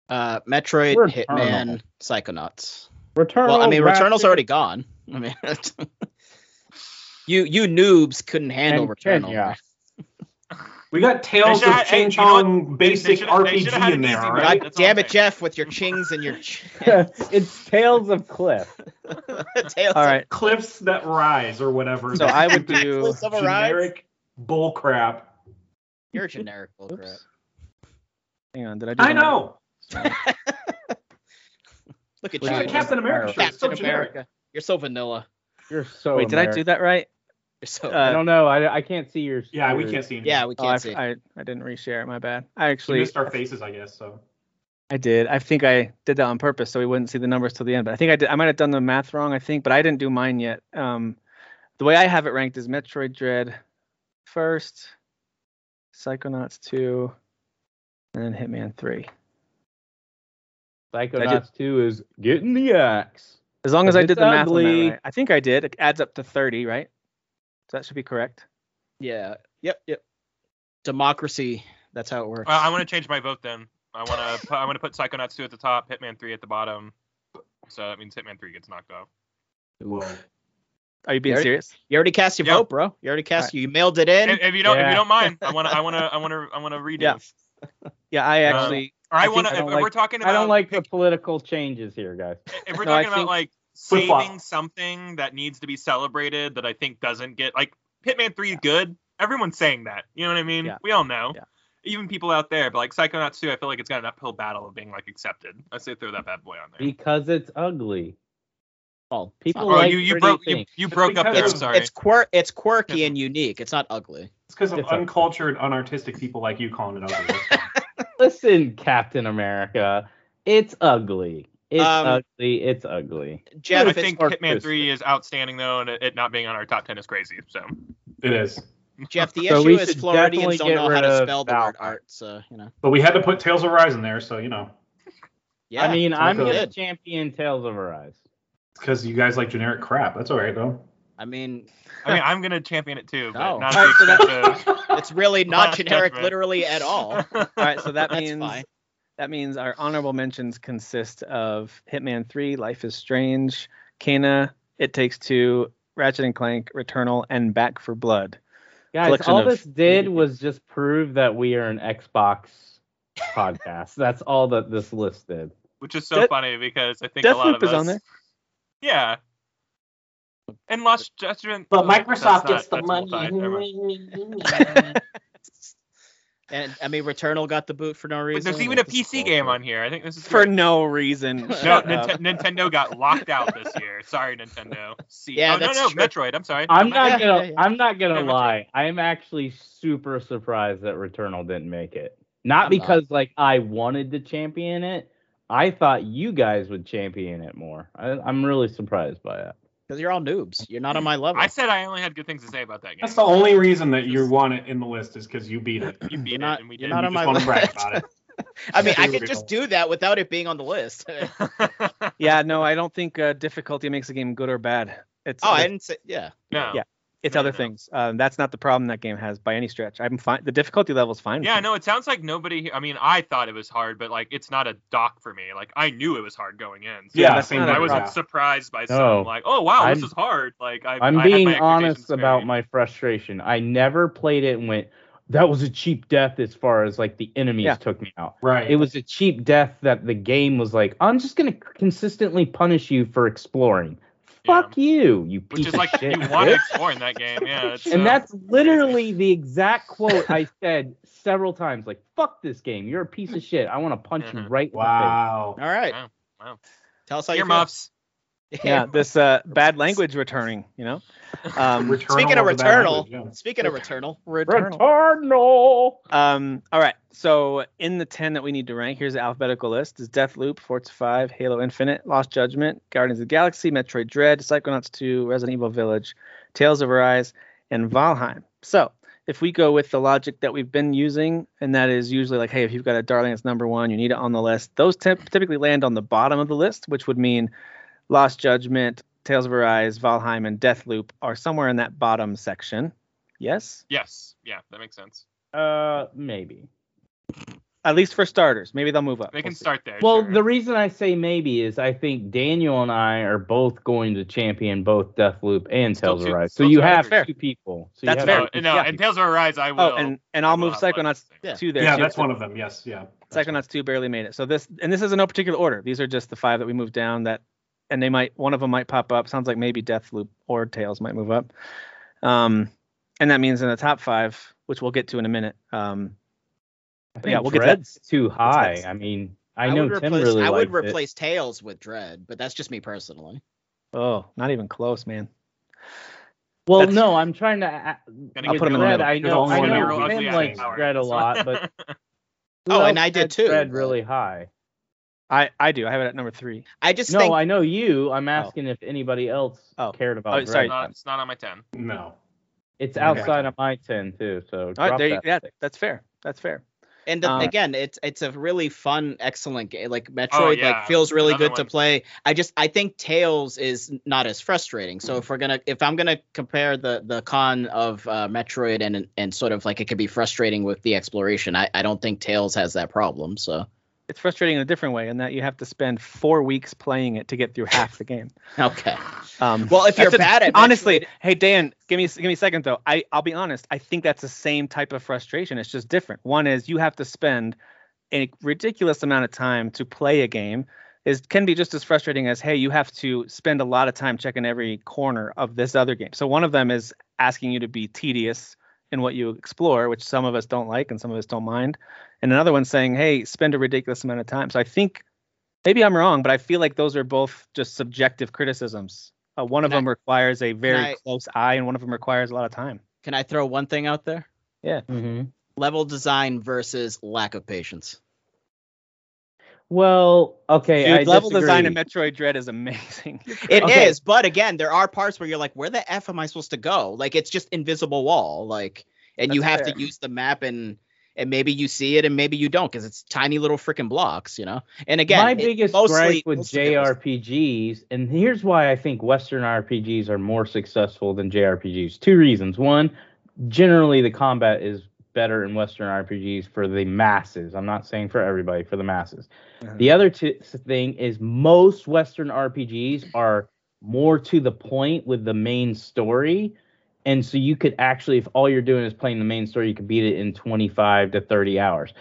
Speaker 4: Uh, Metroid,
Speaker 5: We're
Speaker 4: Hitman, Psychonauts.
Speaker 5: Returnal.
Speaker 4: Well, I mean, Returnal's
Speaker 5: Ratchet,
Speaker 4: already gone. I mean, you you noobs couldn't handle
Speaker 5: And
Speaker 4: Returnal.
Speaker 5: Kenya.
Speaker 3: we got Tales
Speaker 2: They should
Speaker 3: of
Speaker 2: have- hey,
Speaker 3: Ching
Speaker 2: you know what?
Speaker 3: Chong
Speaker 2: they
Speaker 3: basic
Speaker 2: should have- they should have had
Speaker 3: RPG in
Speaker 2: an
Speaker 3: there,
Speaker 2: easy
Speaker 3: all
Speaker 2: route.
Speaker 3: right?
Speaker 4: God
Speaker 2: That's all
Speaker 4: damn
Speaker 2: I'm
Speaker 4: it, Jeff, with your chings and your
Speaker 5: it's Tales of Cliff.
Speaker 4: tails.
Speaker 1: All right.
Speaker 3: Cliffs that rise or whatever.
Speaker 1: So
Speaker 3: That's
Speaker 1: I would
Speaker 3: stupid
Speaker 1: do
Speaker 4: Cliffs of a rise?
Speaker 3: generic bull crap.
Speaker 4: You're generic bull crap.
Speaker 1: Oops. Hang on, did I do
Speaker 3: I
Speaker 1: the number-
Speaker 3: know.
Speaker 4: Look at
Speaker 3: Look
Speaker 4: you.
Speaker 3: at
Speaker 4: Captain,
Speaker 3: Captain America. shirt. It's so generic.
Speaker 4: America. You're so vanilla.
Speaker 5: You're so.
Speaker 1: Wait, did I do that right?
Speaker 4: You're so.
Speaker 1: Uh,
Speaker 5: I don't know. I, I can't see your.
Speaker 3: Yeah, we
Speaker 5: your-
Speaker 3: can't see. Anything.
Speaker 4: yeah, we
Speaker 1: Oh, I,
Speaker 4: can't see.
Speaker 1: I, I didn't reshare it. My bad. I
Speaker 3: we
Speaker 1: actually
Speaker 3: missed our faces, I guess. So
Speaker 1: I did. I think I did that on purpose so we wouldn't see the numbers till the end. But I think I did. I might have done the math wrong. I think, but I didn't do mine yet. Um, the way I have it ranked is Metroid Dread first, Psychonauts two, and then Hitman three. I
Speaker 5: Psychonauts
Speaker 1: did-
Speaker 5: Two is getting the axe.
Speaker 1: As long
Speaker 5: If
Speaker 1: as I
Speaker 5: it's
Speaker 1: did the math on that
Speaker 5: ugly-
Speaker 1: right. I think I did. It adds up to thirty, right? So that should be correct.
Speaker 4: yeah. Yep. Yep. Democracy. That's how it works.
Speaker 2: Well, Uh, I want to change my vote then. I want to I want to put Psychonauts two at the top. Hitman three at the bottom. So that means Hitman three gets knocked off.
Speaker 3: whoa.
Speaker 1: Are you being
Speaker 4: Derek?
Speaker 1: serious?
Speaker 4: you already cast your
Speaker 2: Yeah.
Speaker 4: vote, bro. You already cast.
Speaker 1: Alright.
Speaker 4: You mailed it in.
Speaker 2: If, if you don't if
Speaker 5: Yeah.
Speaker 2: you don't mind, I want to I want to I want to I want to redo.
Speaker 1: Yeah. Yeah, I
Speaker 2: Um,
Speaker 1: actually.
Speaker 2: Or
Speaker 1: I
Speaker 2: I
Speaker 1: think
Speaker 2: want
Speaker 1: I
Speaker 2: to. If,
Speaker 1: don't
Speaker 2: if we're
Speaker 1: like-
Speaker 2: talking about
Speaker 5: I don't like the political changes here, guys.
Speaker 2: if we're
Speaker 1: No, I
Speaker 2: talking about
Speaker 1: think-
Speaker 2: like
Speaker 3: Flip-flop.
Speaker 2: saving something that needs to be celebrated that I think doesn't get like Hitman 3 is good. Everyone's saying that. You know what I mean?
Speaker 1: Yeah.
Speaker 2: We all know.
Speaker 1: Yeah.
Speaker 2: Even people out there, but like Psychonauts 2, I feel like it's got an uphill battle of being like accepted. I say throw that bad boy on there.
Speaker 5: Because it's ugly.
Speaker 4: Paul.
Speaker 5: People
Speaker 2: Oh,
Speaker 5: like
Speaker 2: you, you
Speaker 5: pretty
Speaker 2: broke you,
Speaker 5: things.
Speaker 2: you
Speaker 3: It's
Speaker 2: broke up there. I'm
Speaker 3: because-
Speaker 4: It's,
Speaker 2: sorry.
Speaker 4: it's quirk. It's quirky
Speaker 2: Yes.
Speaker 4: and unique. It's not ugly.
Speaker 3: It's because of
Speaker 5: It's okay.
Speaker 3: uncultured, unartistic people like you calling it ugly.
Speaker 5: Listen, Captain America, it's ugly. It's
Speaker 4: Um,
Speaker 5: ugly. It's ugly.
Speaker 4: Jeff,
Speaker 2: I
Speaker 4: it's-
Speaker 2: think
Speaker 5: more
Speaker 2: Hitman 3
Speaker 5: crispy.
Speaker 2: is outstanding though, and it, it not being on our top 10 is crazy. So
Speaker 3: it is.
Speaker 4: Jeff, the
Speaker 5: So
Speaker 4: issue
Speaker 5: we
Speaker 4: is
Speaker 5: should
Speaker 4: Floridians
Speaker 5: definitely
Speaker 4: don't
Speaker 5: get
Speaker 4: know how
Speaker 5: rid
Speaker 4: to
Speaker 5: of
Speaker 4: spell the word
Speaker 5: Valkyrie.
Speaker 4: art, so you know.
Speaker 3: But we had to put Tales of Rise in there, so you know,
Speaker 4: Yeah.
Speaker 5: I mean,
Speaker 4: so
Speaker 5: I'm
Speaker 4: we
Speaker 5: gonna
Speaker 4: did.
Speaker 5: champion Tales of Arise.
Speaker 3: because you guys like generic crap. That's all right though.
Speaker 4: I mean,
Speaker 2: I mean, I'm gonna champion it too, but
Speaker 4: No.
Speaker 2: not
Speaker 1: Alright,
Speaker 2: at the
Speaker 1: so that-
Speaker 2: expense
Speaker 4: it's really not
Speaker 2: Last
Speaker 4: generic,
Speaker 2: Judgment.
Speaker 4: literally at all.
Speaker 2: of-
Speaker 1: All right, so that
Speaker 4: That's
Speaker 1: means
Speaker 4: fine.
Speaker 1: that means our honorable mentions consist of Hitman 3, Life is Strange, Kana, It Takes Two, Ratchet and Clank, Returnal, and Back for Blood.
Speaker 5: Guys,
Speaker 1: Collection
Speaker 5: all
Speaker 1: of-
Speaker 5: this did was just prove that we are an Xbox podcast. That's all that this list did.
Speaker 2: which is so
Speaker 1: Death-
Speaker 2: funny because I think a lot
Speaker 1: Deathloop
Speaker 2: of
Speaker 1: is
Speaker 2: us,
Speaker 1: on there.
Speaker 2: Yeah. And Lost Judgment.
Speaker 6: But
Speaker 2: oh, that's
Speaker 6: Microsoft
Speaker 2: not-
Speaker 6: gets the
Speaker 2: that's multi- never mind.
Speaker 6: money.
Speaker 4: And I mean, Returnal got the boot for no reason.
Speaker 2: Wait, there's even a
Speaker 4: like, this is
Speaker 2: PC
Speaker 4: bullshit.
Speaker 2: game on here. I think this is
Speaker 1: For
Speaker 2: good.
Speaker 1: no reason.
Speaker 2: no.
Speaker 1: Shut up.
Speaker 2: Nint- Nintendo got locked out this year. Sorry, Nintendo. See,
Speaker 4: Yeah,
Speaker 2: oh, no,
Speaker 4: that's
Speaker 2: no,
Speaker 4: true.
Speaker 2: Metroid. I'm sorry.
Speaker 5: I'm
Speaker 2: Not
Speaker 5: not
Speaker 4: Yeah,
Speaker 5: gonna.
Speaker 4: yeah, yeah.
Speaker 5: I'm not
Speaker 2: Yeah,
Speaker 5: gonna
Speaker 2: but-
Speaker 5: lie. I am actually super surprised that Returnal didn't make it. Not
Speaker 4: I'm not.
Speaker 5: because like I wanted to champion it. I thought you guys would champion it more. I, I'm really surprised by that.
Speaker 4: because you're all noobs. You're not on my level.
Speaker 2: I said I only had good things to say about that game.
Speaker 3: That's the only reason that you want it in the list is because you beat it.
Speaker 2: You beat
Speaker 4: You're not-
Speaker 2: it, and we
Speaker 4: you're
Speaker 2: did.
Speaker 3: you
Speaker 4: not
Speaker 3: just
Speaker 4: on my
Speaker 3: want to brag
Speaker 4: list.
Speaker 3: about it.
Speaker 4: I mean, I
Speaker 3: Here
Speaker 4: could
Speaker 3: we
Speaker 4: just
Speaker 3: go.
Speaker 4: do that without it being on the list. oh,
Speaker 1: Yeah, no, I don't think uh, difficulty makes a game good or bad. It's
Speaker 4: Oh, I
Speaker 1: it's,
Speaker 4: didn't say. Yeah.
Speaker 2: no.
Speaker 1: Yeah. it's
Speaker 2: no,
Speaker 1: other
Speaker 2: no.
Speaker 1: things. Um, that's not the problem that game has by any stretch. I'm fine. The difficulty level's fine. with
Speaker 2: Yeah,
Speaker 1: me.
Speaker 2: no, it sounds like nobody. he- I mean, I thought it was hard, but like, it's not a doc for me. Like, I knew it was hard going in. So
Speaker 1: Yeah,
Speaker 3: Yeah,
Speaker 1: that's
Speaker 3: same
Speaker 1: not
Speaker 2: I
Speaker 1: a
Speaker 3: here.
Speaker 2: wasn't
Speaker 3: Yeah.
Speaker 2: surprised by some.
Speaker 5: No.
Speaker 2: Like, oh wow, this
Speaker 5: I'm-
Speaker 2: is hard. Like, I,
Speaker 5: I'm
Speaker 2: I had
Speaker 5: being
Speaker 2: my
Speaker 5: honest
Speaker 2: expectations
Speaker 5: about
Speaker 2: very-
Speaker 5: my frustration. I never played it and went, that was a cheap death as far as like the enemies
Speaker 1: Yeah.
Speaker 5: took me out.
Speaker 3: Right.
Speaker 5: It was a cheap death that the game was like, I'm just gonna consistently punish you for exploring.
Speaker 2: Yeah.
Speaker 5: Fuck you, you piece
Speaker 2: which is
Speaker 5: of
Speaker 2: like
Speaker 5: shit.
Speaker 2: you want to explore in that game. Yeah, it's, uh,
Speaker 5: and that's literally the exact quote I said several times. Like, fuck this game. You're a piece of shit. I want to punch you
Speaker 2: Mhm.
Speaker 5: right. in the face."
Speaker 3: wow.
Speaker 4: All right.
Speaker 2: Wow, wow.
Speaker 4: Tell us how you feel.
Speaker 2: earmuffs.
Speaker 1: yeah, this uh, bad language returning. You know, um,
Speaker 3: Returnal
Speaker 4: Speaking of
Speaker 3: was a bad
Speaker 4: Returnal,
Speaker 3: language,
Speaker 4: speaking of Returnal,
Speaker 1: returnal.
Speaker 5: Returnal.
Speaker 1: Um, all right. So in the ten that we need to rank, here's the alphabetical list: is Deathloop, Forza 5, Halo Infinite, Lost Judgment, Guardians of the Galaxy, Metroid Dread, Psychonauts 2, Resident Evil Village, Tales of Arise, and Valheim. So if we go with the logic that we've been using, and that is usually like, hey, if you've got a darling that's number one, you need it on the list. Those temp- typically land on the bottom of the list, which would mean Lost Judgment, Tales of Arise, Valheim, and Deathloop are somewhere in that bottom section. Yes.
Speaker 2: Yes, yeah, that makes sense.
Speaker 5: Uh, maybe.
Speaker 1: At least for starters. Maybe they'll move up.
Speaker 2: They
Speaker 1: We'll
Speaker 2: can
Speaker 1: see.
Speaker 2: start there.
Speaker 5: Well,
Speaker 2: sure.
Speaker 5: the reason I say maybe is I think Daniel and I are both going to champion both Deathloop and
Speaker 2: Still
Speaker 5: Tales
Speaker 2: two-
Speaker 5: of Arise. So
Speaker 2: still
Speaker 5: you
Speaker 2: two
Speaker 5: have
Speaker 2: fair.
Speaker 5: two people. So
Speaker 1: That's
Speaker 5: you
Speaker 1: fair.
Speaker 5: have
Speaker 2: no,
Speaker 5: two
Speaker 2: no,
Speaker 5: people.
Speaker 2: and Tales of Arise, I will.
Speaker 1: Oh, and and I'll move
Speaker 2: I'll have
Speaker 1: Psychonauts
Speaker 2: Psychonauts
Speaker 4: two.
Speaker 1: two there.
Speaker 3: Yeah,
Speaker 1: too.
Speaker 3: that's one of them. Yes, yeah. That's
Speaker 1: Psychonauts two barely made it. So this and this is in no particular order. These are just the five that we moved down. That and they might one of them might pop up. Sounds like maybe Deathloop or Tails might move up. Um, and that means in the top five, which we'll get to in a minget. Um,
Speaker 5: I
Speaker 1: yeah,
Speaker 5: think
Speaker 1: we'll get to that.
Speaker 5: Dread's too high. I mean, I know
Speaker 4: would
Speaker 5: Tim
Speaker 4: replace,
Speaker 5: really
Speaker 4: I would
Speaker 5: liked it.
Speaker 4: replace Tails with Dread, but that's just me personally.
Speaker 1: oh, not even close, man.
Speaker 5: Well,
Speaker 1: That's-
Speaker 5: no, I'm trying to. a-
Speaker 2: Gonna
Speaker 1: I'll
Speaker 2: get
Speaker 1: put 'em in the
Speaker 2: Dread.
Speaker 5: Dread,
Speaker 1: middle.
Speaker 3: There's
Speaker 5: I
Speaker 3: only
Speaker 5: know, I
Speaker 3: one
Speaker 5: know
Speaker 3: real
Speaker 5: Tim
Speaker 2: ugly
Speaker 5: likes
Speaker 2: ass
Speaker 5: Dread a
Speaker 2: hours.
Speaker 5: lot, but who
Speaker 4: Oh,
Speaker 5: else
Speaker 4: and I did
Speaker 5: had
Speaker 4: too,
Speaker 5: Dread
Speaker 4: but-
Speaker 5: really high.
Speaker 1: I I do. I have it at number three.
Speaker 4: I just
Speaker 5: No,
Speaker 4: think
Speaker 5: I know you.
Speaker 4: Oh.
Speaker 5: I'm asking if anybody else
Speaker 1: Oh.
Speaker 5: cared about
Speaker 1: Oh,
Speaker 5: Dread.
Speaker 1: sorry.
Speaker 2: It's not, it's not on my ten.
Speaker 3: No.
Speaker 5: It's
Speaker 1: Okay.
Speaker 5: outside of my ten too. So
Speaker 1: All right,
Speaker 5: drop
Speaker 1: there you,
Speaker 5: that.
Speaker 1: yeah, that's fair. That's fair.
Speaker 4: And the,
Speaker 5: uh,
Speaker 1: Um,
Speaker 4: again, it's it's a really fun, excellent game. Like Metroid,
Speaker 2: Oh, yeah,
Speaker 4: like feels really
Speaker 2: another
Speaker 4: good to
Speaker 2: one.
Speaker 4: play. I just I think Tails is not as frustrating. So if we're gonna if I'm gonna compare the the con of uh, Metroid and and sort of like it could be frustrating with the exploration, I I don't think Tails has that problem. So
Speaker 1: It's frustrating in a different way in that you have to spend four weeks playing it to get through half the game.
Speaker 4: okay.
Speaker 1: Um,
Speaker 4: Well, if you're
Speaker 1: That's a-
Speaker 4: bad at
Speaker 1: honestly,
Speaker 4: Metroid-
Speaker 1: hey Dan, give me give me a second though. I I'll be honest. I think that's the same type of frustration. It's just different. One is you have to spend a ridiculous amount of time to play a game. Is can be just as frustrating as hey, you have to spend a lot of time checking every corner of this other game. So one of them is asking you to be tedious in what you explore, which some of us don't like and some of us don't mind. And another one's saying, hey, spend a ridiculous amount of time. So I think maybe I'm wrong, but I feel like those are both just subjective criticisms. Uh, one of
Speaker 4: Can I-
Speaker 1: them requires a very
Speaker 4: I-
Speaker 1: close eye, and one of them requires a lot of time.
Speaker 4: Can I throw one thing out there? Mm-hmm.
Speaker 5: Mhm.
Speaker 4: Level design versus lack of patience.
Speaker 5: Well, okay.
Speaker 1: Dude,
Speaker 5: I
Speaker 1: level design in
Speaker 5: disagree.
Speaker 1: Metroid Dread is amazing.
Speaker 4: It is,
Speaker 5: Okay.
Speaker 4: but again, there are parts where you're like, where the f am I supposed to go? Like it's just invisible wall, like, and you
Speaker 1: That's
Speaker 4: have
Speaker 1: fair.
Speaker 4: to use the map and and maybe you see it and maybe you don't because it's tiny little freaking blocks, you know. And again,
Speaker 5: my
Speaker 4: it
Speaker 5: biggest
Speaker 4: mostly,
Speaker 5: gripe with
Speaker 4: most of it was-
Speaker 5: JRPGs, and here's why I think Western RPGs are more successful than JRPGs. Two reasons. One, generally the combat is better in Western RPGs for the masses. I'm not saying for everybody, for the masses.
Speaker 4: Uh-huh.
Speaker 5: The other t- thing is most Western RPGs are more to the point with the main story. And so you could actually, if all you're doing is playing the main story, you could beat it in 25 to 30 hours.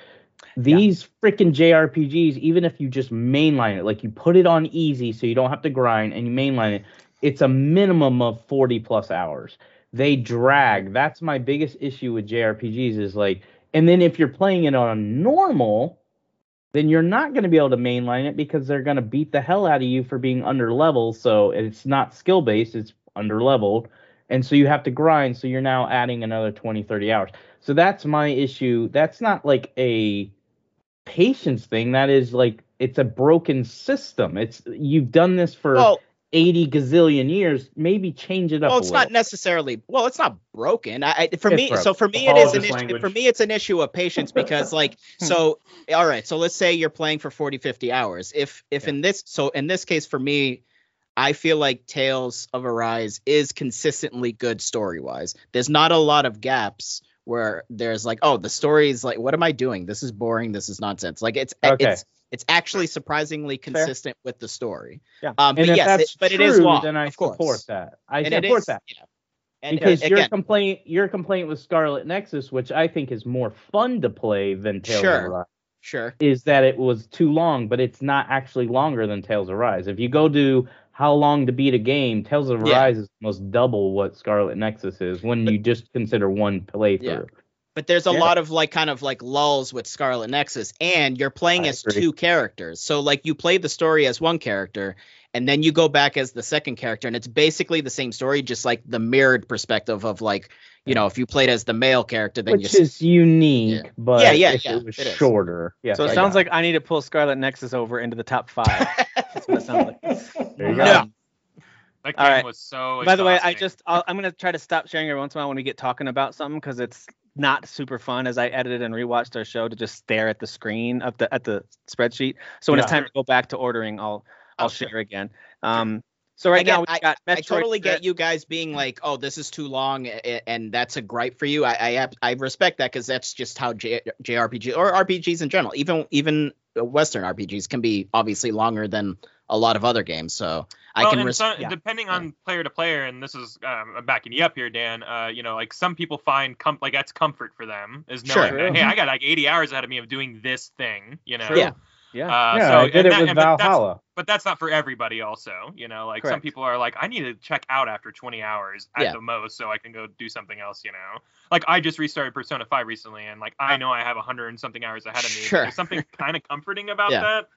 Speaker 5: These frickin' JRPGs, even if you just mainline it, like you put it on easy so you don't have to grind and you mainline it, it's a minimum of 40 plus hours. They drag. That's my biggest issue with JRPGs is like, and then if you're playing it on normal, then you're not going to be able to mainline it because they're going to beat the hell out of you for being under level. So it's not skill based, it's under leveled. And so you have to grind. So you're now adding another 20, 30 hours. So that's my issue. That's not like a patience thing. That is like, it's a broken system. It's you've done this for
Speaker 4: well,
Speaker 5: 80 gazillion years, maybe change it up.
Speaker 4: well
Speaker 5: a
Speaker 4: it's not
Speaker 5: little.
Speaker 4: necessarily well it's not broken i, I for
Speaker 5: It's
Speaker 4: me
Speaker 5: broken.
Speaker 4: so for me it is an
Speaker 3: Apologist
Speaker 4: issue
Speaker 3: language.
Speaker 4: for me it's an issue of patience because like
Speaker 5: Hmm.
Speaker 4: so all right so let's say you're playing for 40 50 hours if if in this so in this case for me i feel like tales of arise is consistently good story wise there's not a lot of gaps where there's like oh the story is like what am i doing this is boring this is nonsense like it's
Speaker 5: Okay.
Speaker 4: it's it's actually surprisingly consistent with the story
Speaker 1: Yeah.
Speaker 4: um but
Speaker 5: and if
Speaker 4: yes
Speaker 5: that's
Speaker 4: it, but
Speaker 5: true,
Speaker 4: it is long
Speaker 5: then I
Speaker 4: of course
Speaker 5: support that. I
Speaker 4: and it
Speaker 5: support
Speaker 4: is-
Speaker 5: that
Speaker 4: yeah. And,
Speaker 5: because
Speaker 4: uh,
Speaker 5: your
Speaker 4: again,
Speaker 5: complaint, your complaint with Scarlet Nexus, which I think is more fun to play than Tales
Speaker 4: Sure.
Speaker 5: of Arise,
Speaker 4: sure
Speaker 5: is that it was too long, but it's not actually longer than Tales of Arise. If you go to how long to beat a game, Tales of
Speaker 4: Yeah.
Speaker 5: Arise is almost double what Scarlet Nexus is when
Speaker 4: But-
Speaker 5: you just consider one playthrough.
Speaker 4: But there's a
Speaker 5: Yeah.
Speaker 4: lot of like kind of like lulls with Scarlet Nexus, and you're playing
Speaker 5: I
Speaker 4: as
Speaker 5: agree.
Speaker 4: two characters. So like you play the story as one character, and then you go back as the second character, and it's basically the same story, just like the mirrored perspective of like, you know, if you played as the male character, then
Speaker 5: Which
Speaker 4: you
Speaker 5: is unique, but
Speaker 4: Yeah, yeah,
Speaker 5: if
Speaker 4: yeah,
Speaker 5: it was
Speaker 4: it is.
Speaker 5: shorter. Yeah,
Speaker 1: so it
Speaker 4: I
Speaker 1: sounds
Speaker 4: got
Speaker 1: like I need to pull Scarlet Nexus over into the top five. That's what it sounds like.
Speaker 5: there you go.
Speaker 4: no.
Speaker 2: That game
Speaker 1: All right.
Speaker 2: was so.
Speaker 1: By the way, I
Speaker 2: exhausting.
Speaker 1: just I'll, I'm gonna try to stop sharing every once in a while when we get talking about something because it's not super fun. As I edited and rewatched our show to just stare at the screen of the at the spreadsheet. So when it's
Speaker 3: Yeah.
Speaker 1: time to go back to ordering, I'll I'll
Speaker 4: Oh, sure.
Speaker 1: share again. Um, so right
Speaker 4: I get-
Speaker 1: now we've got Metroid
Speaker 4: I totally
Speaker 1: Dread.
Speaker 4: get you guys being like, "Oh, this is too long," a- a- and that's a gripe for you. I I, ab- I respect that because that's just how J, JRPG or RPGs in general, even even Western RPGs, can be obviously longer than a lot of other games. So I
Speaker 2: Well,
Speaker 4: can
Speaker 2: and
Speaker 4: res-
Speaker 2: so-
Speaker 1: yeah.
Speaker 2: depending on player to player, and this is um, I'm backing you up here, Dan. Uh, you know, like some people find com- like that's comfort for them is knowing
Speaker 4: Sure.
Speaker 2: that hey, I got like 80 hours out of me of doing this thing. You know.
Speaker 1: Mm-hmm. True.
Speaker 4: Yeah.
Speaker 1: Yeah.
Speaker 2: Uh,
Speaker 5: yeah,
Speaker 2: so,
Speaker 5: I did
Speaker 2: and
Speaker 5: it
Speaker 2: that-
Speaker 5: with
Speaker 2: and- but that's-
Speaker 5: Valhalla.
Speaker 2: but that's not for everybody also you know like some
Speaker 1: Correct.
Speaker 2: people are like i need to check out after 20 hours at
Speaker 4: Yeah.
Speaker 2: the most so i can go do something else you know like i just restarted persona 5 recently and like i know i have 100 and something hours ahead of me but
Speaker 4: Sure.
Speaker 2: there's something kind of comforting about
Speaker 4: Yeah. Eh
Speaker 2: that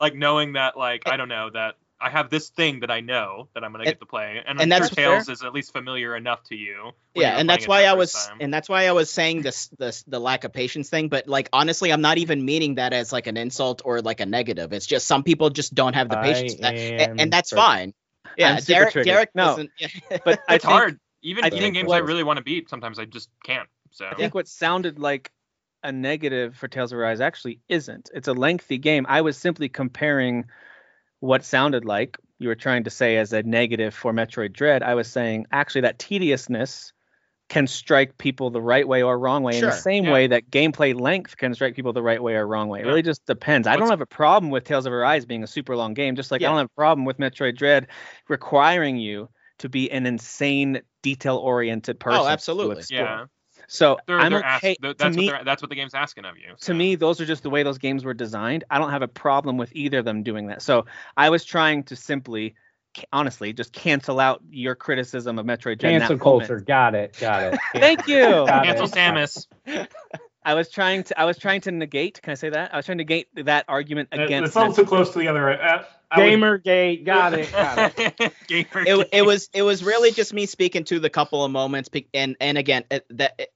Speaker 2: like knowing that like i don't know that i have this thing that i know that i'm going to
Speaker 4: And-
Speaker 2: get to play and,
Speaker 4: and
Speaker 2: I'm sure
Speaker 4: that's
Speaker 2: tales is at least familiar enough to you when you
Speaker 4: yeah,
Speaker 2: were
Speaker 4: and that's
Speaker 2: playing it
Speaker 4: why
Speaker 2: that
Speaker 4: I
Speaker 2: first
Speaker 4: was
Speaker 2: time.
Speaker 4: and that's why I was saying this this the lack of patience thing. But like honestly, I'm not even meaning that as like an insult or like a negative. It's just some people just don't have the patience, for that, a- and,
Speaker 5: am
Speaker 4: that's
Speaker 5: triggered.
Speaker 4: fine. Yeah,
Speaker 1: I'm super
Speaker 4: Derek.
Speaker 1: triggered.
Speaker 4: Derek
Speaker 1: No.
Speaker 4: doesn't.
Speaker 1: but I
Speaker 2: it's
Speaker 1: think-
Speaker 2: hard even
Speaker 1: I
Speaker 2: even
Speaker 1: think
Speaker 2: games i
Speaker 1: what-
Speaker 2: really want to beat sometimes i just can't so
Speaker 1: I think what sounded like a negative for Tales of Arise actually isn't. It's a lengthy game. I was simply comparing what sounded like you were trying to say as a negative for Metroid Dread. I was saying actually that tediousness can strike people the right way or wrong way in the
Speaker 4: Sure,
Speaker 1: same
Speaker 2: yeah.
Speaker 1: way that gameplay length can strike people the right way or wrong way. It
Speaker 2: Yeah.
Speaker 1: really just depends. I don't
Speaker 2: What's-
Speaker 1: have a problem with Tales of Arise being a super long game, just like I
Speaker 4: Yeah.
Speaker 1: don't have a problem with Metroid Dread requiring you to be an insane detail oriented person. to
Speaker 4: absolutely.
Speaker 1: explore.
Speaker 2: yeah
Speaker 1: So
Speaker 2: they're,
Speaker 1: I'm
Speaker 2: they're ask-
Speaker 1: okay.
Speaker 2: they're-
Speaker 1: to
Speaker 2: that's,
Speaker 1: me,
Speaker 2: what they're, that's what the game's asking of you.
Speaker 1: to
Speaker 2: so.
Speaker 1: me, those are just the way those games were designed. I don't have a problem with either of them doing that. So I was trying to simply, ca- honestly, just cancel out your criticism of Metroid Dread. in that
Speaker 5: Cancel
Speaker 1: moment.
Speaker 5: culture. Got it. Got it.
Speaker 1: Thank you.
Speaker 5: Got
Speaker 2: cancel
Speaker 5: it.
Speaker 2: Samus.
Speaker 1: I was trying to. I was trying to negate. Can I say that? I was trying to negate that argument
Speaker 3: That-
Speaker 1: against.
Speaker 3: That's also close to the other. Uh, I would-
Speaker 5: Gamergate. Got it. Got it.
Speaker 2: Gamer
Speaker 4: it, it
Speaker 2: King.
Speaker 4: was it was really just me speaking to the couple of moments be- and and again it, that it,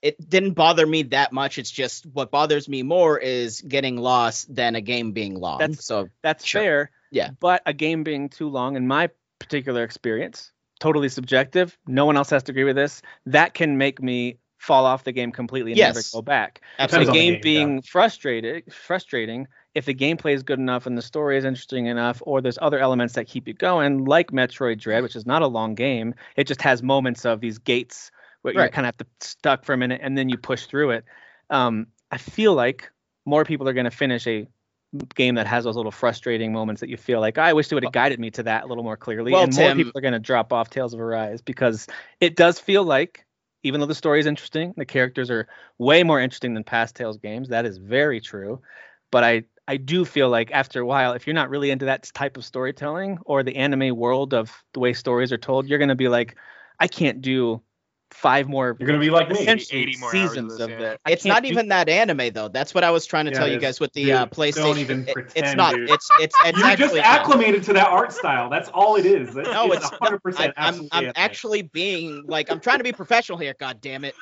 Speaker 4: it didn't bother me that much it's just what bothers me more is getting lost than a game being long
Speaker 1: That's-
Speaker 4: so
Speaker 1: That's
Speaker 4: Sure.
Speaker 1: fair.
Speaker 4: Yeah.
Speaker 1: But a game being too long, in my particular experience, totally subjective. No one else has to agree with this. That can make me fall off the game completely and never
Speaker 4: Yes.
Speaker 1: go back.
Speaker 3: Depends
Speaker 1: the
Speaker 3: on
Speaker 4: absolutely
Speaker 3: the
Speaker 1: game
Speaker 3: game,
Speaker 1: being frustrated, frustrating. If the gameplay is good enough and the story is interesting enough, or there's other elements that keep you going, like Metroid Dread, which is not a long game, it just has moments of these gates where you
Speaker 4: Right.
Speaker 1: kind of have to stuck for a minute and then you push through it. Um, I feel like more people are going to finish a game that has those little frustrating moments that you feel like I wish it would have guided me to that a little more clearly.
Speaker 4: Well,
Speaker 1: and more
Speaker 4: Tim-
Speaker 1: people are going to drop off Tales of Arise because it does feel like, even though the story is interesting, the characters are way more interesting than past Tales games. That is very true. But I I do feel like after a while, if you're not really into that type of storytelling or the anime world of the way stories are told, you're going to be like, I can't do five more
Speaker 3: You're gonna be like me.
Speaker 1: essentially
Speaker 2: 80 more hours of
Speaker 1: seasons
Speaker 2: this,
Speaker 1: of
Speaker 2: yeah.
Speaker 1: that. I
Speaker 4: It's
Speaker 1: can't
Speaker 4: not
Speaker 1: do
Speaker 4: even that anime though. That's what I was trying to
Speaker 3: Yeah,
Speaker 4: tell
Speaker 3: it
Speaker 4: you
Speaker 3: is.
Speaker 4: guys with the
Speaker 3: Dude,
Speaker 4: uh,
Speaker 3: don't
Speaker 4: PlayStation.
Speaker 3: even
Speaker 4: It- it's
Speaker 3: pretend,
Speaker 4: not.
Speaker 3: dude.
Speaker 4: It's it's it's
Speaker 3: You're just
Speaker 4: actually
Speaker 3: acclimated to that art style. That's all it is. That's,
Speaker 4: No, it's not.
Speaker 3: 100%
Speaker 4: I, I'm
Speaker 3: absolutely
Speaker 4: I'm
Speaker 3: anime.
Speaker 4: actually being like I'm trying to be professional here. God damn it!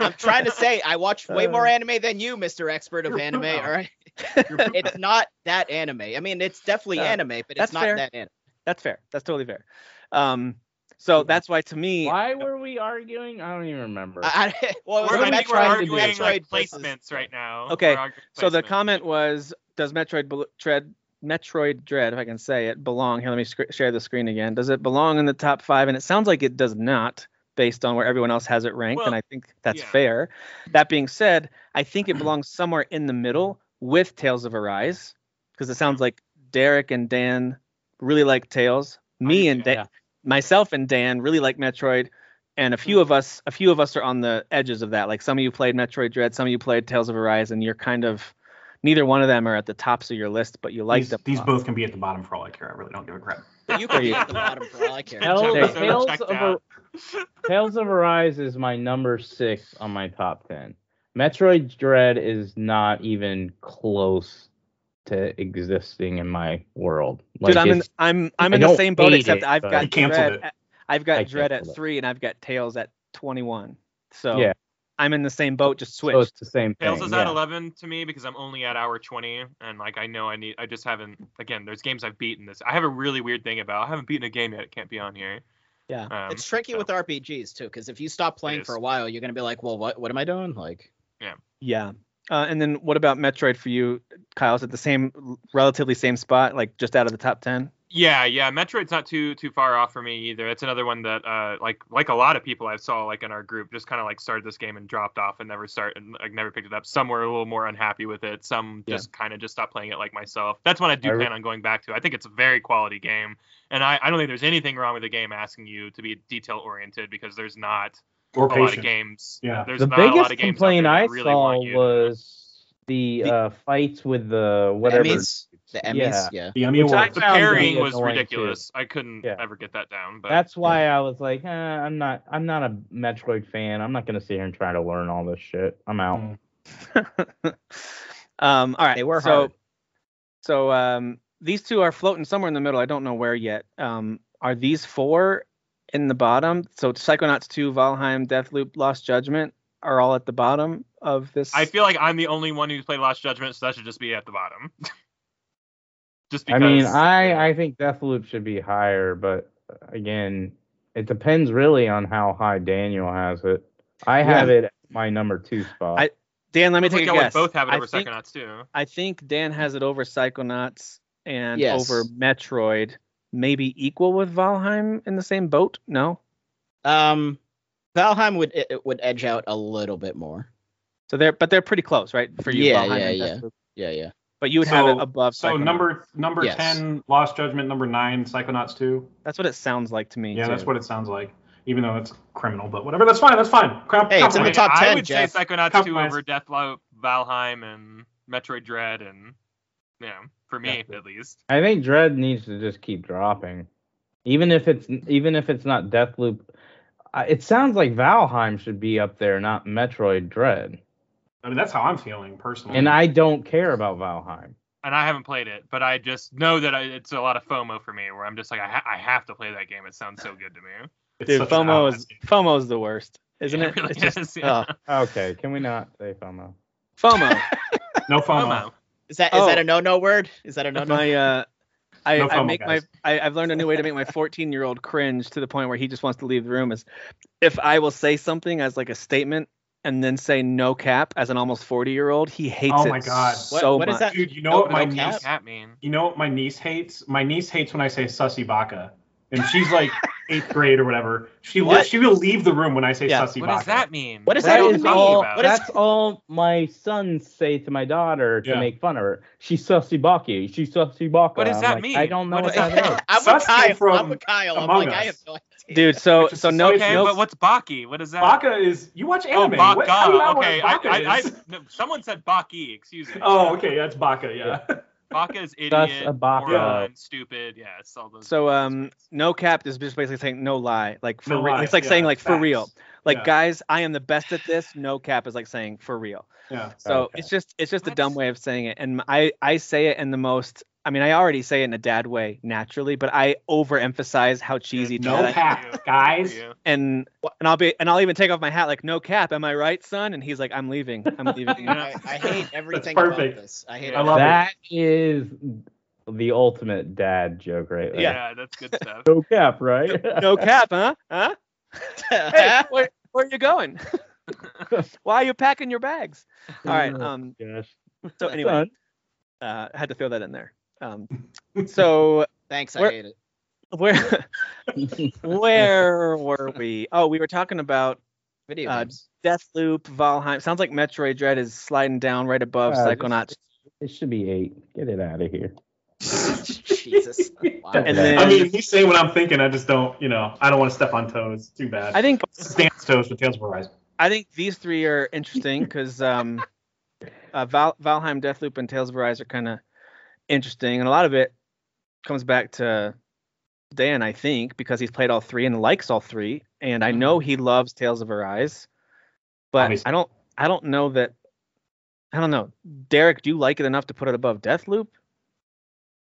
Speaker 4: I'm trying to say I watch way
Speaker 1: Uh.
Speaker 4: more anime than you, Mister Expert of
Speaker 3: You're
Speaker 4: Anime. All
Speaker 3: wrong.
Speaker 4: right,
Speaker 3: You're pooping.
Speaker 4: it's not that anime. I mean, it's definitely
Speaker 1: Yeah,
Speaker 4: anime, but it's
Speaker 1: that's
Speaker 4: not
Speaker 1: fair.
Speaker 4: that anime.
Speaker 1: That's fair. That's totally fair. Um, so that's why to me,
Speaker 5: Why were we arguing? I don't even remember.
Speaker 4: I, I, well, it
Speaker 2: We're,
Speaker 4: was
Speaker 2: I
Speaker 5: Metroid
Speaker 2: think we're
Speaker 4: Metroid,
Speaker 2: arguing
Speaker 5: Metroid
Speaker 2: like,
Speaker 4: Metroid versus-
Speaker 2: placements right now.
Speaker 1: Okay,
Speaker 2: We're arguing
Speaker 1: so the
Speaker 2: placements.
Speaker 1: comment was, does Metroid Bel- Dread, Metroid Dread, if I can say it, belong? Here, let me sc- share the screen again. Does it belong in the top five? And it sounds like it does not, based on where everyone else has it ranked. and
Speaker 2: Well,
Speaker 1: I think that's
Speaker 2: yeah.
Speaker 1: fair. That being said, I think it belongs somewhere in the middle with Tales of Arise, because it sounds like Derek and Dan really like Tales. Me and Dan,
Speaker 5: yeah.
Speaker 1: myself and Dan really like Metroid. And a
Speaker 3: Hmm.
Speaker 1: few of us, a few of us are on the edges of that. Like some of you played Metroid Dread, some of you played Tales of Arise, and you're kind of neither one of them are at the tops of your list, but you like
Speaker 3: these,
Speaker 1: them.
Speaker 3: these
Speaker 1: all.
Speaker 3: both can be at the bottom for all I care. I really don't give a crap.
Speaker 4: But you could be
Speaker 1: There you
Speaker 4: at the bottom for all I care.
Speaker 5: Hell,
Speaker 1: There you go.
Speaker 5: Tales,
Speaker 2: Checked
Speaker 5: of
Speaker 2: out.
Speaker 5: Ar- Tales of Arise is my number six on my top ten. Metroid Dread is not even close to existing in my world.
Speaker 1: Dude, I'm in,
Speaker 5: it's-
Speaker 1: I'm I'm
Speaker 5: I
Speaker 1: in the
Speaker 5: don't
Speaker 1: same boat
Speaker 5: hate
Speaker 1: except
Speaker 5: it,
Speaker 1: I've
Speaker 5: but-
Speaker 1: got
Speaker 3: He canceled
Speaker 1: Dread
Speaker 3: it.
Speaker 1: at- I've
Speaker 5: I
Speaker 1: got Dread at
Speaker 5: canceled it.
Speaker 1: three and I've got Tails at 21. So
Speaker 5: Yeah.
Speaker 1: I'm in the same boat, just
Speaker 5: so
Speaker 1: switched.
Speaker 5: it's the same thing.
Speaker 2: Tails is at
Speaker 5: yeah.
Speaker 2: 11 to me because I'm only at hour 20, and like I know I need, I just haven't. Again, there's games I've beaten. This I have a really weird thing about. I haven't beaten a game yet. It can't be on here.
Speaker 1: Yeah.
Speaker 2: Um,
Speaker 4: It's tricky
Speaker 2: so-
Speaker 4: with RPGs too, because if you stop playing
Speaker 2: is.
Speaker 4: for a while, you're gonna be like, well, what what am I doing? Like,
Speaker 1: yeah. Uh, and then what about Metroid for you, Kyle? Is it the same, relatively same spot, like just out of the top 10?
Speaker 2: Yeah, yeah. Metroid's not too too far off for me either. It's another one that uh like like a lot of people I saw like in our group just kind of like started this game and dropped off and never start and like never picked it up. Some were a little more unhappy with it. Some
Speaker 1: Yeah.
Speaker 2: just kind of just stopped playing it like myself. That's one I do
Speaker 5: I re-
Speaker 2: plan on going back to. I think it's a very quality game. And I, I don't think there's anything wrong with the game asking you to be detail oriented because there's not
Speaker 3: Or
Speaker 2: a lot of
Speaker 3: patient.
Speaker 2: games.
Speaker 3: Yeah.
Speaker 2: There's
Speaker 5: the
Speaker 2: not a lot
Speaker 5: biggest
Speaker 2: of games out there
Speaker 5: complaint
Speaker 2: that
Speaker 5: I
Speaker 2: really
Speaker 5: saw
Speaker 2: want you to-
Speaker 5: was the
Speaker 1: The-
Speaker 5: uh, fights with the whatever.
Speaker 4: Emmys, the Emmys, yeah.
Speaker 5: Yeah.
Speaker 3: The Emmy
Speaker 1: Which I
Speaker 3: Awards.
Speaker 2: the
Speaker 5: found really
Speaker 2: pairing was
Speaker 5: annoying, too.
Speaker 2: ridiculous. I couldn't
Speaker 5: Yeah.
Speaker 2: ever get that down. But
Speaker 5: That's why I was like, eh, I'm not, I'm not a Metroid fan. I'm not gonna sit here and try to learn all this shit. I'm out.
Speaker 3: Mm.
Speaker 1: um, all right.
Speaker 4: They were
Speaker 1: so,
Speaker 4: hard.
Speaker 1: So um, these two are floating somewhere in the middle. I don't know where yet. Um, are these four in the bottom? So Psychonauts 2, Valheim, Deathloop, Lost Judgment are all at the bottom of this.
Speaker 2: I feel like I'm the only one who's played Lost Judgment, so that should just be at the bottom. just
Speaker 5: I
Speaker 2: because.
Speaker 5: mean, I, I think Deathloop should be higher, but again, it depends really on how high Daniel has it. I have it at my number two spot.
Speaker 1: I- Dan, let me
Speaker 2: Let me
Speaker 1: take a
Speaker 2: y'all would
Speaker 1: guess.
Speaker 2: both have it
Speaker 1: I
Speaker 2: over
Speaker 1: think-
Speaker 2: Psychonauts too.
Speaker 1: I think Dan has it over Psychonauts and
Speaker 4: Yes.
Speaker 1: over Metroid, maybe equal with Valheim in the same boat. No,
Speaker 4: Um, Valheim would it, it would edge out a little bit more.
Speaker 1: so they're but they're pretty close, right? For you,
Speaker 4: Yeah,
Speaker 1: Valheim
Speaker 4: yeah,
Speaker 1: and
Speaker 4: yeah.
Speaker 1: Deathloop.
Speaker 4: Yeah, yeah.
Speaker 1: But you would have it
Speaker 3: So-
Speaker 1: above.
Speaker 3: So
Speaker 1: Psychonauts.
Speaker 3: number number
Speaker 4: Yes.
Speaker 3: ten, Lost Judgment. Number nine, Psychonauts two.
Speaker 1: That's what it sounds like to me.
Speaker 3: Yeah, that's
Speaker 1: too.
Speaker 3: what it sounds like. Even though it's criminal, but whatever. That's fine. That's fine. Crap,
Speaker 4: Hey, it's in
Speaker 2: I
Speaker 4: the
Speaker 2: mean,
Speaker 4: top
Speaker 2: I
Speaker 4: 10,
Speaker 2: would
Speaker 4: Jeff.
Speaker 2: say Psychonauts
Speaker 3: Top
Speaker 2: two
Speaker 3: five.
Speaker 2: over Deathloop, Valheim, and Metroid Dread, and you know, for me at least.
Speaker 5: I think Dread needs to just keep dropping, even if it's even if it's not Deathloop. I- It sounds like Valheim should be up there, not Metroid Dread.
Speaker 3: I mean, that's how I'm feeling personally.
Speaker 5: And I don't care about Valheim.
Speaker 2: And I haven't played it, but I just know that I, it's a lot of FOMO for me, where I'm just like, I, ha- I have to play that game. It sounds so good to me.
Speaker 3: It's
Speaker 1: Dude,
Speaker 3: such an
Speaker 1: FOMO
Speaker 3: outlet,
Speaker 1: is
Speaker 3: dude.
Speaker 1: FOMO is the worst, isn't it?
Speaker 2: It really
Speaker 1: it's just
Speaker 2: is, yeah.
Speaker 4: uh,
Speaker 1: ugh.
Speaker 5: Okay, can we not say FOMO?
Speaker 1: FOMO.
Speaker 3: no FOMO.
Speaker 2: FOMO.
Speaker 4: Is that is
Speaker 1: Oh.
Speaker 4: that a no no word? Is that a no no?
Speaker 1: my uh, I,
Speaker 3: No
Speaker 1: I
Speaker 3: FOMO,
Speaker 1: make
Speaker 3: guys.
Speaker 1: my I, I've learned a new way to make my 14 year old cringe to the point where he just wants to leave the room. Is if I will say something as like a statement and then say no cap as an almost 40 year old, he hates
Speaker 3: Oh
Speaker 1: it
Speaker 3: my God.
Speaker 4: What-
Speaker 1: so
Speaker 4: what
Speaker 1: much.
Speaker 4: is that?
Speaker 3: Dude, you know
Speaker 4: No-
Speaker 3: what my
Speaker 4: no
Speaker 3: niece?
Speaker 4: cap?
Speaker 2: Cat mean.
Speaker 3: You know what my niece hates? My niece hates when I say sussy baka, and she's like eighth grade or whatever. She li-
Speaker 4: What?
Speaker 3: she will leave the room when I say
Speaker 1: Yeah,
Speaker 3: sussy
Speaker 2: What
Speaker 3: baka.
Speaker 2: does that mean?
Speaker 4: What does
Speaker 2: What
Speaker 4: that
Speaker 2: are you
Speaker 4: even mean?
Speaker 2: talking
Speaker 5: all,
Speaker 2: about?
Speaker 4: What is-
Speaker 5: that's all my sons say to my daughter to
Speaker 3: Yeah.
Speaker 5: make fun of her. She's sussy baki. She's sussy baka.
Speaker 2: What does
Speaker 5: I'm
Speaker 2: that
Speaker 5: like,
Speaker 2: mean?
Speaker 5: I don't know
Speaker 2: What
Speaker 5: what,
Speaker 2: does that
Speaker 5: that is.
Speaker 2: mean?
Speaker 4: I'm
Speaker 3: Sus
Speaker 4: with
Speaker 3: came
Speaker 4: Kyle. I'm
Speaker 3: from
Speaker 4: with Kyle. I'm
Speaker 3: Among
Speaker 4: like, I
Speaker 3: Us.
Speaker 4: have no idea.
Speaker 1: Dude, so
Speaker 3: Which is
Speaker 1: so
Speaker 3: the
Speaker 1: no,
Speaker 3: same
Speaker 2: Okay,
Speaker 1: no
Speaker 2: but what's Baki? What is that?
Speaker 3: Baka is you watch
Speaker 2: Oh,
Speaker 3: anime.
Speaker 2: Baka.
Speaker 3: What- how do you not know
Speaker 2: okay,
Speaker 3: what
Speaker 2: I,
Speaker 3: baka
Speaker 2: I, I,
Speaker 3: is?
Speaker 2: no, someone said Baki. Excuse me.
Speaker 3: Oh, okay, that's baka. Yeah.
Speaker 2: Baka is
Speaker 5: Gus
Speaker 2: idiot,
Speaker 5: Ibaka.
Speaker 2: moron, stupid. Yeah, it's all those.
Speaker 1: So um, no cap is just basically saying no lie, like for
Speaker 3: No
Speaker 1: real.
Speaker 3: lie,
Speaker 1: It's like
Speaker 3: yeah,
Speaker 1: saying like for
Speaker 3: facts.
Speaker 1: real, like
Speaker 3: Yeah.
Speaker 1: guys, I am the best at this. No cap is like saying for real.
Speaker 3: Yeah.
Speaker 1: So
Speaker 5: Okay.
Speaker 1: it's just it's just a
Speaker 2: What?
Speaker 1: dumb way of saying it, and I I say it in the most. I mean, I already say it in a dad way naturally, but I overemphasize how cheesy
Speaker 3: No
Speaker 1: dad I-
Speaker 3: cap,
Speaker 2: Good for you.
Speaker 3: guys.
Speaker 2: Good for you.
Speaker 1: and and I'll be and I'll even take off my hat like no cap. Am I right, son? And he's like, I'm leaving. I'm leaving.
Speaker 2: Yeah.
Speaker 4: I, I hate everything about
Speaker 3: perfect.
Speaker 4: this. I hate
Speaker 2: I
Speaker 4: everything.
Speaker 3: love it.
Speaker 5: That is the ultimate dad joke right there.
Speaker 2: Yeah. that's good stuff.
Speaker 5: No cap, right?
Speaker 1: no cap, huh? Huh? Hey, where, where are you going? Why are you packing your bags? All right. Um.
Speaker 5: Gosh.
Speaker 1: So anyway.
Speaker 5: Son,
Speaker 1: uh, I had to throw that in there. Um, so
Speaker 4: Thanks, I
Speaker 1: Where-
Speaker 4: hate it.
Speaker 1: where where were we? Oh, we were talking about
Speaker 4: Video
Speaker 1: Uh,
Speaker 4: games.
Speaker 1: Deathloop, Valheim. Sounds like Metroid Dread is sliding down right above
Speaker 5: Uh,
Speaker 1: Psychonauts.
Speaker 5: It should be eight. Get it out of here.
Speaker 4: Jesus. Wow.
Speaker 1: And
Speaker 5: Okay.
Speaker 1: then
Speaker 3: I mean, he's saying what I'm thinking. I just don't, you know, I don't want to step on toes. Too bad.
Speaker 1: I think
Speaker 3: Stance toes with Tales of Arise.
Speaker 1: I think these three are interesting because um, uh, Val- Valheim, Deathloop, and Tales of Arise are kind of interesting, and a lot of it comes back to Dan, I think, because he's played all three and likes all three, and I know he loves Tales of Arise, but
Speaker 3: Obviously.
Speaker 1: I don't, I don't know that. I don't know, Derek. Do you like it enough to put it above Deathloop?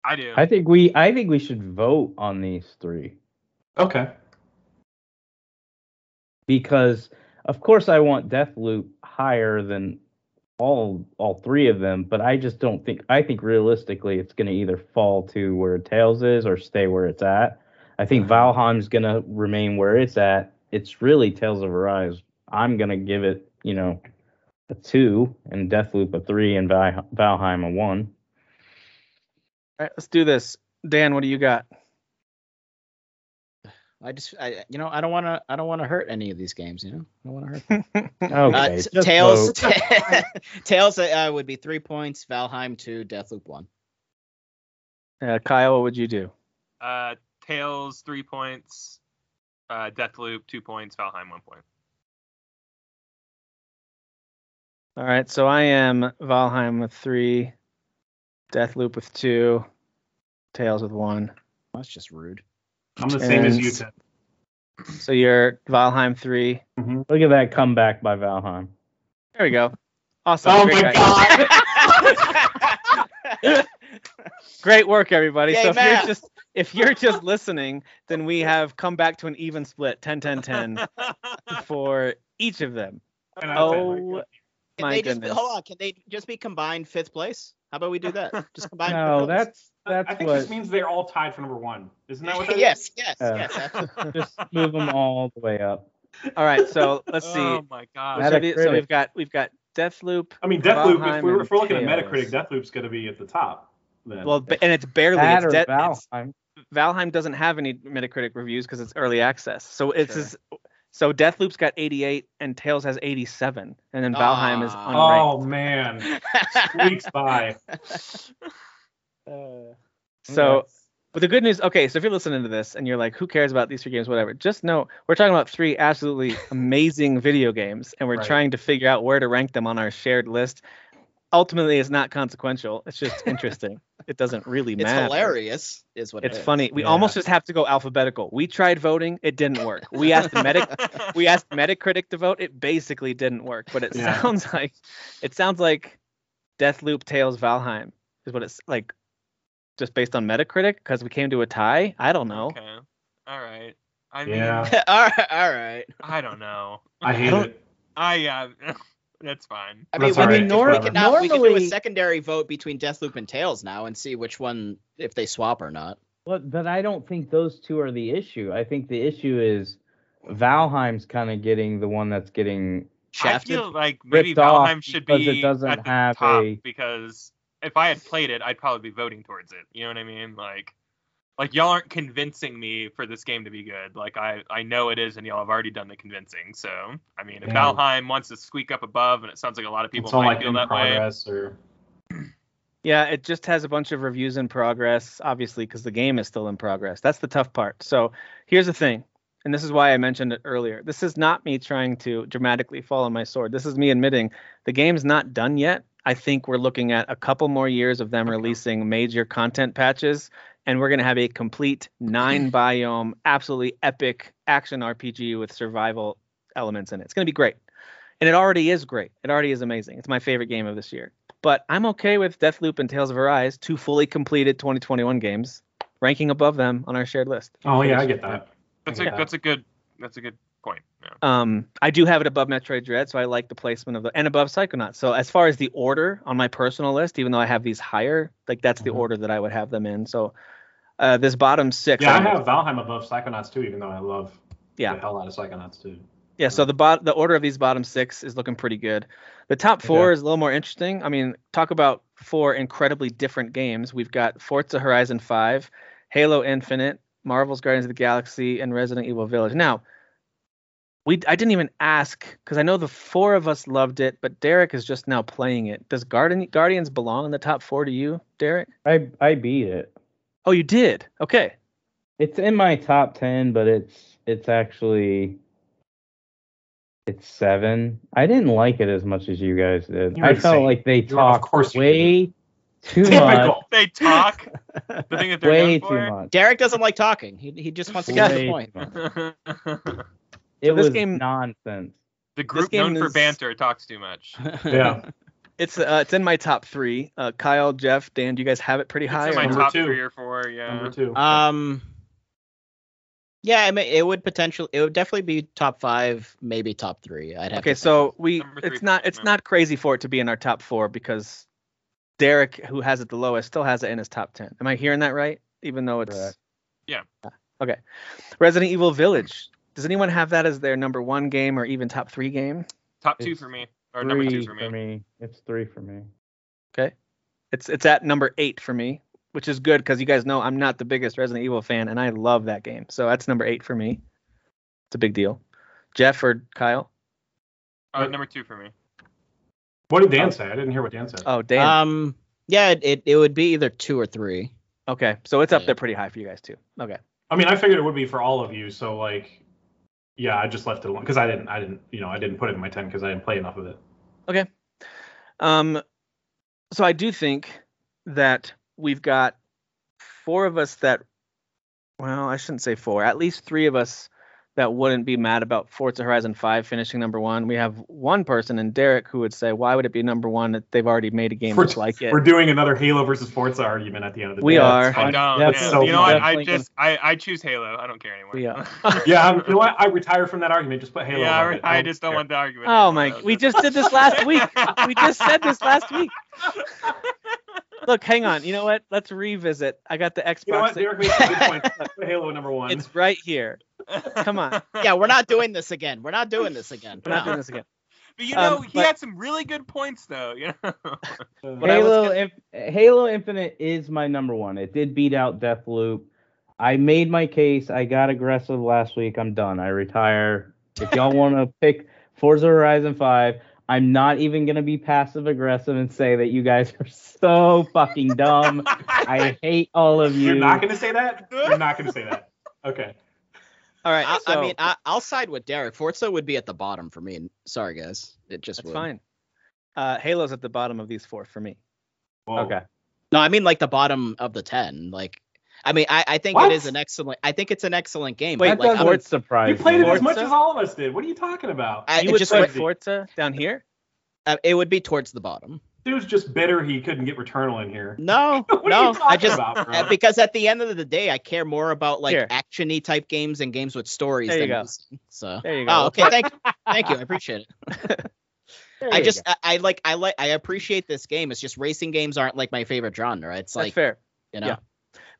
Speaker 2: I do.
Speaker 5: I think we I think we should vote on these three.
Speaker 3: Okay.
Speaker 5: because of course I want Deathloop higher than all all three of them, but I just don't think I think realistically it's going to either fall to where Tails is or stay where it's at. I think Valheim's going to remain where it's at. It's really Tales of Arise. I'm going to give it, you know, a 2 and Deathloop a 3 and Val- Valheim a 1.
Speaker 1: All right, let's do this. Dan, what do you got?
Speaker 4: I just, I, you know, I don't want to, I don't want to hurt any of these games. You know, I don't want to hurt. Uh,
Speaker 5: Okay.
Speaker 4: s-
Speaker 5: just
Speaker 4: Tails,
Speaker 5: vote.
Speaker 4: Tails uh, would be three points. Valheim two, Deathloop one.
Speaker 1: Uh, Kyle, what would you do?
Speaker 2: Uh, Tails three points. Uh, Deathloop two points. Valheim one point.
Speaker 1: All right, so I am Valheim with three, Deathloop with two, Tails with one.
Speaker 4: That's just rude.
Speaker 3: I'm the same as
Speaker 1: And-
Speaker 3: you, Tim.
Speaker 1: So you're Valheim three.
Speaker 5: Look at that comeback by Valheim.
Speaker 1: There we go. Awesome.
Speaker 3: Oh
Speaker 1: Great,
Speaker 3: my
Speaker 1: guys.
Speaker 3: God.
Speaker 1: Great work, everybody.
Speaker 4: Yay,
Speaker 1: so if
Speaker 4: math.
Speaker 1: you're just if you're just listening, then we have come back to an even split 10 10 10 for each of them.
Speaker 3: And I said,
Speaker 1: Oh
Speaker 4: Can
Speaker 1: my
Speaker 4: they just be,
Speaker 1: goodness.
Speaker 4: hold on. Can they just be combined fifth place? How about we do that? Just combine.
Speaker 5: No,
Speaker 4: fifth place.
Speaker 5: that's that's
Speaker 3: I think
Speaker 5: what
Speaker 3: this means they're all tied for number one. Isn't that what that is?
Speaker 4: yes, yes,
Speaker 5: Uh,
Speaker 4: yes. absolutely.
Speaker 5: just move them all the way up.
Speaker 1: All right, so let's see.
Speaker 2: Oh my god.
Speaker 5: That-
Speaker 1: so, the- so
Speaker 5: Metacritic.
Speaker 1: we've got we've got Deathloop.
Speaker 3: I mean, Deathloop, if,
Speaker 1: Valheim
Speaker 3: we were,
Speaker 1: and
Speaker 3: if we're looking at
Speaker 1: Tales.
Speaker 3: Metacritic, Deathloop's going to be at the top. Then.
Speaker 1: Well, ba- and it's barely
Speaker 5: That
Speaker 1: it's
Speaker 5: or
Speaker 1: de- it's-
Speaker 5: Valheim.
Speaker 1: Valheim doesn't have any Metacritic reviews because it's early access. So it's
Speaker 4: Sure.
Speaker 1: just- so Deathloop's got 88 and Tails has 87, and then Valheim is
Speaker 4: Ah.
Speaker 1: unranked.
Speaker 3: oh, man. Weeks by.
Speaker 1: so, but the good news, okay, so if you're listening to this and you're like, who cares about these three games, whatever, just know we're talking about three absolutely amazing video games, and we're
Speaker 3: Right.
Speaker 1: trying to figure out where to rank them on our shared list. Ultimately, it's not consequential. It's just interesting. it doesn't really
Speaker 4: it's
Speaker 1: matter.
Speaker 4: hilarious, is what
Speaker 1: It's
Speaker 4: it is.
Speaker 1: funny. We
Speaker 5: Yeah.
Speaker 1: almost just have to go alphabetical. We tried voting, it didn't work. We asked the medic we asked Metacritic to vote. It basically didn't work, but it
Speaker 3: Yeah.
Speaker 1: sounds like it sounds like Deathloop Tales Valheim is what it's like, just based on Metacritic because we came to a tie. I don't know.
Speaker 2: Okay. All right. I mean,
Speaker 3: Yeah.
Speaker 4: all right, all right.
Speaker 2: I don't know.
Speaker 3: I hate
Speaker 1: don't-
Speaker 3: it.
Speaker 2: I uh, that's fine.
Speaker 4: I mean,
Speaker 3: That's
Speaker 4: we,
Speaker 3: all right.
Speaker 4: can-
Speaker 5: I
Speaker 4: we
Speaker 5: mean, nor-
Speaker 4: can now we can do a
Speaker 5: normally-
Speaker 4: secondary vote between Deathloop and Tails now and see which one if they swap or not.
Speaker 5: But but I don't think those two are the issue. I think the issue is Valheim's kind of getting the one that's getting
Speaker 4: Shafted.
Speaker 2: I feel like maybe
Speaker 5: ripped off
Speaker 2: Valheim should
Speaker 5: because
Speaker 2: be
Speaker 5: it doesn't
Speaker 2: at the
Speaker 5: have
Speaker 2: top
Speaker 5: a-
Speaker 2: because if I had played it, I'd probably be voting towards it. You know what I mean? Like, like y'all aren't convincing me for this game to be good. Like I, I know it is, and y'all have already done the convincing. So I mean, if
Speaker 3: Yeah.
Speaker 2: Valheim wants to squeak up above, and it sounds like a lot of people
Speaker 3: it's all
Speaker 2: might
Speaker 3: like
Speaker 2: feel
Speaker 3: in
Speaker 2: that way.
Speaker 3: progress or
Speaker 1: Yeah, it just has a bunch of reviews in progress, obviously, because the game is still in progress. That's the tough part. So here's the thing, and this is why I mentioned it earlier. This is not me trying to dramatically fall on my sword. This is me admitting the game's not done yet, I think we're looking at a couple more years of them releasing major content patches, and we're going to have a complete nine biome, absolutely epic action RPG with survival elements in it. It's going to be great. And it already is great. It already is amazing. It's my favorite game of this year. But I'm okay with Deathloop and Tales of Arise, two fully completed 2021 games, ranking above them on our shared list.
Speaker 3: Oh yeah, I get that.
Speaker 2: That's
Speaker 3: I
Speaker 2: a
Speaker 3: get that.
Speaker 2: that's a good that's a good point. Yeah.
Speaker 1: Um, I do have it above Metroid Dread, so I like the placement of the and above Psychonauts. So as far as the order on my personal list, even though I have these higher, like that's the
Speaker 3: Mhm.
Speaker 1: order that I would have them in. So uh, this bottom six,
Speaker 3: Yeah, I
Speaker 1: I'm-
Speaker 3: have Valheim above Psychonauts too, even though I love
Speaker 1: Yeah.
Speaker 3: the hell out of Psychonauts too.
Speaker 1: Yeah, so the bot the order of these bottom six is looking pretty good. The top four is a little more interesting. I mean, talk about four incredibly different games. We've got Forza Horizon 5, Halo Infinite, Marvel's Guardians of the Galaxy, and Resident Evil Village. Now, we I didn't even ask because I know the four of us loved it, but Derek is just now playing it. Does Garden Guardians belong in the top four to you, Derek?
Speaker 5: I I beat it.
Speaker 1: Oh, you did. Okay.
Speaker 5: It's in my top ten, but it's it's actually it's seven. I didn't like it as much as you guys did.
Speaker 3: You're
Speaker 5: I
Speaker 3: insane.
Speaker 5: felt like they
Speaker 3: You're- of
Speaker 5: talked
Speaker 3: course you
Speaker 5: way too much,
Speaker 3: Typical.
Speaker 2: They talk. the thing that they're
Speaker 5: way
Speaker 2: known
Speaker 5: too much.
Speaker 4: Derek doesn't like talking. He, he just wants to get to
Speaker 5: Way
Speaker 4: the point.
Speaker 5: too much.
Speaker 2: for.
Speaker 5: It
Speaker 1: So this
Speaker 5: was
Speaker 1: game-
Speaker 5: nonsense.
Speaker 2: the group
Speaker 1: game
Speaker 2: known for
Speaker 1: is-
Speaker 2: banter talks too much.
Speaker 3: Yeah.
Speaker 1: It's uh, it's in my top three. Uh, Kyle, Jeff, Dan, do you guys have it pretty high?
Speaker 2: It's in my
Speaker 1: or-
Speaker 3: Number
Speaker 2: top
Speaker 3: two.
Speaker 2: three or four. Yeah.
Speaker 3: Number two.
Speaker 4: Um. Yeah, I mean, it would potentially, it would definitely be top five, maybe top three. I'd have
Speaker 1: okay
Speaker 4: to think
Speaker 1: so we
Speaker 2: Number three
Speaker 1: it's not it's
Speaker 2: Pokemon.
Speaker 1: not crazy for it to be in our top four because derek who has it the lowest still has it in his top 10 am i hearing that right even though it's Ah,
Speaker 5: Correct.
Speaker 2: Yeah.
Speaker 1: okay resident evil village does anyone have that as their number one game or even top three game
Speaker 2: Top two
Speaker 5: It's
Speaker 2: for me, or number two
Speaker 5: Three
Speaker 2: for me.
Speaker 5: It's three for me.
Speaker 1: it's it's at number eight for me which is good because you guys know i'm not the biggest resident evil fan and i love that game so that's number eight for me it's a big deal jeff or kyle
Speaker 2: Uh, number two for me.
Speaker 3: What did Dan say? I didn't hear what Dan said.
Speaker 1: oh
Speaker 4: about.
Speaker 1: damn
Speaker 4: Um. Yeah, it, it, it would be either two or three.
Speaker 1: okay so it's up
Speaker 4: yeah.
Speaker 1: there pretty high for you guys too okay
Speaker 3: I mean, I figured it would be for all of you, so like, yeah, I just left it alone because I didn't, I didn't, you know, I didn't put it in my ten because I didn't play enough of it.
Speaker 1: Um, so I do think that we've got four of us that, well, I shouldn't say four, at least three of us that wouldn't be mad about Forza Horizon 5 finishing number one. We have one person in Derek who would say, why would it be number one? That They've already made a game
Speaker 3: We're-
Speaker 1: that's like it.
Speaker 3: We're doing another Halo versus Forza argument at the end of the day.
Speaker 1: We
Speaker 3: That's
Speaker 1: are.
Speaker 2: I
Speaker 3: fine.
Speaker 2: don't.
Speaker 5: that's
Speaker 2: yeah.
Speaker 3: so
Speaker 2: you know what? I
Speaker 5: definitely gonna-
Speaker 2: just I, I choose Halo. I don't care anymore.
Speaker 1: Yeah.
Speaker 3: Yeah, I'm, you know what? I retire from that argument. Just put Halo.
Speaker 2: yeah,
Speaker 3: above it.
Speaker 2: I, I
Speaker 3: don't
Speaker 2: just don't
Speaker 3: care.
Speaker 2: want the argument.
Speaker 1: Oh
Speaker 2: anymore.
Speaker 1: my!
Speaker 2: That
Speaker 1: We
Speaker 2: was it.
Speaker 1: just did this last week. We just said this last week. Look, hang on. You know what? Let's revisit. I got the Xbox.
Speaker 3: You know what? Derek makes a good point. Put Halo number one.
Speaker 1: it's right here. Come on.
Speaker 4: Yeah, we're not doing this again. We're not doing this again.
Speaker 1: We're not
Speaker 4: No.
Speaker 1: doing this again.
Speaker 2: But you
Speaker 1: Um,
Speaker 2: know, he
Speaker 1: but-
Speaker 2: had some really good points though. You know.
Speaker 3: Uh,
Speaker 1: But I was
Speaker 5: Halo, Inf- Halo Infinite is my number one. It did beat out Deathloop. I made my case. I got aggressive last week. I'm done. I retire. If y'all want to pick Forza Horizon 5, I'm not even going to be passive aggressive and say that you guys are so fucking dumb. I hate all of you.
Speaker 3: You're not gonna say that. You're not gonna say that. Okay.
Speaker 1: All right.
Speaker 4: I,
Speaker 1: so,
Speaker 4: I mean, I, I'll side with Derek. Forza would be at the bottom for me. Sorry, guys. It just
Speaker 1: That's
Speaker 4: would.
Speaker 1: fine. Uh, Halo's at the bottom of these four for me.
Speaker 3: Whoa.
Speaker 5: Okay.
Speaker 4: No, I mean like the bottom of the ten. Like, I mean, I, I think
Speaker 3: What?
Speaker 4: it is an excellent. I think it's an excellent game.
Speaker 1: Wait,
Speaker 5: that
Speaker 4: but, like,
Speaker 5: doesn't
Speaker 4: I'm-
Speaker 5: surprise
Speaker 3: You played it
Speaker 5: me.
Speaker 3: as much
Speaker 1: Forza?
Speaker 3: as all of us did. What are you talking about?
Speaker 1: you
Speaker 4: I- Uh, it
Speaker 1: would
Speaker 4: just
Speaker 1: put
Speaker 4: went-
Speaker 1: Forza down here.
Speaker 4: uh, it would be towards the bottom.
Speaker 3: Dude's just bitter he couldn't get Returnal in here.
Speaker 4: No,
Speaker 3: What are you
Speaker 4: no,
Speaker 3: talking
Speaker 4: I just
Speaker 3: about, bro?
Speaker 4: uh, because at the end of the day, I care more about like
Speaker 1: Here.
Speaker 4: actiony type games and games with stories
Speaker 1: There you
Speaker 4: than
Speaker 1: go.
Speaker 4: these things, so.
Speaker 1: There you go.
Speaker 4: Oh, okay. Thank, thank you. I appreciate it.
Speaker 5: There
Speaker 4: I
Speaker 5: you
Speaker 4: just,
Speaker 5: go.
Speaker 4: I, I like, I like, I appreciate this game. It's just racing games aren't like my favorite genre. It's
Speaker 1: That's
Speaker 4: like,
Speaker 1: fair.
Speaker 4: you know,
Speaker 1: yeah.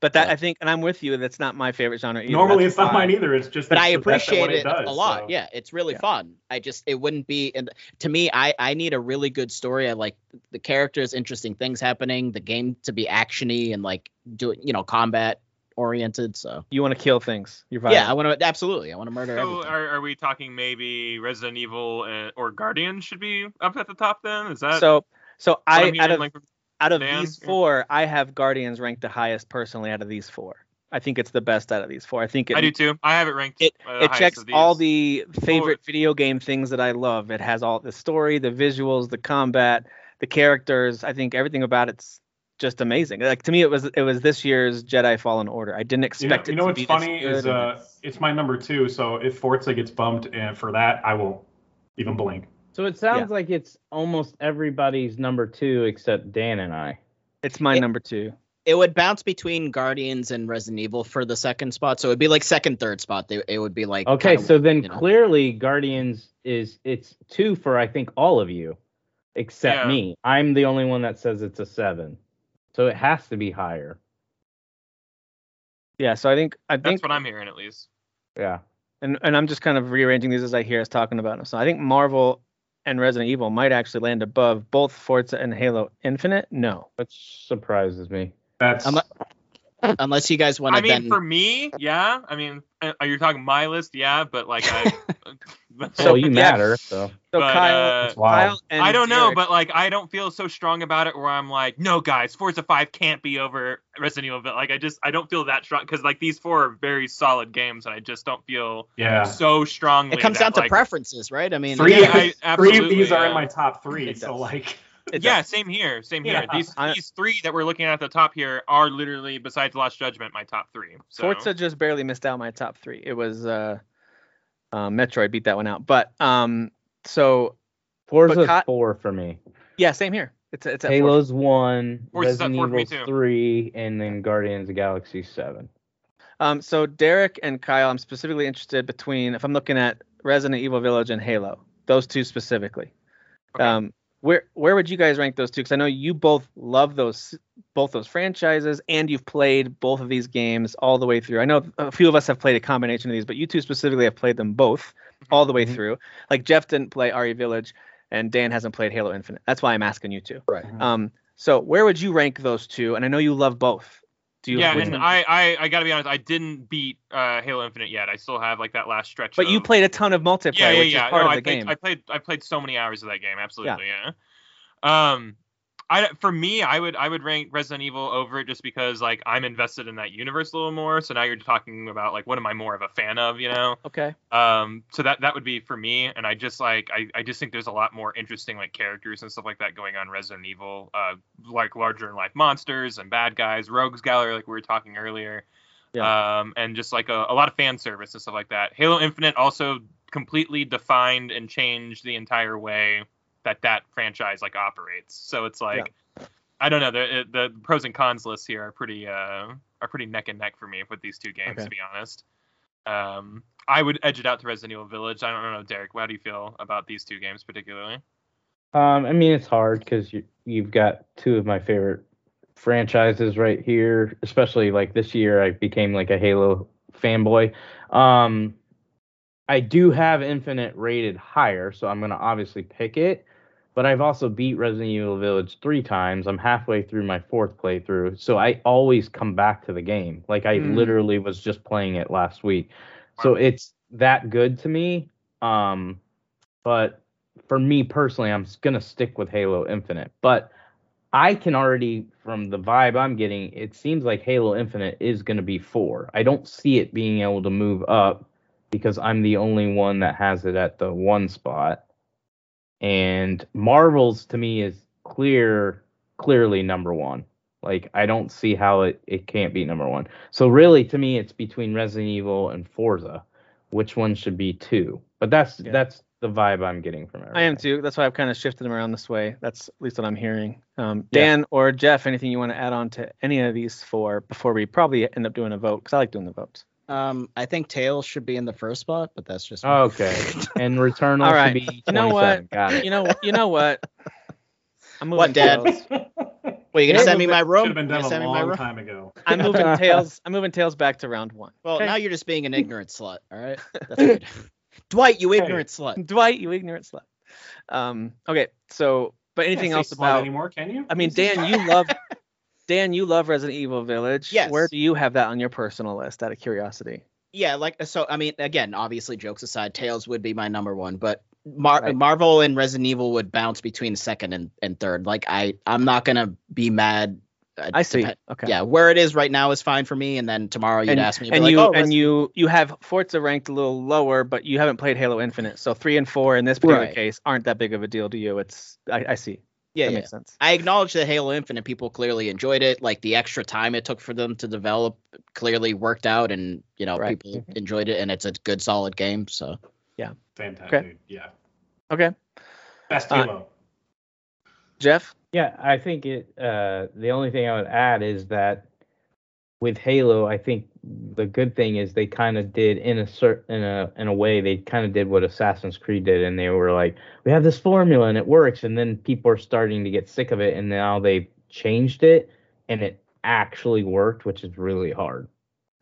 Speaker 1: But that
Speaker 4: Yeah.
Speaker 1: I think, and I'm with you. That's not my favorite genre either.
Speaker 3: Normally
Speaker 1: That's
Speaker 3: it's not
Speaker 1: why-
Speaker 3: mine either. It's just
Speaker 4: but
Speaker 3: it's
Speaker 4: I
Speaker 3: the best at
Speaker 4: appreciate
Speaker 3: what
Speaker 4: it
Speaker 3: does,
Speaker 4: a lot.
Speaker 3: so.
Speaker 4: Yeah, it's really
Speaker 1: Yeah.
Speaker 4: fun. I just it wouldn't be and to me I I need a really good story. I like the characters, interesting things happening, the game to be actiony and like do you know combat oriented. So
Speaker 3: e-
Speaker 1: You want to kill things. You're
Speaker 4: yeah, I
Speaker 1: violent.
Speaker 4: want to absolutely I want to murder
Speaker 2: so
Speaker 4: everything.
Speaker 2: are, are we talking maybe Resident Evil uh, or Guardian should be up at the top then? Is
Speaker 3: Uh,
Speaker 2: that
Speaker 1: so, so
Speaker 2: what I'm
Speaker 1: I
Speaker 2: hearing,
Speaker 1: out of
Speaker 2: like,
Speaker 1: out of
Speaker 2: Dan?
Speaker 1: these four, I have Guardians ranked the highest personally out of these four. I think it's the best out of these four. I think it
Speaker 2: I do too. I have it ranked.
Speaker 1: It-
Speaker 2: uh,
Speaker 1: it
Speaker 2: highest
Speaker 1: checks
Speaker 2: of these.
Speaker 1: all the favorite
Speaker 2: Forward.
Speaker 1: video game things that I love. It has all the story, the visuals, the combat, the characters. I think everything about it's just amazing. Like to me, it was it was this year's Jedi Fallen Order. I didn't
Speaker 3: You know,
Speaker 1: expect
Speaker 3: you
Speaker 1: it.
Speaker 3: know
Speaker 1: to
Speaker 3: what's
Speaker 1: be
Speaker 3: funny
Speaker 1: this
Speaker 3: is
Speaker 1: good.
Speaker 3: uh, it's my number two. So if Forza gets bumped and for that, I won't even blink.
Speaker 5: So it sounds like it's almost everybody's number two except Dan and I.
Speaker 1: it's my
Speaker 4: it-
Speaker 1: number two.
Speaker 4: It would bounce between Guardians and Resident Evil for the second spot, so it'd be like second, third spot. They, it would be like
Speaker 5: Okay,
Speaker 4: kinda-
Speaker 5: so then
Speaker 4: you know.
Speaker 5: clearly Guardians is it's two for I think all of you, except
Speaker 2: Yeah.
Speaker 5: me. I'm the only one that says it's a seven, so it has to be higher.
Speaker 1: Yeah, so I think I
Speaker 2: That's
Speaker 1: think
Speaker 2: what I'm hearing at least.
Speaker 5: Yeah.
Speaker 1: and and I'm just kind of rearranging these as I hear us talking about them. So I think Marvel and Resident Evil might actually land above both Forza and Halo Infinite. No,
Speaker 5: Which surprises me.
Speaker 3: That's
Speaker 4: I'm not- unless you guys want
Speaker 2: I
Speaker 4: to
Speaker 2: mean,
Speaker 4: then.
Speaker 2: for me, yeah. I mean, uh, you're talking my list, yeah, but like I.
Speaker 5: So you
Speaker 1: yeah.
Speaker 5: matter. So
Speaker 1: so
Speaker 2: But,
Speaker 1: Kyle,
Speaker 2: uh,
Speaker 3: That's wild.
Speaker 1: Kyle and
Speaker 2: I don't know,
Speaker 1: Derek-
Speaker 2: but like I don't feel so strong about it where I'm like, no guys, Forza 5 can't be over Resident Evil. But like I just I don't feel that strong because like these four are very solid games and I just don't feel
Speaker 3: yeah.
Speaker 2: so strongly.
Speaker 4: it comes
Speaker 2: that,
Speaker 4: down to
Speaker 2: like-
Speaker 4: preferences, right? I mean,
Speaker 3: Three,
Speaker 2: Yeah, I-
Speaker 3: three of
Speaker 2: absolutely,
Speaker 3: these are
Speaker 2: yeah.
Speaker 3: in my top three.
Speaker 1: It
Speaker 3: So
Speaker 1: does.
Speaker 3: like,
Speaker 1: It
Speaker 2: yeah,
Speaker 1: does.
Speaker 2: same here, same
Speaker 3: Yeah.
Speaker 2: here. These
Speaker 1: I-
Speaker 2: these three that we're looking at at the top here are literally besides Lost Judgment my top three. So
Speaker 1: Forza just barely missed out my top three. It was uh, uh Metroid beat that one out, but um, so
Speaker 5: Forza's
Speaker 1: Ka-
Speaker 5: four for me.
Speaker 1: yeah, same here. It's it's at Forza.
Speaker 5: Halo's one,
Speaker 2: Forza's at
Speaker 5: Resident
Speaker 2: four for me
Speaker 5: Evil's
Speaker 2: too.
Speaker 5: three, and then Guardians of the Galaxy seven.
Speaker 1: Um, so Derek and Kyle, I'm specifically interested between if I'm looking at Resident Evil Village and Halo, those two specifically.
Speaker 2: Okay.
Speaker 1: Um, where where would you guys rank those two? Because I know you both love those both those franchises, and you've played both of these games all the way through. I know a few of us have played a combination of these, but you two specifically have played them both
Speaker 2: Mm-hmm.
Speaker 1: all the way
Speaker 5: Mhm.
Speaker 1: through. Like Jeff didn't play RE Village, and Dan hasn't played Halo Infinite. That's why I'm asking you two.
Speaker 4: Right.
Speaker 1: Um, so where would you rank those two? And I know you love both. Do you?
Speaker 2: yeah,
Speaker 1: which
Speaker 2: and
Speaker 1: one-
Speaker 2: I, I I gotta be honest, I didn't beat uh Halo Infinite yet. I still have like that last stretch.
Speaker 1: But you
Speaker 2: of-
Speaker 1: played a ton of multiplayer,
Speaker 2: yeah, yeah,
Speaker 1: which
Speaker 2: yeah.
Speaker 1: is part
Speaker 2: No,
Speaker 1: of
Speaker 2: I
Speaker 1: the
Speaker 2: played,
Speaker 1: game.
Speaker 2: I played I played so many hours of that game. Absolutely, yeah. Um, I for me, I would I would rank Resident Evil over it just because like I'm invested in that universe a little more. So now you're talking about like what am I more of a fan of, you know?
Speaker 1: okay.
Speaker 2: Um, so that that would be for me, and I just like I, I just think there's a lot more interesting like characters and stuff like that going on in Resident Evil, uh, like larger than life monsters and bad guys, rogues gallery like we were talking earlier, um, and just like a, a lot of fan service and stuff like that. Halo Infinite also completely defined and changed the entire way that that franchise like operates. So it's like I don't know the the pros and cons lists here are pretty uh are pretty neck and neck for me with these two games
Speaker 1: Okay.
Speaker 2: to be honest. Um, I would edge it out to Resident Evil Village. I don't know, Derek. How do you feel about these two games particularly?
Speaker 5: Um, I mean, it's hard because you you've got two of my favorite franchises right here. Especially like this year, I became like a Halo fanboy. Um, I do have Infinite rated higher, so I'm gonna obviously pick it. But I've also beat Resident Evil Village three times. I'm halfway through my fourth playthrough, so I always come back to the game. Like I
Speaker 1: Mm.
Speaker 5: literally was just playing it last week, so
Speaker 2: Wow.
Speaker 5: it's that good to me. Um, but for me personally, I'm s- gonna stick with Halo Infinite. But I can already, from the vibe I'm getting, it seems like Halo Infinite is gonna be four. I don't see it being able to move up because I'm the only one that has it at the one spot. And Marvel's to me is clear, clearly number one. Like I don't see how it it can't be number one. So really, to me, it's between Resident Evil and Forza. Which one should be two? But that's
Speaker 1: Yeah.
Speaker 5: that's the vibe I'm getting from it.
Speaker 1: I am too. That's why I've kind of shifted them around this way. That's at least what I'm hearing. Um, Dan or Jeff, anything you want to add on to any of these four before we probably end up doing a vote? Because I like doing the votes.
Speaker 4: um, I think Tails should be in the first spot, but that's just me.
Speaker 5: Okay. And Returnal
Speaker 1: All
Speaker 5: All
Speaker 1: right.
Speaker 5: should be
Speaker 1: You know what?
Speaker 5: 27. Got it.
Speaker 1: You know, you know what? I'm moving
Speaker 4: What, Dad?
Speaker 1: tails.
Speaker 4: Wait, you're
Speaker 5: Yeah,
Speaker 4: gonna send me my
Speaker 3: Should
Speaker 4: room?
Speaker 3: have been done
Speaker 4: You're gonna
Speaker 3: a
Speaker 4: send me my
Speaker 3: long
Speaker 4: room?
Speaker 3: time ago.
Speaker 1: I'm moving tails. I'm moving tails back to round one.
Speaker 4: Well,
Speaker 5: Okay.
Speaker 4: now you're just being an ignorant slut. All right. That's good. Dwight, you
Speaker 3: Hey.
Speaker 4: ignorant slut.
Speaker 1: Dwight, you ignorant slut. Um, okay, so but anything
Speaker 3: Can't say
Speaker 1: else
Speaker 3: slut
Speaker 1: about?
Speaker 3: anymore? Can you?
Speaker 1: I mean, Dan, you love. Dan, you love Resident Evil Village.
Speaker 4: Yes.
Speaker 1: Where do you have that on your personal list? Out of curiosity.
Speaker 4: Yeah, like so. I mean, again, obviously, jokes aside, Tails would be my number one, but Mar-
Speaker 5: Right.
Speaker 4: Marvel and Resident Evil would bounce between second and, and third. Like, I I'm not gonna be mad. uh,
Speaker 1: I see.
Speaker 4: depen-
Speaker 1: okay.
Speaker 4: Yeah, where it is right now is fine for me, and then tomorrow you'd
Speaker 1: and,
Speaker 4: ask me. you'd be
Speaker 1: and
Speaker 4: like,
Speaker 1: you
Speaker 4: "Oh,
Speaker 1: and
Speaker 4: Res-
Speaker 1: you you have Forza ranked a little lower, but you haven't played Halo Infinite, so three and four in this particular
Speaker 4: Right.
Speaker 1: case aren't that big of a deal to you. It's I, I see.
Speaker 4: Yeah,
Speaker 1: that
Speaker 4: yeah.
Speaker 1: makes sense.
Speaker 4: I acknowledge that Halo Infinite people clearly enjoyed it. Like the extra time it took for them to develop clearly worked out, and you know
Speaker 1: Right.
Speaker 4: people enjoyed it, and it's a good solid game. So
Speaker 3: Fantastic.
Speaker 1: Okay.
Speaker 3: dude. Yeah.
Speaker 1: Okay,
Speaker 3: Best
Speaker 1: Uh,
Speaker 3: Halo.
Speaker 1: Jeff.
Speaker 5: Yeah, I think it. Uh, the only thing I would add is that with Halo, I think the good thing is they kind of did in a certain in a in a way they kind of did what Assassin's Creed did, and they were like, we have this formula and it works, and then people are starting to get sick of it, and now they've changed it, and it actually worked, which is really hard.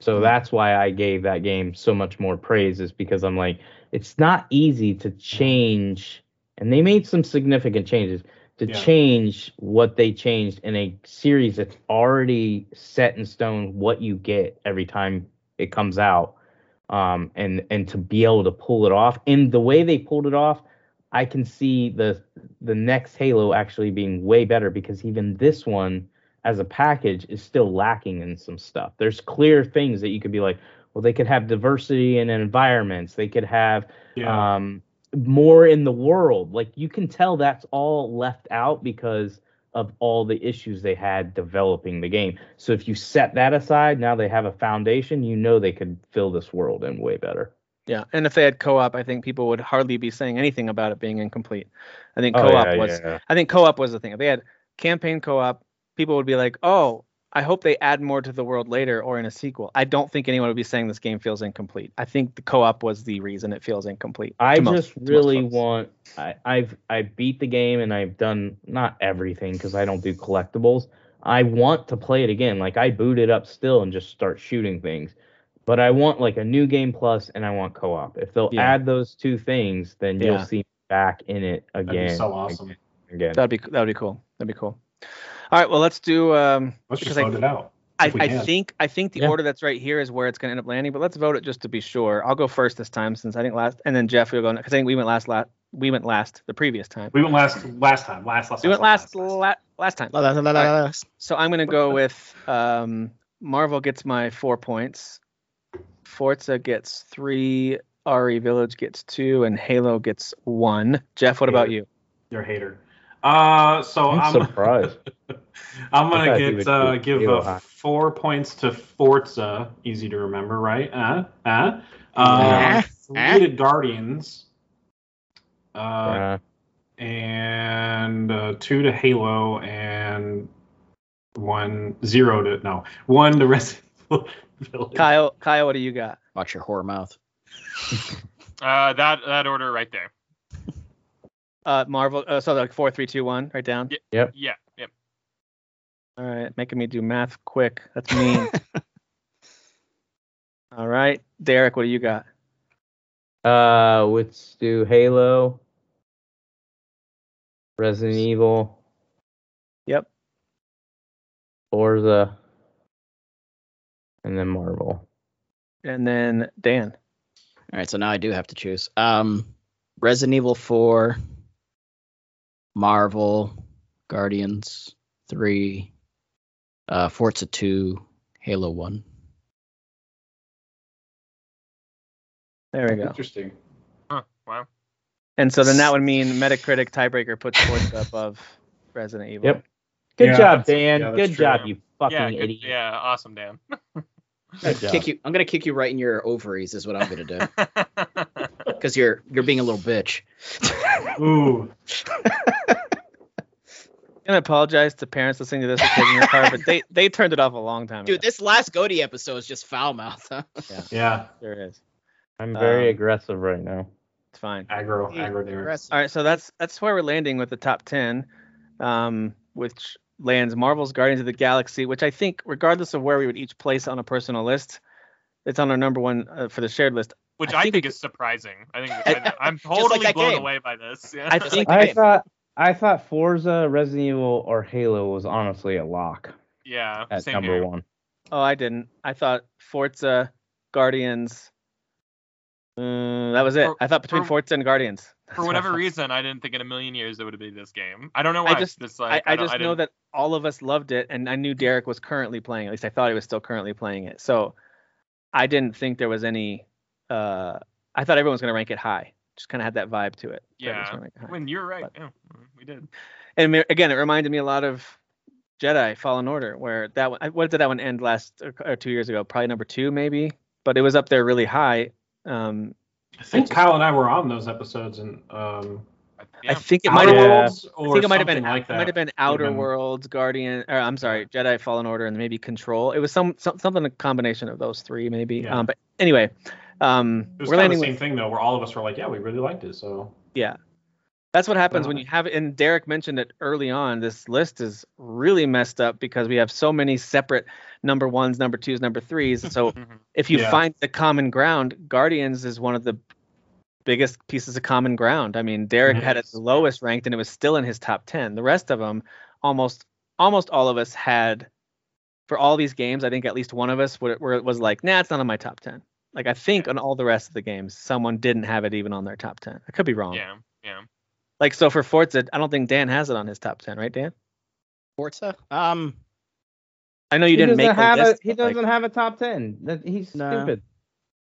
Speaker 5: So that's why I gave that game so much more praise, is because I'm like, it's not easy to change, and they made some significant changes to
Speaker 3: Yeah.
Speaker 5: change what they changed in a series that's already set in stone what you get every time it comes out um and and to be able to pull it off and the way they pulled it off i can see the the next halo actually being way better because even this one as a package is still lacking in some stuff there's clear things that you could be like well they could have diversity in environments they could have
Speaker 3: Yeah.
Speaker 5: um more in the world like you can tell that's all left out because of all the issues they had developing the game so if you set that aside now they have a foundation you know they could fill this world in way better
Speaker 1: Yeah, and if they had co-op, I think people would hardly be saying anything about it being incomplete. I think
Speaker 5: Oh,
Speaker 1: co-op was. I think co-op was the thing. If they had campaign co-op, people would be like, "Oh, I hope they add more to the world later or in a sequel." I don't think anyone would be saying this game feels incomplete. I think the co-op was the reason it feels incomplete.
Speaker 5: I
Speaker 1: to most-
Speaker 5: just
Speaker 1: to most
Speaker 5: really
Speaker 1: folks.
Speaker 5: want. I, I've I beat the game and I've done not everything because I don't do collectibles. I want to play it again. Like I boot it up still and just start shooting things. But I want like a new game plus and I want co-op. If they'll
Speaker 1: Yeah.
Speaker 5: add those two things, then
Speaker 1: Yeah.
Speaker 5: you'll see me back in it
Speaker 3: That'd
Speaker 5: again.
Speaker 3: be so awesome.
Speaker 5: Again.
Speaker 1: That'd be that'd be cool. That'd be cool. All right, well, let's do. Um,
Speaker 3: Let's just
Speaker 1: because I-
Speaker 3: vote it out.
Speaker 1: I,
Speaker 3: if we
Speaker 1: I
Speaker 3: can.
Speaker 1: think I think the
Speaker 5: Yeah.
Speaker 1: order that's right here is where it's going to end up landing. But let's vote it just to be sure. I'll go first this time since I think last, and then Jeff will go because I think we went last. last we went last the previous time.
Speaker 3: We went last last time. Last last.
Speaker 1: We went last la- last time.
Speaker 4: la, la, la, la, la, la.
Speaker 1: So I'm going to go with um, Marvel gets my four points. Forza gets three. RE Village gets two, and Halo gets one. Jeff, what about you?
Speaker 3: You're a hater. Uh, so
Speaker 5: I'm
Speaker 3: I'm,
Speaker 5: surprised.
Speaker 3: I'm
Speaker 5: I thought
Speaker 3: gonna
Speaker 5: you
Speaker 3: get
Speaker 5: would
Speaker 3: uh,
Speaker 5: do
Speaker 3: give
Speaker 5: real
Speaker 3: uh,
Speaker 5: high.
Speaker 3: four points to Forza. Easy to remember, right? Uh, uh,
Speaker 4: Yeah.
Speaker 3: uh,
Speaker 4: Yeah.
Speaker 3: three to Guardians. Uh,
Speaker 5: Uh,
Speaker 3: and uh, two to Halo, and one zero to no one to Resident Evil. Village.
Speaker 1: Kyle, Kyle, what do you got?
Speaker 4: Watch your whore mouth.
Speaker 2: Uh, that that order right there.
Speaker 1: Uh, Marvel. Uh, so like four, three, two, one, right down.
Speaker 2: Yeah. Yep.
Speaker 1: All right, making me do math quick. That's mean. All right, Derek, what do you got?
Speaker 5: uh, let's do Halo, Resident Evil,
Speaker 1: Yep.
Speaker 5: Forza, and then Marvel.
Speaker 1: And then Dan.
Speaker 4: All right, so now I do have to choose. Um, Resident Evil 4, Marvel, Guardians 3, uh, Forza 2, Halo 1.
Speaker 1: There we go.
Speaker 3: Interesting.
Speaker 2: Huh. Wow.
Speaker 1: And so then that would mean Metacritic tiebreaker puts Forza above Resident Evil.
Speaker 5: Yep. Good
Speaker 3: Yeah,
Speaker 5: job,
Speaker 3: that's-
Speaker 5: Dan.
Speaker 3: yeah, that's
Speaker 5: good
Speaker 3: true.
Speaker 5: job, you fucking
Speaker 2: Yeah. Good,
Speaker 5: idiot.
Speaker 2: yeah. Awesome, Dan.
Speaker 5: Good job.
Speaker 4: Kick you, I'm gonna kick you right in your ovaries is what I'm gonna do because you're you're being a little bitch.
Speaker 3: Ooh.
Speaker 1: And I apologize to parents listening to this or taking your car, but they, they turned it off a long time
Speaker 4: Dude,
Speaker 1: ago.
Speaker 4: this last Goaty episode is just foul mouth. Huh?
Speaker 3: Yeah.
Speaker 1: There it is.
Speaker 5: I'm very
Speaker 1: Um,
Speaker 5: aggressive right now.
Speaker 1: It's fine.
Speaker 3: Aggro. Aggro there.
Speaker 4: Aggressive.
Speaker 1: All right, so that's that's where we're landing with the top ten, um, which lands Marvel's Guardians of the Galaxy, which I think, regardless of where we would each place on a personal list, it's on our number one uh, for the shared list.
Speaker 2: Which
Speaker 1: I
Speaker 2: I,
Speaker 1: think
Speaker 2: think,
Speaker 1: we-
Speaker 2: is surprising. I think
Speaker 4: I-
Speaker 2: I, think- I'm
Speaker 4: like
Speaker 2: totally
Speaker 4: that
Speaker 2: blown
Speaker 4: game.
Speaker 2: away by this. Yeah.
Speaker 1: I
Speaker 4: Just
Speaker 1: think
Speaker 4: like
Speaker 5: I
Speaker 4: game.
Speaker 5: thought I thought Forza, Resident Evil, or Halo was honestly a lock
Speaker 2: yeah.
Speaker 5: at
Speaker 2: same
Speaker 5: number
Speaker 2: here.
Speaker 5: one.
Speaker 1: Oh, I didn't. I thought Forza, Guardians. Uh, that was it.
Speaker 2: For-
Speaker 1: I thought between
Speaker 2: for-
Speaker 1: Forza and Guardians. That's
Speaker 2: For
Speaker 1: what I
Speaker 2: whatever
Speaker 1: thought.
Speaker 2: reason, I didn't think in a million years it would be this game. I don't know
Speaker 1: I
Speaker 2: why.
Speaker 1: just-
Speaker 2: it's like,
Speaker 1: I, I
Speaker 2: don't-
Speaker 1: just know
Speaker 2: didn't-
Speaker 1: that all of us loved it, and I knew Derek was currently playing. it. At least I thought he was still currently playing it. So I didn't think there was any. Uh, I thought everyone was going to rank it high. Just kind of had that vibe to it. that was
Speaker 2: Yeah.
Speaker 1: when I-
Speaker 2: When you're right,
Speaker 1: But-
Speaker 2: yeah, mm, we did.
Speaker 1: and it- again, it reminded me a lot of Jedi Fallen Order, where that one, what did that one end last or, or two years ago? Probably number two, maybe, but it was up there really high. Um,
Speaker 3: I think Kyle and I were on those episodes, and um,
Speaker 2: I-
Speaker 1: I
Speaker 2: Yeah.
Speaker 1: think it
Speaker 5: Outer
Speaker 1: might
Speaker 5: might've-
Speaker 1: have.
Speaker 5: Worlds
Speaker 1: I think it might have been
Speaker 3: like that.
Speaker 1: it might have been Outer
Speaker 3: been-
Speaker 1: Worlds, Guardian, or I'm sorry, Jedi Fallen Order, and maybe Control. It was some, some something a combination of those three, maybe.
Speaker 3: Yeah.
Speaker 1: Um, but anyway, um,
Speaker 3: It was
Speaker 1: we're
Speaker 3: kind of
Speaker 1: landing.
Speaker 3: the
Speaker 1: With,
Speaker 3: same thing though, where all of us were like, "Yeah, we really liked it." So
Speaker 1: That's what happens when
Speaker 3: Uh,
Speaker 1: you have. And Derek mentioned it early on. This list is really messed up because we have so many separate number ones, number twos, number threes. So
Speaker 2: Mhm.
Speaker 1: if you
Speaker 3: Mm-hmm. Yeah.
Speaker 1: find the common ground, Guardians is one of the biggest pieces of common ground. I mean, Derek had it
Speaker 3: Yes.
Speaker 1: the lowest ranked, and it was still in his top ten. The rest of them, almost almost all of us had, for all these games, I think at least one of us were, were was like, nah, it's not in my top ten. Like I think on all the rest of the games, someone didn't have it even on their top ten. I could be wrong.
Speaker 2: Yeah. Yeah.
Speaker 1: Like so for Forza, I don't think Dan has it on his top ten, right, Dan?
Speaker 4: Forza. Um,
Speaker 1: I know you
Speaker 5: he
Speaker 1: didn't
Speaker 5: doesn't
Speaker 1: make
Speaker 5: have
Speaker 1: the list.
Speaker 5: a he
Speaker 1: but, like,
Speaker 5: doesn't have a top ten. That he's
Speaker 4: No.
Speaker 5: stupid.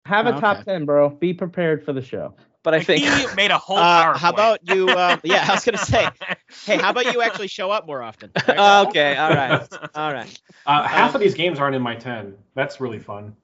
Speaker 5: Have a
Speaker 4: Oh,
Speaker 5: top
Speaker 4: okay.
Speaker 5: ten, bro. Be prepared for the show.
Speaker 1: but I
Speaker 2: Like,
Speaker 1: think
Speaker 2: he made a whole.
Speaker 4: uh, how
Speaker 2: PowerPoint.
Speaker 4: about you? Um, yeah, I was gonna say. Hey, how about you actually show up more often? There you go.
Speaker 1: okay, all right, Um, all right,
Speaker 3: uh, half of these games aren't in my ten. That's really fun.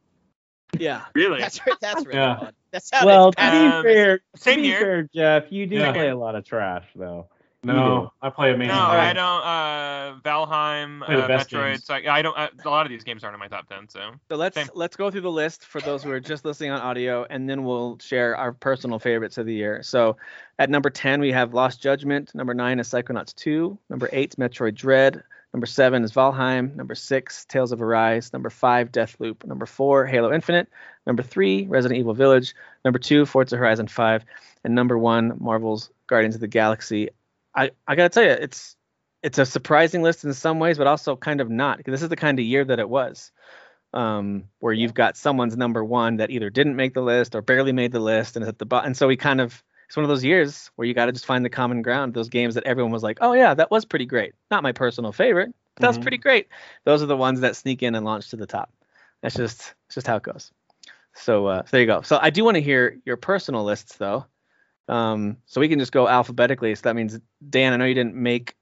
Speaker 1: yeah.
Speaker 2: really?
Speaker 4: That's right. That's really
Speaker 3: Yeah.
Speaker 4: fun. That's how Um,
Speaker 5: well,
Speaker 4: it's
Speaker 5: to
Speaker 2: kinda-
Speaker 5: be fair,
Speaker 2: Same
Speaker 5: to be
Speaker 2: here.
Speaker 5: fair, Jeff, you do
Speaker 3: Yeah.
Speaker 5: play a lot of trash though.
Speaker 3: No, I play amazing.
Speaker 2: No,
Speaker 3: Games.
Speaker 2: I don't. Uh, Valheim,
Speaker 3: Play the
Speaker 2: uh,
Speaker 3: best
Speaker 2: Metroid.
Speaker 3: games.
Speaker 2: So I, I don't. I, a lot of these games aren't in my top ten. So
Speaker 1: So let's
Speaker 2: Same.
Speaker 1: let's go through the list for those who are just listening on audio, and then we'll share our personal favorites of the year. So, at number ten we have Lost Judgment. Number nine is Psychonauts Two. Number eight, Metroid Dread. Number seven is Valheim. Number six, Tales of Arise. Number five, Deathloop. Number four, Halo Infinite. Number three, Resident Evil Village. Number two, Forza Horizon Five, and number one, Marvel's Guardians of the Galaxy. I I gotta tell you, it's it's a surprising list in some ways, but also kind of not. 'cause This is the kind of year that it was um, where you've got someone's number one that either didn't make the list or barely made the list and is at the bottom. And so we kind of it's one of those years where you got to just find the common ground. Those games that everyone was like, "Oh yeah, that was pretty great." Not my personal favorite, but that was
Speaker 4: Mm-hmm.
Speaker 3: Mhm.
Speaker 1: pretty great. Those are the ones that sneak in and launch to the top. That's just that's just how it goes. So uh, there you go. So I do want to hear your personal lists though. Um, so we can just go alphabetically. So that means Dan, I know you didn't make.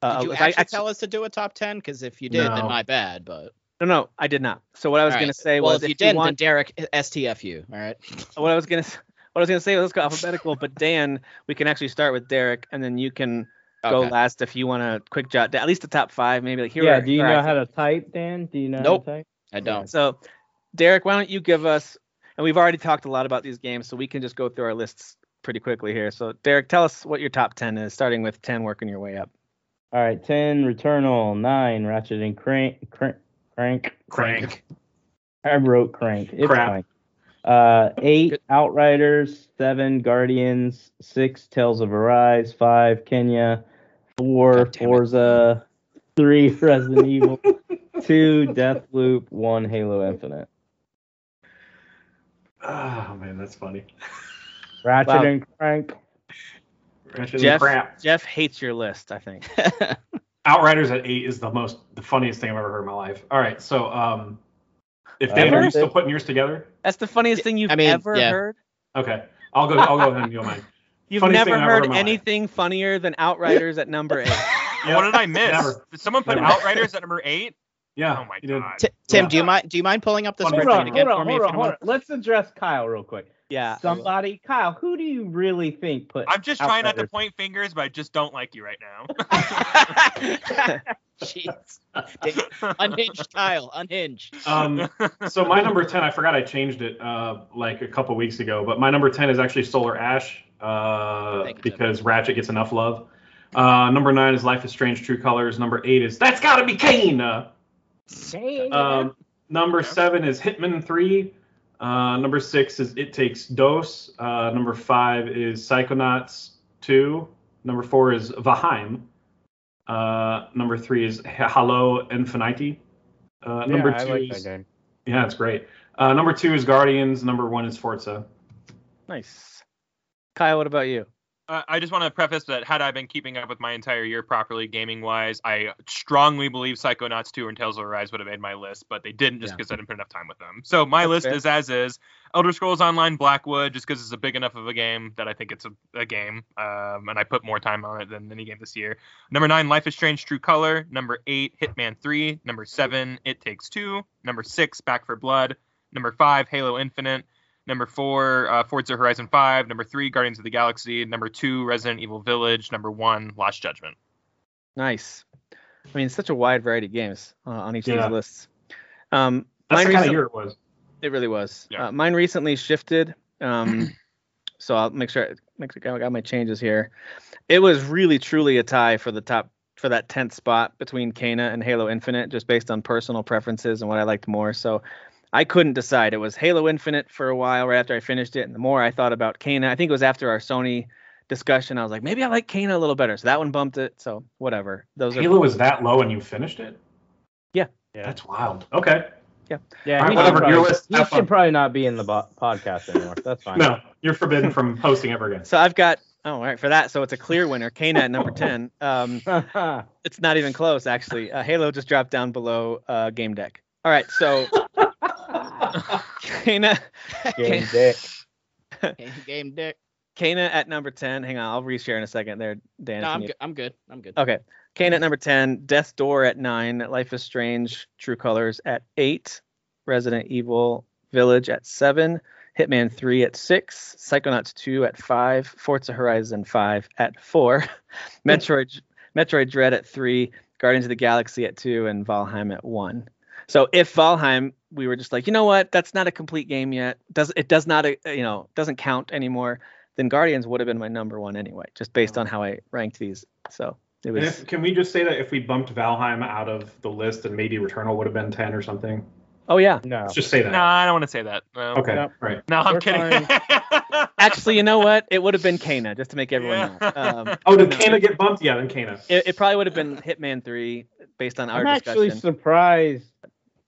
Speaker 1: Uh,
Speaker 4: Did you
Speaker 1: I-
Speaker 4: actually
Speaker 1: I-
Speaker 4: tell us to do a top ten? Because if you did, then
Speaker 3: No.
Speaker 4: my bad. But
Speaker 1: no, no, I did not. So what I was
Speaker 4: All right.
Speaker 1: gonna say
Speaker 4: well,
Speaker 1: was
Speaker 4: if you
Speaker 1: did
Speaker 4: didn't,
Speaker 1: want,
Speaker 4: then Derek, uh, STFU. All right.
Speaker 1: what I was gonna s- what I was gonna say. Let's go alphabetical. but Dan, we can actually start with Derek, and then you can go
Speaker 4: Okay.
Speaker 1: last if you want to quick jot down at least the top five, maybe like here.
Speaker 5: yeah.
Speaker 1: are-
Speaker 5: Do you
Speaker 1: here
Speaker 5: know
Speaker 1: are-
Speaker 5: how to type, Dan? Do you know
Speaker 4: Nope.
Speaker 5: how to type?
Speaker 4: I don't.
Speaker 1: So, Derek, why don't you give us? And we've already talked a lot about these games, so we can just go through our lists pretty quickly here. So, Derek, tell us what your top ten is, starting with ten, working your way up.
Speaker 5: All right. Ten. Returnal. Nine. Ratchet and Crank. Crank. Crank.
Speaker 3: Crank.
Speaker 5: I wrote Crank. It's
Speaker 3: Crap.
Speaker 5: fine. Uh, eight Outriders, seven Guardians, six Tales of Arise, five Kenya, four
Speaker 4: God damn it.
Speaker 5: Forza, three Resident Evil, two Deathloop, one Halo Infinite.
Speaker 3: Oh man, that's funny.
Speaker 5: Ratchet
Speaker 1: Wow.
Speaker 5: and Crank.
Speaker 3: Ratchet and
Speaker 1: Jeff,
Speaker 3: crap.
Speaker 1: Jeff hates your list, I think.
Speaker 3: Outriders at eight is the most the funniest thing I've ever heard in my life. All right, so um, if Dan,
Speaker 5: Ever?
Speaker 3: are you still putting yours together?
Speaker 1: That's the funniest thing you've
Speaker 4: I mean,
Speaker 1: ever
Speaker 4: yeah.
Speaker 1: heard.
Speaker 3: Okay, I'll go. I'll go ahead and go mine.
Speaker 1: You've
Speaker 3: Funniest thing
Speaker 1: never
Speaker 3: I've ever
Speaker 1: heard
Speaker 3: heard in my life.
Speaker 1: anything funnier than Outriders at number eight.
Speaker 3: Yeah.
Speaker 2: what did I miss?
Speaker 3: Never.
Speaker 2: Did someone put
Speaker 3: Never.
Speaker 2: Outriders at number eight?
Speaker 3: Yeah.
Speaker 2: oh my
Speaker 3: you did.
Speaker 2: god.
Speaker 4: T- Tim,
Speaker 3: Yeah.
Speaker 4: do you mind? Do you mind pulling up the
Speaker 3: Hold on,
Speaker 4: spreadsheet again for me? if you don't mind?
Speaker 5: Let's address Kyle real quick.
Speaker 1: Yeah.
Speaker 5: Somebody, Kyle, who do you really think put?
Speaker 2: I'm just trying not to
Speaker 5: Outriders?
Speaker 2: point fingers, but I just don't like you right now.
Speaker 4: Jeez. Unhinged Kyle, unhinged.
Speaker 3: Um, so my number 10 i forgot i changed it uh, like a couple weeks ago but my number 10 is actually solar ash uh,
Speaker 4: Thank you,
Speaker 3: because ratchet gets enough love uh, number 9 is life is strange true colors number 8 is that's gotta be kane Uh, um, number 7 is hitman 3 uh, number 6 is it takes dose uh, number 5 is psychonauts 2 number 4 is vaheim uh, number 3 is hello infinity uh, number
Speaker 5: yeah,
Speaker 3: 2
Speaker 5: I like
Speaker 3: is
Speaker 5: that game.
Speaker 3: yeah, it's great. Uh, number two is Guardians. Number one is Forza.
Speaker 1: Nice. Kyle, what about you?
Speaker 2: Uh, I just want to preface that had I been keeping up with my entire year properly gaming wise, I strongly believe Psychonauts 2 and Tales of Arise would have made my list, but they didn't just
Speaker 4: Yeah.
Speaker 2: because I didn't put enough time with them. So my list
Speaker 1: fair.
Speaker 2: is as is Elder Scrolls Online Blackwood, just because it's a big enough of a game that I think it's a, a game, um, and I put more time on it than any game this year. Number nine, Life is Strange True Color. Number eight, Hitman 3. Number seven, It Takes Two. Number six, Back for Blood. Number five, Halo Infinite. Number four, uh, Forza Horizon 5. Number three, Guardians of the Galaxy. Number two, Resident Evil Village. Number one, Lost Judgment.
Speaker 1: Nice. I mean, such a wide variety of games uh, on each of
Speaker 3: Yeah.
Speaker 1: these lists. Um, mine
Speaker 3: That's the kind
Speaker 1: recent-
Speaker 3: of year it was.
Speaker 1: It really was.
Speaker 2: Yeah.
Speaker 1: Uh, mine recently shifted, um, so I'll make sure make sure I got my changes here. It was really truly a tie for the top for that tenth spot between Kana and Halo Infinite, just based on personal preferences and what I liked more. So I couldn't decide. It was Halo Infinite for a while right after I finished it, and the more I thought about Kana, I think it was after our Sony discussion, I was like, maybe I like Kana a little better. So that one bumped it. So whatever. Those
Speaker 3: Halo
Speaker 1: are
Speaker 3: was that low and you finished it?
Speaker 1: Yeah.
Speaker 5: Yeah.
Speaker 3: That's wild. Okay.
Speaker 5: Yeah,
Speaker 3: All right,
Speaker 5: he should,
Speaker 3: whatever, your
Speaker 5: probably,
Speaker 3: list,
Speaker 5: he
Speaker 3: have
Speaker 5: should
Speaker 3: fun.
Speaker 5: probably not be in the bo- podcast anymore. That's fine.
Speaker 3: No, you're forbidden from posting ever again.
Speaker 1: so I've got oh all right for that. So it's a clear winner. Kana at number ten. Um, it's not even close actually uh, halo just dropped down below uh, game deck all right so kana
Speaker 5: Game dick.
Speaker 4: Game dick.
Speaker 1: kana at number 10 hang on i'll reshare in a second there dan
Speaker 4: No,
Speaker 1: if you
Speaker 4: I'm
Speaker 1: need-
Speaker 4: good. I'm good. I'm good.
Speaker 1: Okay. Kane at number 10, Death Door at 9, Life is Strange, True Colors at 8, Resident Evil Village at 7, Hitman 3 at 6, Psychonauts 2 at 5, Forza Horizon 5 at 4,
Speaker 4: Hmm.
Speaker 1: Metroid Metroid Dread at 3, Guardians of the Galaxy at 2 and Valheim at 1. So if Valheim we were just like, you know what, that's not a complete game yet. Does it does not uh, you know, doesn't count anymore. Then Guardians would have been my number one anyway, just based on how I ranked these. So it
Speaker 3: And
Speaker 1: was
Speaker 3: if- can we just say that if we bumped Valheim out of the list and maybe Returnal would have been 10 or something?
Speaker 1: Oh yeah.
Speaker 5: No.
Speaker 3: Let's just say that.
Speaker 2: No, I don't want to say that. No,
Speaker 3: Okay,
Speaker 5: No.
Speaker 3: right.
Speaker 2: no I'm
Speaker 5: We're
Speaker 2: kidding.
Speaker 1: Actually, you know what? It would have been Kana, just to make everyone
Speaker 2: Yeah.
Speaker 1: laugh. Um,
Speaker 3: Oh, did Kana get bumped? Yeah, then Kana.
Speaker 1: it, it probably would have been Hitman 3, based on our
Speaker 5: I'm
Speaker 1: discussion.
Speaker 5: actually surprised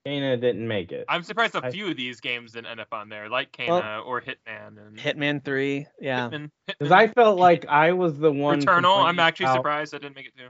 Speaker 5: Dana didn't make it.
Speaker 2: I'm surprised a
Speaker 5: I-
Speaker 2: few of these games didn't end up on there, like Kana or Hitman. And
Speaker 1: Hitman 3, yeah.
Speaker 2: Hitman,
Speaker 5: Because
Speaker 2: Hitman.
Speaker 5: I felt like I was the one.
Speaker 2: Returnal. I'm
Speaker 5: complaining
Speaker 2: actually
Speaker 5: about-
Speaker 2: surprised I didn't make it too.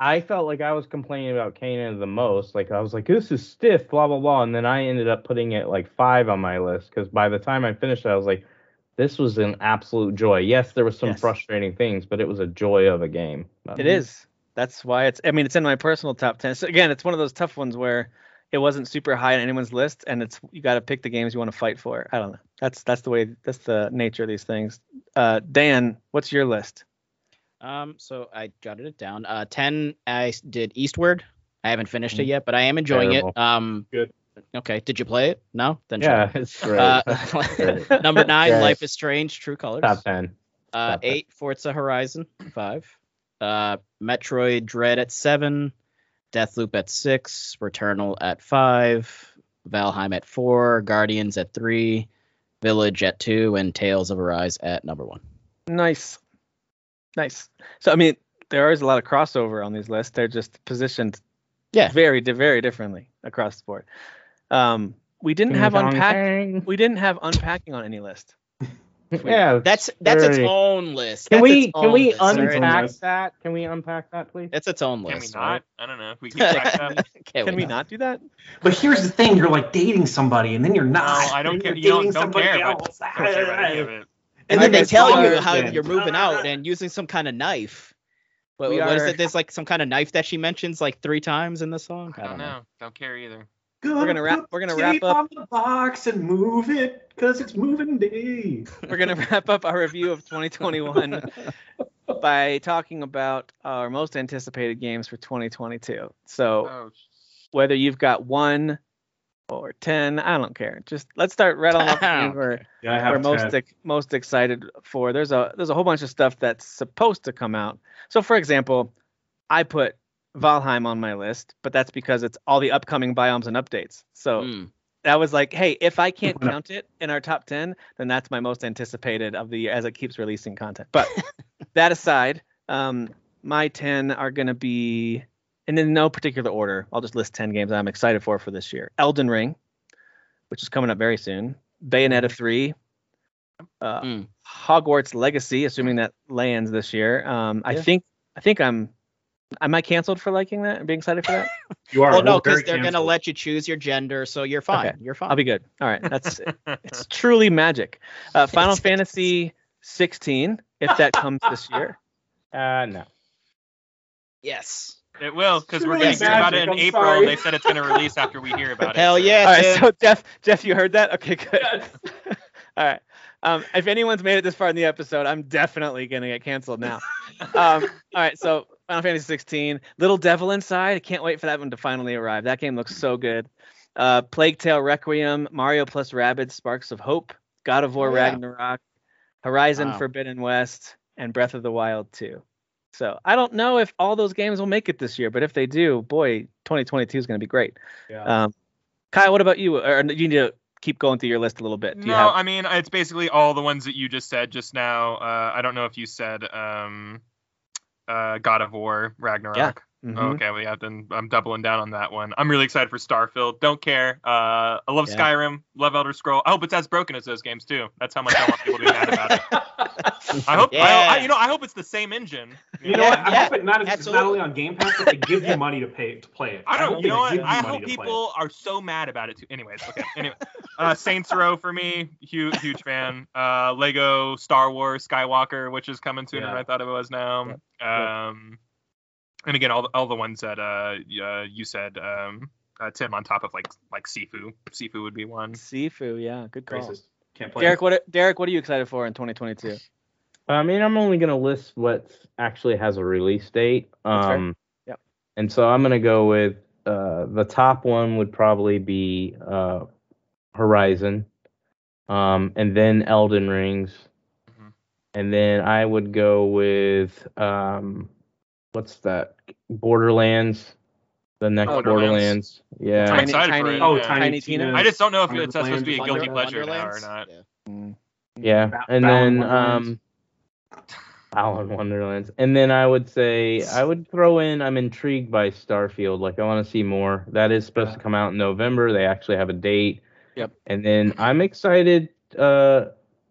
Speaker 5: I felt like I was complaining about Kanan the most. Like I was like, this is stiff, blah blah blah, and then I ended up putting it like five on my list because by the time I finished, it, I was like, this was an absolute joy. Yes, there was some
Speaker 1: Yes.
Speaker 5: frustrating things, but it was a joy of a game.
Speaker 1: It is. That's why it's. I mean, it's in my personal top 10. So again, it's one of those tough ones where it wasn't super high on anyone's list, and it's you got to pick the games you want to fight for. I don't know. That's that's the way. That's the nature of these things. Uh, Dan, what's your list?
Speaker 5: Oh.
Speaker 4: Um, so I jotted it down. Uh, ten. I s- did Eastward. I haven't finished it yet, but I am enjoying it.
Speaker 5: Mm-hmm. Terrible.
Speaker 4: Um,
Speaker 3: Good.
Speaker 4: Okay. Did you play it? No. Then shut
Speaker 5: Yeah,
Speaker 4: up.
Speaker 5: it's great.
Speaker 4: Uh, number nine.
Speaker 5: Great.
Speaker 4: Life is strange. True colors.
Speaker 5: Top ten.
Speaker 4: Uh,
Speaker 5: Stop it.
Speaker 4: eight Forza Horizon five, uh, Metroid Dread at seven, Deathloop at six, Returnal at five, Valheim at four, Guardians at three, Village at two, and Tales of Arise at number one.
Speaker 1: Nice. Nice. So I mean, there is a lot of crossover on these lists. They're just positioned
Speaker 4: Yeah.
Speaker 1: very di- very differently across the board. Um we didn't have
Speaker 5: Ding dong
Speaker 1: unpack
Speaker 5: dang.
Speaker 1: we didn't have unpacking on any list.
Speaker 5: Yeah,
Speaker 4: That's that's its
Speaker 5: very-
Speaker 4: own list.
Speaker 5: Can
Speaker 4: That's
Speaker 5: we
Speaker 4: its
Speaker 5: can
Speaker 4: own
Speaker 5: we
Speaker 4: list, all right?
Speaker 5: unpack
Speaker 3: Alright.
Speaker 5: that? Can we unpack that, please?
Speaker 4: That's its own
Speaker 2: Can we
Speaker 4: list. all
Speaker 2: not?
Speaker 4: right?
Speaker 2: I don't know. If we can check that.
Speaker 4: Can,
Speaker 1: Can we not do that?
Speaker 3: But here's the thing: you're like dating somebody, and then you're not.
Speaker 2: No, I don't
Speaker 3: You're
Speaker 2: care. You
Speaker 3: dating
Speaker 2: don't, don't
Speaker 3: somebody
Speaker 2: care. About,
Speaker 3: else.
Speaker 2: don't care about any of it.
Speaker 4: And then
Speaker 1: Okay,
Speaker 4: they tell you
Speaker 1: sorry,
Speaker 4: how
Speaker 1: then.
Speaker 4: you're moving out and using some kind of knife. What,
Speaker 1: We
Speaker 4: what is
Speaker 1: are-
Speaker 4: it? There's like some kind of knife that she mentions like three times in the song.
Speaker 2: I don't know. Don't care either.
Speaker 1: We're gonna wrap- we're gonna wrap up-
Speaker 3: on the box and move it because it's moving day.
Speaker 1: We're going to wrap up our review of 2021 by talking about our most anticipated games for 2022. So,
Speaker 2: Oh,
Speaker 1: whether you've got 1 or 10, I don't care. Just let's start rattling off the
Speaker 4: I
Speaker 1: games
Speaker 4: don't
Speaker 1: we're-
Speaker 3: Yeah, I
Speaker 1: we're
Speaker 3: have
Speaker 1: most
Speaker 3: most
Speaker 1: ex- most excited for. There's a there's a whole bunch of stuff that's supposed to come out. So for example, I put Valheim on my list, but that's because it's all the upcoming biomes and updates. So
Speaker 4: Mm.
Speaker 1: that was like, hey, if I can't
Speaker 3: No.
Speaker 1: count it in our top 10, then that's my most anticipated of the as it keeps releasing content. But that aside, um, my 10 are going to be, and in no particular order, I'll just list 10 games I'm excited for for this year Elden Ring, which is coming up very soon, Bayonetta 3, uh,
Speaker 4: Mm.
Speaker 1: Hogwarts Legacy, assuming that lands this year. Um, I
Speaker 5: Yeah.
Speaker 1: think I think I'm am I canceled for liking that and being excited for that?
Speaker 3: You are
Speaker 4: well, Oh, no,
Speaker 3: very
Speaker 4: because they're gonna
Speaker 3: canceled.
Speaker 4: let you choose your gender, so you're fine.
Speaker 1: Okay.
Speaker 4: You're fine.
Speaker 1: I'll be good. All right, that's it's truly magic. Uh, Final
Speaker 4: It's-
Speaker 1: Fantasy 16, if that comes this year.
Speaker 5: Uh, no.
Speaker 4: yes.
Speaker 2: It will, because we're
Speaker 3: Truly
Speaker 2: going to hear about
Speaker 3: magic,
Speaker 2: it in
Speaker 3: I'm
Speaker 2: April.
Speaker 3: sorry.
Speaker 2: They said it's going to release after we hear about it.
Speaker 4: Hell
Speaker 2: so-
Speaker 1: All
Speaker 4: yeah.
Speaker 1: right,
Speaker 4: Tim.
Speaker 1: so Jeff, Jeff, you heard that? Okay, good.
Speaker 3: Yes.
Speaker 1: All right. Um, if anyone's made it this far in the episode, I'm definitely gonna get canceled now. Um, all right, so Final Fantasy 16, Little Devil Inside. I can't wait for that one to finally arrive. That game looks so good. Uh, Plague Tale Requiem, Mario plus Rabbids, Sparks of Hope, God of War
Speaker 4: Oh, yeah.
Speaker 1: Ragnarok, Horizon
Speaker 4: Wow.
Speaker 1: Forbidden West, and Breath of the Wild 2. So I don't know if all those games will make it this year, but if they do, boy, 2022 is gonna be great.
Speaker 3: Yeah.
Speaker 1: Um, Kyle, what about you? Or do you need to keep going through your list a little bit? Do you
Speaker 2: No,
Speaker 1: have
Speaker 2: I mean it's basically all the ones that you just said just now. Uh, I don't know if you said um, uh, God of War Ragnarok. Oh,
Speaker 1: Mhm.
Speaker 2: Okay, well, yeah, then I'm doubling down on that one. I'm really excited for Starfield. Don't care. Uh, I love
Speaker 4: Yeah.
Speaker 2: Skyrim. Love Elder Scroll. I hope it's as broken as those games too. That's how much I want people to be mad about it. I hope. I, I,
Speaker 4: Yeah.
Speaker 2: you know, I hope it's the same engine.
Speaker 3: You know
Speaker 4: Yeah,
Speaker 3: what? I
Speaker 4: yeah,
Speaker 3: hope it not, it's not
Speaker 4: absolutely.
Speaker 3: only on Game Pass, but they give you money to pay to play it.
Speaker 2: I don't.
Speaker 3: hope
Speaker 2: You
Speaker 3: they
Speaker 2: know what?
Speaker 3: give
Speaker 2: I
Speaker 3: money
Speaker 2: hope
Speaker 3: to play it.
Speaker 2: people are so mad about it too. Anyways, okay. Anyway, uh, Saints Row for me, huge, huge fan. Uh, Lego Star Wars Skywalker, which is coming sooner than
Speaker 3: Yeah.
Speaker 2: I thought it was now.
Speaker 1: Yep,
Speaker 2: Um, and again, all the, all the ones that uh, y- uh you said, um, uh, Tim, on top of like like Sifu. Sifu would be one.
Speaker 1: Sifu, yeah, good call.
Speaker 3: Racist. Can't play.
Speaker 1: Derek, what are, Derek, what are you excited for in 2022?
Speaker 5: I mean, I'm only gonna list what actually has a release date.
Speaker 1: That's fair.
Speaker 5: Um,
Speaker 1: Yep.
Speaker 5: And so I'm gonna go with uh, the top one would probably be uh, Horizon, um, and then Elden Rings,
Speaker 1: Mm-hmm.
Speaker 2: Mhm.
Speaker 5: and then I would go with um, what's that? Borderlands, the next
Speaker 1: Oh,
Speaker 2: Borderlands.
Speaker 5: Borderlands. Yeah.
Speaker 2: I'm
Speaker 1: Tiny-
Speaker 2: excited
Speaker 1: tiny-
Speaker 2: for it.
Speaker 3: Oh,
Speaker 2: yeah.
Speaker 3: Tiny,
Speaker 1: Tiny
Speaker 3: Tina.
Speaker 1: Tina.
Speaker 2: I just don't know if
Speaker 3: Wonderland,
Speaker 2: it's uh, supposed to be a
Speaker 3: Wonder-
Speaker 2: guilty pleasure now or
Speaker 4: Wonderlands?
Speaker 2: not.
Speaker 4: Yeah.
Speaker 5: Yeah,
Speaker 3: Ba- Balan
Speaker 5: and then
Speaker 3: Wonderlands.
Speaker 5: um, Alan Wonderlands, and then I would say I would throw in. I'm intrigued by Starfield. Like I want to see more. That is supposed to come out in November. They actually have a date.
Speaker 1: Yep.
Speaker 5: And then I'm excited uh,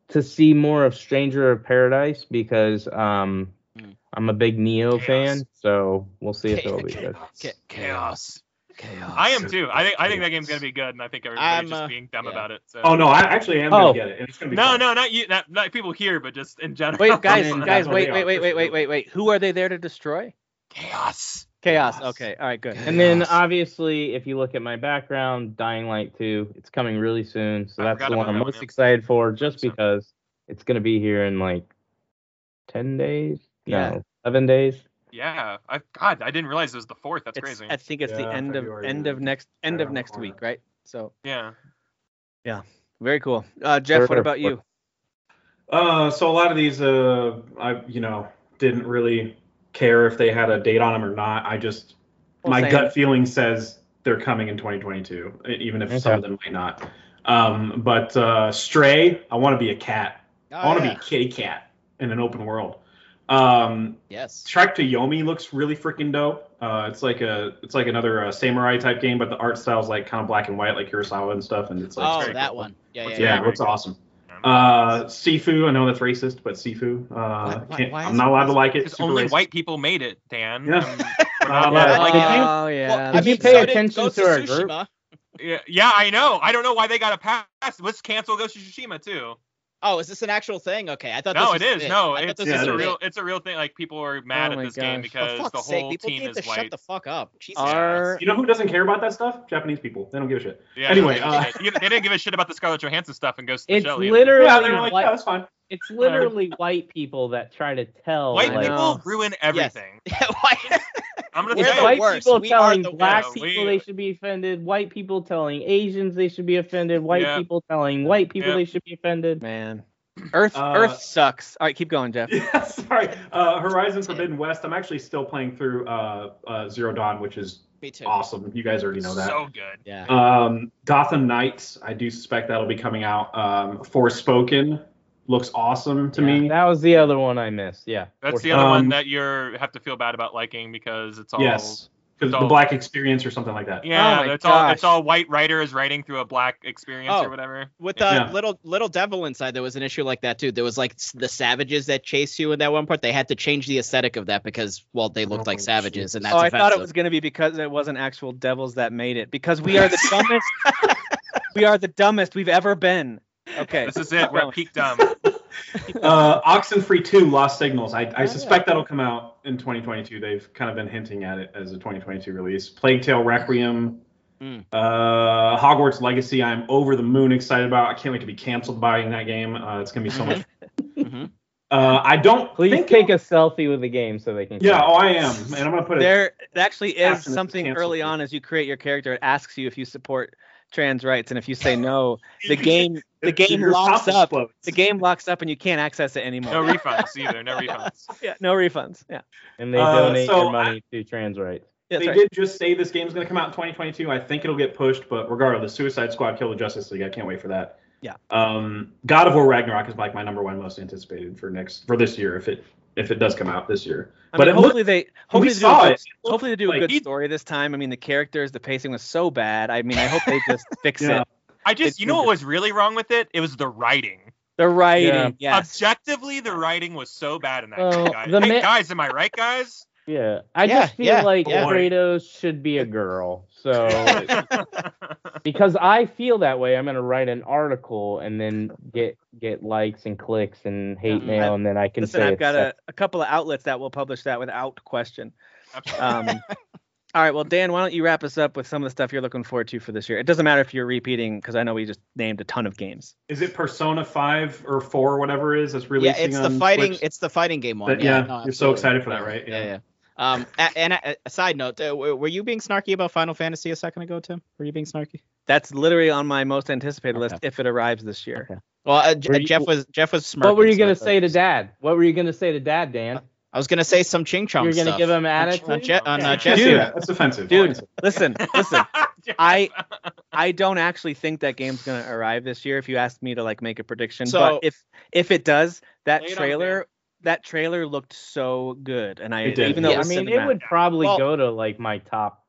Speaker 5: to see more of Stranger of Paradise because um,
Speaker 4: Mm.
Speaker 5: I'm a big Neo
Speaker 2: Chaos.
Speaker 5: fan. So we'll see if it'll be
Speaker 4: Chaos.
Speaker 5: good.
Speaker 4: Ca-
Speaker 2: Chaos.
Speaker 4: chaos.
Speaker 2: I am too. I think I think that game's gonna be good, and I think everybody's
Speaker 4: I'm,
Speaker 2: just
Speaker 4: uh,
Speaker 2: being dumb
Speaker 4: yeah.
Speaker 2: about it. So.
Speaker 3: Oh no, I actually am
Speaker 5: Oh.
Speaker 3: gonna get it. and It's gonna be.
Speaker 2: No,
Speaker 3: fun.
Speaker 2: no, not you. Not, not people here, but just in general.
Speaker 1: Wait, guys,
Speaker 4: Mm.
Speaker 1: guys,
Speaker 3: Oh,
Speaker 1: wait,
Speaker 3: yeah,
Speaker 1: wait, wait, wait,
Speaker 3: for
Speaker 1: wait,
Speaker 3: sure.
Speaker 1: wait, wait. Who are they there to destroy?
Speaker 2: chaos.
Speaker 1: Chaos.
Speaker 3: Chaos.
Speaker 1: Okay, all right, good.
Speaker 5: And then
Speaker 4: Chaos.
Speaker 5: obviously, if you look at my background, Dying Light 2, it's coming really soon. So
Speaker 2: I
Speaker 5: that's
Speaker 2: forgot
Speaker 5: the one
Speaker 2: about
Speaker 5: I'm
Speaker 2: that one,
Speaker 5: most
Speaker 2: yeah.
Speaker 5: excited for just
Speaker 2: 100%.
Speaker 5: because it's going to be here in like 10 days.
Speaker 1: Yeah.
Speaker 5: No, 11 days.
Speaker 2: Yeah. I God, I didn't realize it was the fourth. That's
Speaker 1: It's-
Speaker 2: crazy.
Speaker 1: I think it's the
Speaker 3: Yeah,
Speaker 1: end of
Speaker 3: February,
Speaker 1: end
Speaker 3: yeah.
Speaker 1: of next end
Speaker 3: Right
Speaker 1: of
Speaker 3: around the
Speaker 1: next
Speaker 3: corner.
Speaker 1: week, right? So
Speaker 2: yeah.
Speaker 1: very cool. Uh, Jeff, what
Speaker 5: Sure.
Speaker 1: about you?
Speaker 3: Uh, so a lot of these, uh, I you know didn't really care if they had a date on them or not. I just
Speaker 1: Well,
Speaker 3: my
Speaker 1: same.
Speaker 3: gut feeling says they're coming in 2022, e- even if some
Speaker 5: Okay.
Speaker 3: of them might not. Um, but uh, Stray, I want to be a cat.
Speaker 4: Oh,
Speaker 3: I want to
Speaker 4: yeah.
Speaker 3: be a kitty cat in an open world. Um,
Speaker 4: Yes.
Speaker 3: Trek to Yomi looks really freaking dope. Uh, it's like a it's like another uh, samurai type game, but the art style's like kind of black and white, like Kurosawa and stuff, and it's like
Speaker 4: Oh,
Speaker 3: it's very
Speaker 4: that
Speaker 3: cool.
Speaker 4: one. Yeah, yeah.
Speaker 3: Yeah,
Speaker 4: yeah.
Speaker 2: very
Speaker 3: looks
Speaker 2: cool.
Speaker 3: awesome.
Speaker 2: Um,
Speaker 3: Uh, Sifu, I know that's racist, but Sifu, uh,
Speaker 4: Why- why-
Speaker 3: can't-
Speaker 4: why
Speaker 3: I'm
Speaker 4: is
Speaker 3: not
Speaker 4: it
Speaker 3: allowed to like it.
Speaker 2: because
Speaker 3: Super
Speaker 2: only
Speaker 3: racist.
Speaker 2: white people made it, Dan.
Speaker 3: Yeah.
Speaker 2: Um,
Speaker 3: I'm not allowed to
Speaker 5: Yeah.
Speaker 3: like
Speaker 5: Did
Speaker 3: it.
Speaker 5: you-
Speaker 1: oh yeah.
Speaker 4: Well, I
Speaker 5: Did you
Speaker 4: mean,
Speaker 5: pay
Speaker 4: so did
Speaker 5: attention
Speaker 4: Ghost
Speaker 5: to
Speaker 4: of
Speaker 5: our group?
Speaker 4: Tsushima.
Speaker 2: yeah, yeah, I know. I don't know why they got a pass. Let's cancel Ghost of Tsushima too.
Speaker 4: Oh, is this an actual thing? Okay, I thought
Speaker 2: No, it
Speaker 4: this was
Speaker 2: is.
Speaker 4: a bit.
Speaker 2: No,
Speaker 4: I thought
Speaker 2: it's,
Speaker 4: this
Speaker 3: Yeah,
Speaker 2: it's
Speaker 4: was
Speaker 2: a
Speaker 3: it is.
Speaker 2: real it's a real thing. Like people are mad
Speaker 1: Oh my
Speaker 2: at this game
Speaker 1: gosh.
Speaker 4: For
Speaker 2: because the
Speaker 4: fuck's sake,
Speaker 2: whole
Speaker 4: people
Speaker 2: team
Speaker 4: need
Speaker 2: is
Speaker 4: to shut
Speaker 2: white.
Speaker 4: the fuck up. Jesus
Speaker 1: Are
Speaker 4: Christ.
Speaker 3: You know who doesn't care about that stuff? Japanese people. They don't give a shit.
Speaker 2: Yeah,
Speaker 3: Anyway,
Speaker 2: they,
Speaker 3: uh,
Speaker 2: didn't- they didn't give a shit about the Scarlett Johansson stuff and Ghost of the
Speaker 5: It's
Speaker 2: Shell. either.
Speaker 5: literally,
Speaker 3: Yeah, they're like,
Speaker 5: white,
Speaker 3: yeah, that's fine.
Speaker 5: it's literally white people that try to tell.
Speaker 2: White
Speaker 1: I
Speaker 5: like,
Speaker 2: people
Speaker 4: oh,
Speaker 1: know.
Speaker 2: ruin everything.
Speaker 4: Why-
Speaker 2: I'm gonna
Speaker 4: We're
Speaker 5: It's
Speaker 2: tell you.
Speaker 4: the
Speaker 5: white
Speaker 4: worst.
Speaker 5: people
Speaker 4: We are
Speaker 5: telling
Speaker 4: the
Speaker 5: black
Speaker 2: worst.
Speaker 5: people
Speaker 2: We-
Speaker 5: they should be offended. White people telling Asians they should be offended. White
Speaker 2: Yeah.
Speaker 5: people telling white people
Speaker 2: Yeah.
Speaker 5: they should be offended.
Speaker 1: man. Earth
Speaker 3: Uh,
Speaker 1: Earth sucks. All right, keep going, Jeff.
Speaker 3: Yeah, sorry. Uh, Horizon Forbidden West. I'm actually still playing through uh, uh, Zero Dawn, which is
Speaker 4: Me too.
Speaker 3: awesome. You guys already know that.
Speaker 2: So good.
Speaker 4: Yeah.
Speaker 3: Um, Gotham Knights, I do suspect that'll be coming out. Um, Forspoken looks awesome to me.
Speaker 5: That was the other one I missed. Yeah.
Speaker 2: That's
Speaker 5: Or-
Speaker 2: the other one
Speaker 3: Um,
Speaker 2: that you are have to feel bad about liking because it's all
Speaker 3: yes. because
Speaker 2: So-
Speaker 3: the black experience or something like that.
Speaker 2: Yeah,
Speaker 1: Oh my
Speaker 2: it's all it's
Speaker 1: gosh.
Speaker 2: all white writers writing through a black experience
Speaker 4: Oh.
Speaker 2: or whatever.
Speaker 4: With
Speaker 2: Yeah.
Speaker 4: uh,
Speaker 3: Yeah.
Speaker 4: little little devil inside, there was an issue like that too. There was like s- the savages that chase you in that one part. They had to change the aesthetic of that because well, they looked like
Speaker 6: Oh,
Speaker 4: savages, and that's
Speaker 1: oh, I
Speaker 4: offensive.
Speaker 1: thought it was going to be because it wasn't actual devils that made it. Because we are the dumbest. we are the dumbest we've ever been. Okay.
Speaker 2: This is it. We're at peak dumb.
Speaker 3: Uh, Oxenfree 2 Lost Signals. I, I suspect that'll come out in 2022. They've kind of been hinting at it as a 2022 release. Plague Tale Requiem,
Speaker 1: Hmm.
Speaker 4: Mm.
Speaker 3: uh, Hogwarts Legacy. I'm over the moon excited about. I can't wait to be canceled buying that game. Uh, it's gonna be so much.
Speaker 1: Mm-hmm.
Speaker 4: Mhm.
Speaker 3: Uh, I don't
Speaker 5: Please
Speaker 3: think-
Speaker 5: take a selfie with the game so they can.
Speaker 3: Yeah, oh, I am, and I'm gonna put it.
Speaker 1: There it actually is
Speaker 3: Action is
Speaker 1: something
Speaker 3: canceled.
Speaker 1: early on as you create your character. It asks you if you support trans rights, and if you say no, the game the game
Speaker 3: Your top
Speaker 1: locks up.
Speaker 3: explodes.
Speaker 1: The game locks up, and you can't access it anymore.
Speaker 2: No refunds either. No refunds.
Speaker 1: yeah, no refunds. Yeah,
Speaker 5: and they
Speaker 3: Uh,
Speaker 5: donate
Speaker 3: so
Speaker 5: your money to trans rights.
Speaker 1: yeah,
Speaker 3: they
Speaker 1: sorry.
Speaker 3: did just say this game's going to come out in 2022. I think it'll get pushed, but regardless, Suicide Squad, Kill the Justice League. I can't wait for that.
Speaker 1: Yeah.
Speaker 3: Um, God of War Ragnarok is like my number one most anticipated for next for this year if it if it does come out this year.
Speaker 1: I
Speaker 3: but
Speaker 1: mean,
Speaker 3: it looked-
Speaker 1: hopefully they hopefully they
Speaker 3: we
Speaker 1: do
Speaker 3: saw
Speaker 1: a
Speaker 3: it.
Speaker 1: good, hopefully they do
Speaker 3: like
Speaker 1: a good
Speaker 2: he-
Speaker 1: story this time. I mean, the characters, the pacing was so bad. I mean, I hope they just fix
Speaker 3: Yeah.
Speaker 1: it.
Speaker 2: I just
Speaker 1: It's
Speaker 2: you know what was really wrong with it? It was the writing.
Speaker 1: The writing, yes.
Speaker 2: Objectively, the writing was so bad in that
Speaker 5: Well,
Speaker 2: game, guys.
Speaker 5: the
Speaker 2: Hey
Speaker 5: ma-
Speaker 2: guys, am I right, guys?
Speaker 5: Yeah, I
Speaker 4: Yeah,
Speaker 5: just feel
Speaker 4: yeah,
Speaker 5: like
Speaker 3: yeah.
Speaker 5: Kratos should be a girl. So because I feel that way, I'm gonna write an article and then get get likes and clicks and hate
Speaker 4: Mm,
Speaker 5: mail, and then I can
Speaker 1: Listen,
Speaker 5: say
Speaker 1: I've
Speaker 5: it's uh,
Speaker 1: got
Speaker 5: sex-
Speaker 1: a, a couple of outlets that will publish that without question.
Speaker 2: Absolutely.
Speaker 4: Uh,
Speaker 1: Um, all right, well, Dan, why don't you wrap us up with some of the stuff you're looking forward to for this year? It doesn't matter if you're repeating because I know we just named a ton of games.
Speaker 3: is it Persona 5 or 4 or whatever it is that's
Speaker 4: yeah,
Speaker 3: releasing
Speaker 4: it's the
Speaker 3: on
Speaker 4: fighting.
Speaker 3: Switch?
Speaker 4: It's the fighting game one.
Speaker 3: But yeah,
Speaker 4: no,
Speaker 3: you're so
Speaker 4: absolutely.
Speaker 3: excited for that, right?
Speaker 4: Yeah, yeah. Um, a- and a, a side note, uh, were were you being snarky about Final Fantasy a second ago, Tim? Were you being snarky?
Speaker 1: That's literally on my most anticipated
Speaker 4: Okay.
Speaker 1: list if it arrives this year.
Speaker 4: Okay. Well, uh, J-
Speaker 5: Were you-
Speaker 4: Jeff was Jeff was smirking.
Speaker 5: What were you
Speaker 4: so Uh, I
Speaker 5: gonna
Speaker 4: thought-
Speaker 5: say to Dad? What were you gonna say to Dad, Dan?
Speaker 4: I was gonna say some ching chong.
Speaker 5: You're gonna
Speaker 4: stuff.
Speaker 5: give him
Speaker 4: On Je-
Speaker 5: attitude.
Speaker 4: on, Je- on uh,
Speaker 2: Yeah.
Speaker 3: Can't
Speaker 4: Jeff's-
Speaker 3: say
Speaker 1: Dude.
Speaker 3: that. that's offensive.
Speaker 1: Dude, listen, listen.
Speaker 4: uh,
Speaker 2: Jeff.
Speaker 1: I I don't actually think that game's gonna arrive this year. If you asked me to like make a prediction,
Speaker 4: So-
Speaker 1: but if if it does, that
Speaker 2: Lay it on me,
Speaker 1: trailer that trailer looked so good, and I
Speaker 3: It did.
Speaker 1: even though
Speaker 5: I
Speaker 1: it was
Speaker 5: mean,
Speaker 1: cinematic.
Speaker 5: it would probably
Speaker 4: Well-
Speaker 5: go to like my top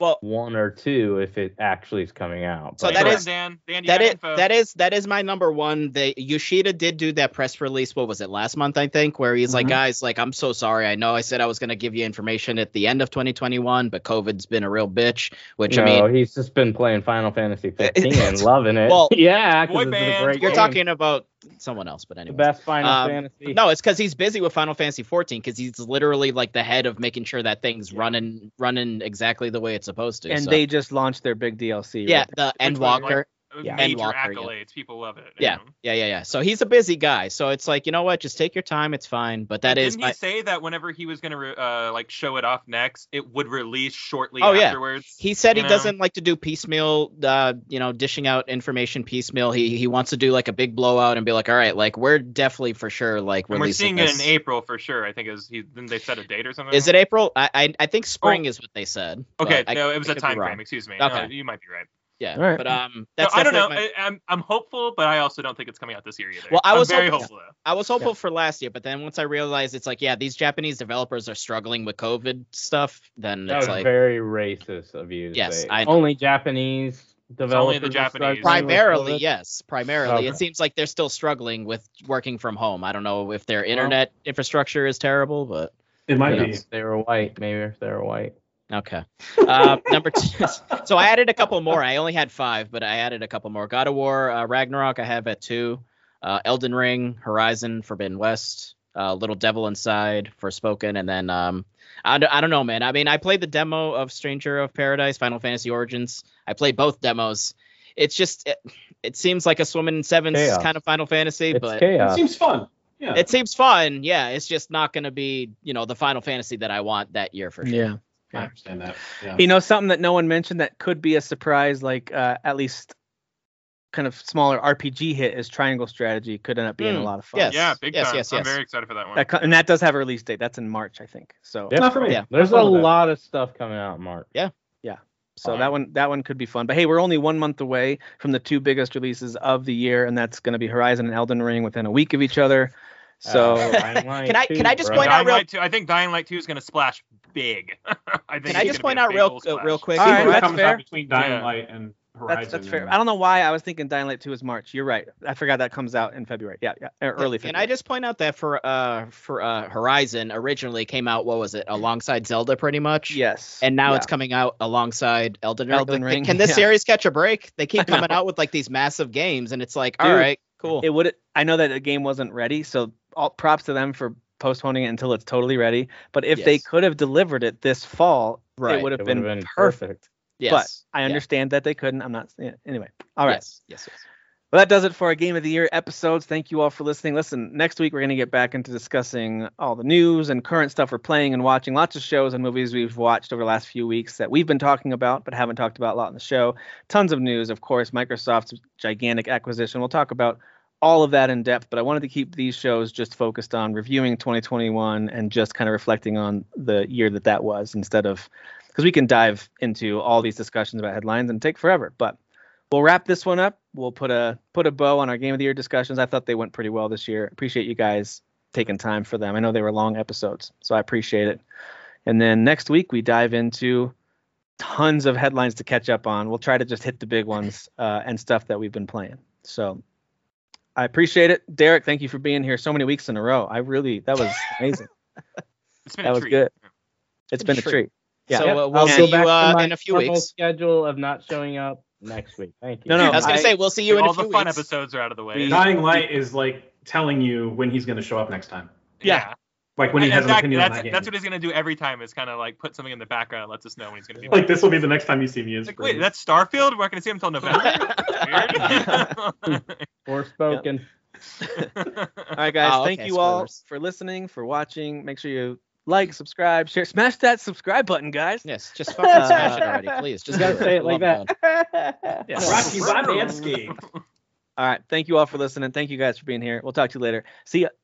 Speaker 4: Well-
Speaker 5: one or two if it actually is coming out.
Speaker 4: So
Speaker 5: but-
Speaker 4: that
Speaker 2: Come on,
Speaker 4: is-
Speaker 2: Dan. Dan, you
Speaker 4: that
Speaker 2: got
Speaker 4: is
Speaker 2: info.
Speaker 4: that is that is my number one. They Yoshida did do that press release. What was it last month? I think where he's
Speaker 1: Mm-hmm.
Speaker 4: like,
Speaker 3: Mhm.
Speaker 4: guys, like I'm so sorry. I know I said I was gonna give you information at the end of 2021, but COVID's been a real bitch. Which
Speaker 5: no,
Speaker 4: I mean,
Speaker 5: he's just been playing Final Fantasy 15 and loving it.
Speaker 4: Well,
Speaker 5: yeah,
Speaker 2: boy
Speaker 5: because it's been a
Speaker 2: band.
Speaker 5: great
Speaker 4: you're
Speaker 5: game.
Speaker 4: talking about someone else, but
Speaker 5: the
Speaker 4: anyway.
Speaker 5: best Final
Speaker 4: Um,
Speaker 5: Fantasy.
Speaker 4: No, it's because he's busy with Final Fantasy 14 because he's literally like the head of making sure that thing's running running exactly the way it's supposed to.
Speaker 1: and
Speaker 4: so-
Speaker 1: they just launched their big DLC.
Speaker 4: yeah,
Speaker 1: right?
Speaker 4: the
Speaker 2: Which one, like-
Speaker 4: Endwalker.
Speaker 5: Yeah.
Speaker 2: Major
Speaker 4: Endwalker, yeah.
Speaker 2: accolades. People love it. you
Speaker 4: Yeah,
Speaker 2: know?
Speaker 4: yeah, yeah, yeah. So he's a busy guy. So it's like you know what, just take your time. It's fine. But that
Speaker 2: Didn't
Speaker 4: is
Speaker 2: he
Speaker 4: my.
Speaker 2: say that whenever he was gonna re- uh, like show it off next, it would release shortly
Speaker 4: Oh, yeah.
Speaker 2: afterwards?
Speaker 4: He said
Speaker 2: you
Speaker 4: he
Speaker 2: know?
Speaker 4: doesn't like to do piecemeal, uh, you know, dishing out information piecemeal. He he wants to do like a big blowout and be like, all right, like we're definitely for sure like
Speaker 2: And we're seeing
Speaker 4: releasing
Speaker 2: it
Speaker 4: this.
Speaker 2: in April for sure. I think is he didn't they set a date or something?
Speaker 4: Is it April? I I, I think spring is what they said. but
Speaker 2: Oh. Okay,
Speaker 4: I-
Speaker 2: no, it was
Speaker 4: I
Speaker 2: a
Speaker 4: could be
Speaker 2: time
Speaker 4: wrong.
Speaker 2: frame. Excuse me.
Speaker 4: Okay.
Speaker 2: No, you might be right.
Speaker 4: Yeah,
Speaker 1: All right.
Speaker 4: but um,
Speaker 2: No,
Speaker 4: that's
Speaker 2: I don't know.
Speaker 4: definitely my-
Speaker 2: I, I'm I'm hopeful, but I also don't think it's coming out this year either.
Speaker 4: Well, I
Speaker 2: I'm
Speaker 4: was
Speaker 2: very
Speaker 4: hoping-
Speaker 2: hopeful though.
Speaker 4: I was hopeful for last year, but then once I realized it's like, yeah, these Japanese developers are struggling with COVID stuff, then
Speaker 5: that
Speaker 4: it's
Speaker 5: was
Speaker 4: like
Speaker 5: very racist of you. to
Speaker 4: Yes,
Speaker 5: say.
Speaker 4: I know.
Speaker 5: only Japanese
Speaker 2: only
Speaker 5: developers.
Speaker 2: the
Speaker 5: are
Speaker 2: Japanese.
Speaker 5: struggling with
Speaker 4: primarily,
Speaker 5: COVID.
Speaker 4: yes, primarily.
Speaker 5: Okay.
Speaker 4: It seems like they're still struggling with working from home. I don't know if their internet infrastructure is terrible, but
Speaker 3: It might
Speaker 5: Maybe
Speaker 3: be.
Speaker 5: if they were white. Maybe if they were white.
Speaker 4: okay. Uh, number two. So I added a couple more. I only had five, but I added a couple more. God of War, uh, Ragnarok, I have at two. Uh, Elden Ring, Horizon, Forbidden West, uh, Little Devil Inside, Forspoken, and then um, I, d- I don't know, man. I mean, I played the demo of Stranger of Paradise, Final Fantasy Origins. I played both demos. It's just it, it seems like a swimming in sevens
Speaker 5: Chaos.
Speaker 4: kind of Final Fantasy,
Speaker 5: It's
Speaker 4: but
Speaker 3: It
Speaker 5: chaos.
Speaker 3: seems fun. Yeah.
Speaker 4: it seems fun. Yeah, it's just not going to be you know the Final Fantasy that I want that year for sure.
Speaker 1: yeah.
Speaker 3: I understand that. Yeah.
Speaker 1: You know, something that no one mentioned that could be a surprise, like uh, at least kind of smaller RPG hit is Triangle Strategy. Could end up being a
Speaker 4: Mm,
Speaker 1: lot of fun.
Speaker 4: yes.
Speaker 2: Yeah, big
Speaker 4: yes,
Speaker 2: time.
Speaker 4: yes,
Speaker 2: I'm
Speaker 4: yes.
Speaker 2: very excited for that one.
Speaker 1: That co- and that does have a release date. That's in March, I think. So
Speaker 5: Yeah.
Speaker 3: Not for me.
Speaker 4: Yeah.
Speaker 5: There's
Speaker 3: I'm
Speaker 5: a
Speaker 3: fine with that.
Speaker 5: lot of stuff coming out, in March.
Speaker 1: So that one that one could be fun. But hey, we're only one month away from the two biggest releases of the year, and that's going to be Horizon and Elden Ring within a week of each other. So
Speaker 5: Uh, Dying Light
Speaker 4: Can I-
Speaker 5: 2,
Speaker 4: can I just
Speaker 5: bro.
Speaker 4: point out-
Speaker 2: Dying
Speaker 4: real-
Speaker 2: Light 2, I think Dying Light 2 is going to splash big. I think
Speaker 4: Can I
Speaker 2: he's
Speaker 4: just
Speaker 2: gonna
Speaker 4: point
Speaker 2: be a
Speaker 4: out
Speaker 2: big
Speaker 4: real
Speaker 2: old
Speaker 4: uh,
Speaker 2: splash.
Speaker 4: real quick?
Speaker 1: All right,
Speaker 3: Secret
Speaker 1: that's
Speaker 3: comes
Speaker 1: fair.
Speaker 3: out between Dying
Speaker 2: Yeah.
Speaker 3: Light and Horizon.
Speaker 1: That's, that's fair.
Speaker 3: and-
Speaker 1: I don't know why I was thinking Dying Light 2 is March. You're right. I forgot that comes out in February. Yeah, yeah, or early
Speaker 4: Can
Speaker 1: February.
Speaker 4: I just point out that for uh for uh Horizon originally came out what was it alongside Zelda pretty much?
Speaker 1: Yes.
Speaker 4: And now
Speaker 1: Yeah.
Speaker 4: it's coming out alongside Elden Ring.
Speaker 1: Elden
Speaker 4: Like,
Speaker 1: Ring,
Speaker 4: Can this
Speaker 1: yeah.
Speaker 4: series catch a break? They keep
Speaker 1: I know.
Speaker 4: coming out with like these massive games, and it's like,
Speaker 1: Dude,
Speaker 4: all right, cool.
Speaker 1: it would. I know that the game wasn't ready, so all props to them for postponing it until it's totally ready. But if they
Speaker 4: Yes.
Speaker 1: could have delivered it this fall,
Speaker 4: Right.
Speaker 1: it would have
Speaker 5: It
Speaker 1: been,
Speaker 5: would've
Speaker 1: perfect.
Speaker 4: yes.
Speaker 1: I
Speaker 4: Yeah.
Speaker 1: understand that they couldn't. I'm not. yeah, Anyway, all right.
Speaker 4: Yes. Yes. yes.
Speaker 1: Well, that does it for our Game of the Year episodes. Thank you all for listening. Listen, next week we're going to get back into discussing all the news and current stuff we're playing and watching. Lots of shows and movies we've watched over the last few weeks that we've been talking about but haven't talked about a lot in the show. Tons of news, of course, Microsoft's gigantic acquisition. We'll talk about all of that in depth, but I wanted to keep these shows just focused on reviewing 2021 and just kind of reflecting on the year that that was instead of because we can dive into all these discussions about headlines and take forever. But we'll wrap this one up. We'll put a put a bow on our game of the year discussions. I thought they went pretty well this year. Appreciate you guys taking time for them. I know they were long episodes, so I appreciate it. And then next week we dive into tons of headlines to catch up on. We'll try to just hit the big ones uh, and stuff that we've been playing. So I appreciate it, Derek. Thank you for being here so many weeks in a row. I really that was amazing.
Speaker 2: It's been
Speaker 1: That
Speaker 2: a
Speaker 1: was
Speaker 2: treat.
Speaker 1: good. it's been a treat. Yeah.
Speaker 4: So
Speaker 5: Yeah.
Speaker 4: uh, we'll
Speaker 1: I'll
Speaker 4: see
Speaker 1: go
Speaker 4: you uh, in a few
Speaker 5: normal
Speaker 4: weeks.
Speaker 5: schedule of not showing up next week. Thank you.
Speaker 1: No, no,
Speaker 4: I was gonna
Speaker 2: I-
Speaker 4: say we'll see you in
Speaker 2: all
Speaker 4: a few
Speaker 2: the fun
Speaker 4: weeks.
Speaker 2: episodes are out of the way.
Speaker 3: Dying Light is like telling you when he's going to show up next time.
Speaker 2: yeah.
Speaker 3: Like when he
Speaker 2: And
Speaker 3: has an
Speaker 2: exactly,
Speaker 3: opinion
Speaker 2: that's,
Speaker 3: on that game.
Speaker 2: that's what he's gonna do every time. Is kind of like put something in the background and lets us know when he's gonna be.
Speaker 3: like this will be the next time you see me.
Speaker 2: It's
Speaker 3: Is
Speaker 2: like, wait, that's Starfield. We're not gonna see him until November.
Speaker 5: Forspoken.
Speaker 2: Weird.
Speaker 1: All right, guys.
Speaker 4: Oh,
Speaker 1: thank
Speaker 4: okay,
Speaker 1: you all
Speaker 4: spoilers.
Speaker 1: for listening, for watching. Make sure you like, subscribe, share, smash that subscribe button, guys.
Speaker 4: Yes, just fucking smash it already, please. Just do
Speaker 5: Just gotta say it like
Speaker 4: Love
Speaker 5: that.
Speaker 1: Yeah.
Speaker 3: Rocky by Manscaped.
Speaker 1: All right. Thank you all for listening. Thank you guys for being here. We'll talk to you later. See ya.